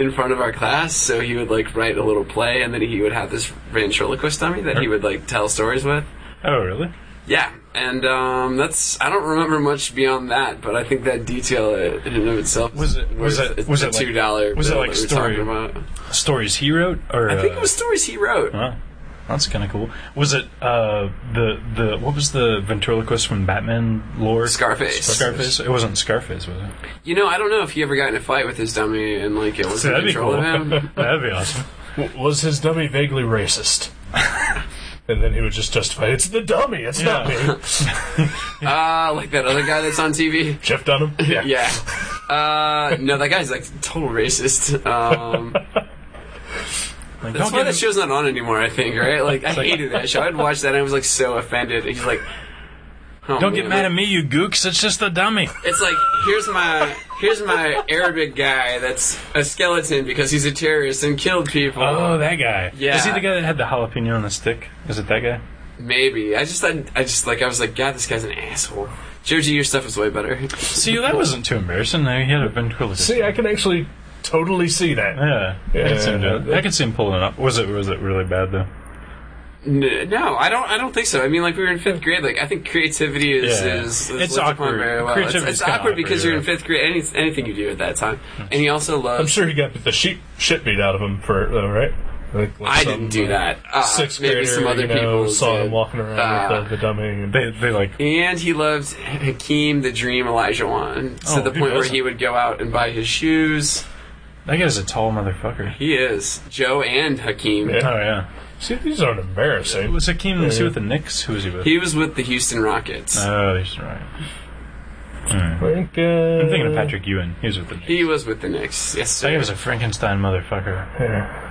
Speaker 4: in front of our class. So he would like write a little play, and then he would have this ventriloquist dummy that he would like tell stories with.
Speaker 3: Oh really?
Speaker 4: Yeah, and um, that's I don't remember much beyond that, but I think that detail in and of itself
Speaker 3: Was it- was
Speaker 4: worth
Speaker 3: it- was
Speaker 4: the
Speaker 3: it like-
Speaker 4: two dollar
Speaker 3: was it like
Speaker 4: that we were
Speaker 3: story-
Speaker 4: talking about.
Speaker 3: Stories he wrote, or
Speaker 4: I think it
Speaker 3: uh,
Speaker 4: was stories he wrote.
Speaker 3: Huh. That's kind of cool. Was it uh, the the what was the ventriloquist from Batman lore?
Speaker 4: Scarface.
Speaker 3: Scarface. It wasn't Scarface, was it?
Speaker 4: You know, I don't know if he ever got in a fight with his dummy and like it was in
Speaker 3: that'd be
Speaker 4: control
Speaker 3: cool.
Speaker 4: of him.
Speaker 3: That'd be awesome.
Speaker 2: W- Was his dummy vaguely racist? and then he would just justify, it's the dummy, it's not
Speaker 3: Yeah.
Speaker 2: me.
Speaker 4: Uh, like that other guy that's on TV.
Speaker 2: Jeff Dunham? Yeah.
Speaker 4: Yeah. Uh, no, that guy's like total racist. Um,
Speaker 3: Like,
Speaker 4: that's
Speaker 3: don't
Speaker 4: why
Speaker 3: get
Speaker 4: that show's not on anymore. I think, right? Like, I
Speaker 3: like-
Speaker 4: hated that show. I'd watch that and I was like so offended. He's like, oh,
Speaker 3: don't get
Speaker 4: man.
Speaker 3: mad at me, you gooks. It's just a dummy.
Speaker 4: It's like here's my here's my Arabic guy that's a skeleton because he's a terrorist and killed people.
Speaker 3: Oh, that guy.
Speaker 4: Yeah.
Speaker 3: Is he the guy that had the jalapeno on the stick? Is it that guy?
Speaker 4: Maybe I just I, I just like I was like, God, this guy's an asshole. Joji, your stuff is way better.
Speaker 3: See, that wasn't too embarrassing. No, He had a ventriloquist.
Speaker 2: See, I can actually totally see that.
Speaker 3: Yeah, I can see him doing it.
Speaker 2: Yeah.
Speaker 3: I can see him pulling it up. Was it was it really bad though?
Speaker 4: N- No, I don't. I don't think so. I mean, like we were in fifth grade. Like I think creativity is
Speaker 3: Yeah.
Speaker 4: is, is
Speaker 3: It's
Speaker 4: looked upon
Speaker 3: awkward.
Speaker 4: Very well. It's,
Speaker 3: Creativity's
Speaker 4: it's
Speaker 3: kinda
Speaker 4: awkward
Speaker 3: awkward,
Speaker 4: because you're in
Speaker 3: yeah.
Speaker 4: fifth grade. Any, anything you do at that time, and he also
Speaker 2: I'm
Speaker 4: loves.
Speaker 2: sure he got the sheep shit beat out of him for it, though, right? Like, like
Speaker 4: I
Speaker 2: some,
Speaker 4: didn't do
Speaker 2: uh,
Speaker 4: that. Uh,
Speaker 2: Sixth
Speaker 4: maybe
Speaker 2: grader,
Speaker 4: some other
Speaker 2: you know,
Speaker 4: people
Speaker 2: saw
Speaker 4: did.
Speaker 2: him walking around
Speaker 4: Uh,
Speaker 2: with the, the dummy. And,
Speaker 3: They they like
Speaker 4: And he loves Hakeem the Dream Elijah Wan to
Speaker 3: Oh, who
Speaker 4: the point where
Speaker 3: doesn't?
Speaker 4: he would go out and buy his shoes.
Speaker 3: that guy's a tall motherfucker.
Speaker 4: He is Joe and Hakeem.
Speaker 2: Yeah.
Speaker 3: Oh yeah,
Speaker 2: see, these aren't
Speaker 3: it
Speaker 2: embarrassing.
Speaker 3: was Hakeem. Was he
Speaker 2: Yeah.
Speaker 3: with the Knicks? Who was he with?
Speaker 4: He was with the Houston Rockets.
Speaker 3: oh, he's right. Hmm.
Speaker 2: I think, uh,
Speaker 3: I'm thinking of Patrick Ewan. He was with the Knicks.
Speaker 4: he was with the Knicks. Yes,
Speaker 3: That guy
Speaker 4: sir.
Speaker 3: was a Frankenstein motherfucker.
Speaker 2: Yeah.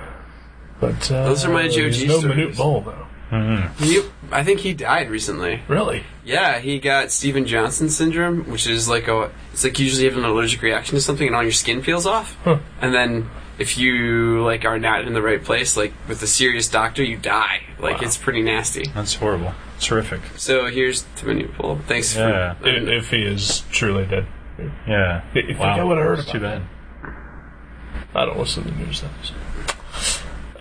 Speaker 2: But uh,
Speaker 4: Those are my
Speaker 2: there's
Speaker 4: Joji
Speaker 2: No
Speaker 4: stories.
Speaker 2: Manute Bol though.
Speaker 3: Hmm.
Speaker 4: He, I think he died recently.
Speaker 2: Really?
Speaker 4: Yeah, he got Steven Johnson syndrome, which is like a it's like usually you have an allergic reaction to something and all your skin peels off. And then if you like are not in the right place, like with a serious doctor, you die. Like it's pretty nasty.
Speaker 3: That's horrible. It's horrific.
Speaker 4: So here's Timothy Pool. Thanks
Speaker 3: Yeah.
Speaker 4: for
Speaker 2: If, if he is truly dead,
Speaker 3: Yeah.
Speaker 2: If- if I would've heard
Speaker 3: It's too
Speaker 2: about
Speaker 3: bad.
Speaker 2: I don't listen to news though. so.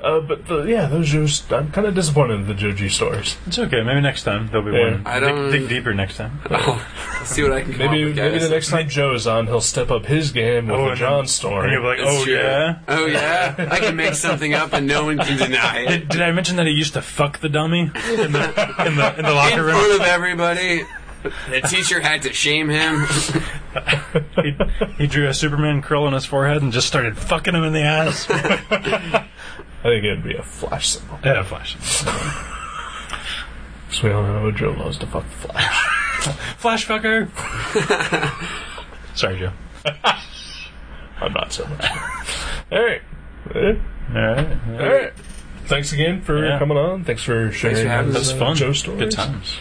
Speaker 2: Uh, but the, yeah, those just I'm kind of disappointed in the Joji stories.
Speaker 3: It's okay. Maybe next time there'll be
Speaker 2: Yeah.
Speaker 3: one.
Speaker 4: I don't-
Speaker 3: dig, dig deeper next time.
Speaker 4: I'll see what I can come up
Speaker 2: Maybe
Speaker 4: with, guys.
Speaker 2: maybe the next time Joe is on, he'll step up his game with the
Speaker 3: Oh, and
Speaker 2: John
Speaker 3: then- And you'll be
Speaker 2: story.
Speaker 3: like,
Speaker 4: That's
Speaker 3: oh
Speaker 4: true.
Speaker 3: yeah.
Speaker 4: Oh yeah. I can make something up and no one can deny it.
Speaker 3: Did I mention that he used to fuck the dummy in the in the, in the
Speaker 4: In
Speaker 3: locker room?
Speaker 4: front of everybody. The teacher had to shame him.
Speaker 3: he, he drew a Superman curl on his forehead and just started fucking him in the ass.
Speaker 2: I think it'd be a Flash symbol.
Speaker 3: yeah, Flash.
Speaker 2: So we all know Joe loves to fuck the Flash.
Speaker 3: Flash fucker. Sorry, Joe.
Speaker 2: I'm not so much. all right.
Speaker 3: All right.
Speaker 2: All right. Thanks again for
Speaker 3: Yeah.
Speaker 2: coming on. Thanks for sharing.
Speaker 4: for having
Speaker 2: those,
Speaker 4: us.
Speaker 2: uh,
Speaker 3: Fun.
Speaker 2: Joe stories.
Speaker 3: Good times.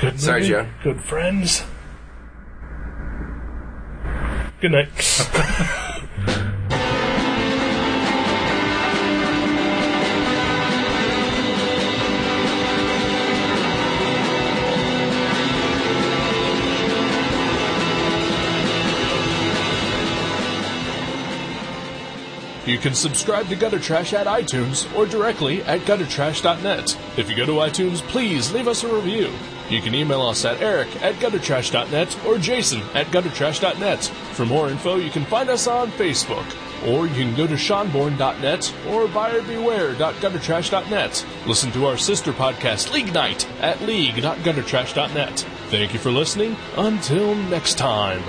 Speaker 2: Good
Speaker 4: Sorry,
Speaker 2: movie,
Speaker 4: Joe.
Speaker 2: Good friends. Good night.
Speaker 5: You can subscribe to Gutter Trash at iTunes or directly at guttertrash.net. If you go to iTunes, please leave us a review. You can email us at eric at guttertrash.net or jason at guttertrash.net. For more info, you can find us on Facebook. Or you can go to seanborn.net or buyerbeware.guttertrash.net. Listen to our sister podcast, League Night, at league.guttertrash.net. Thank you for listening. Until next time.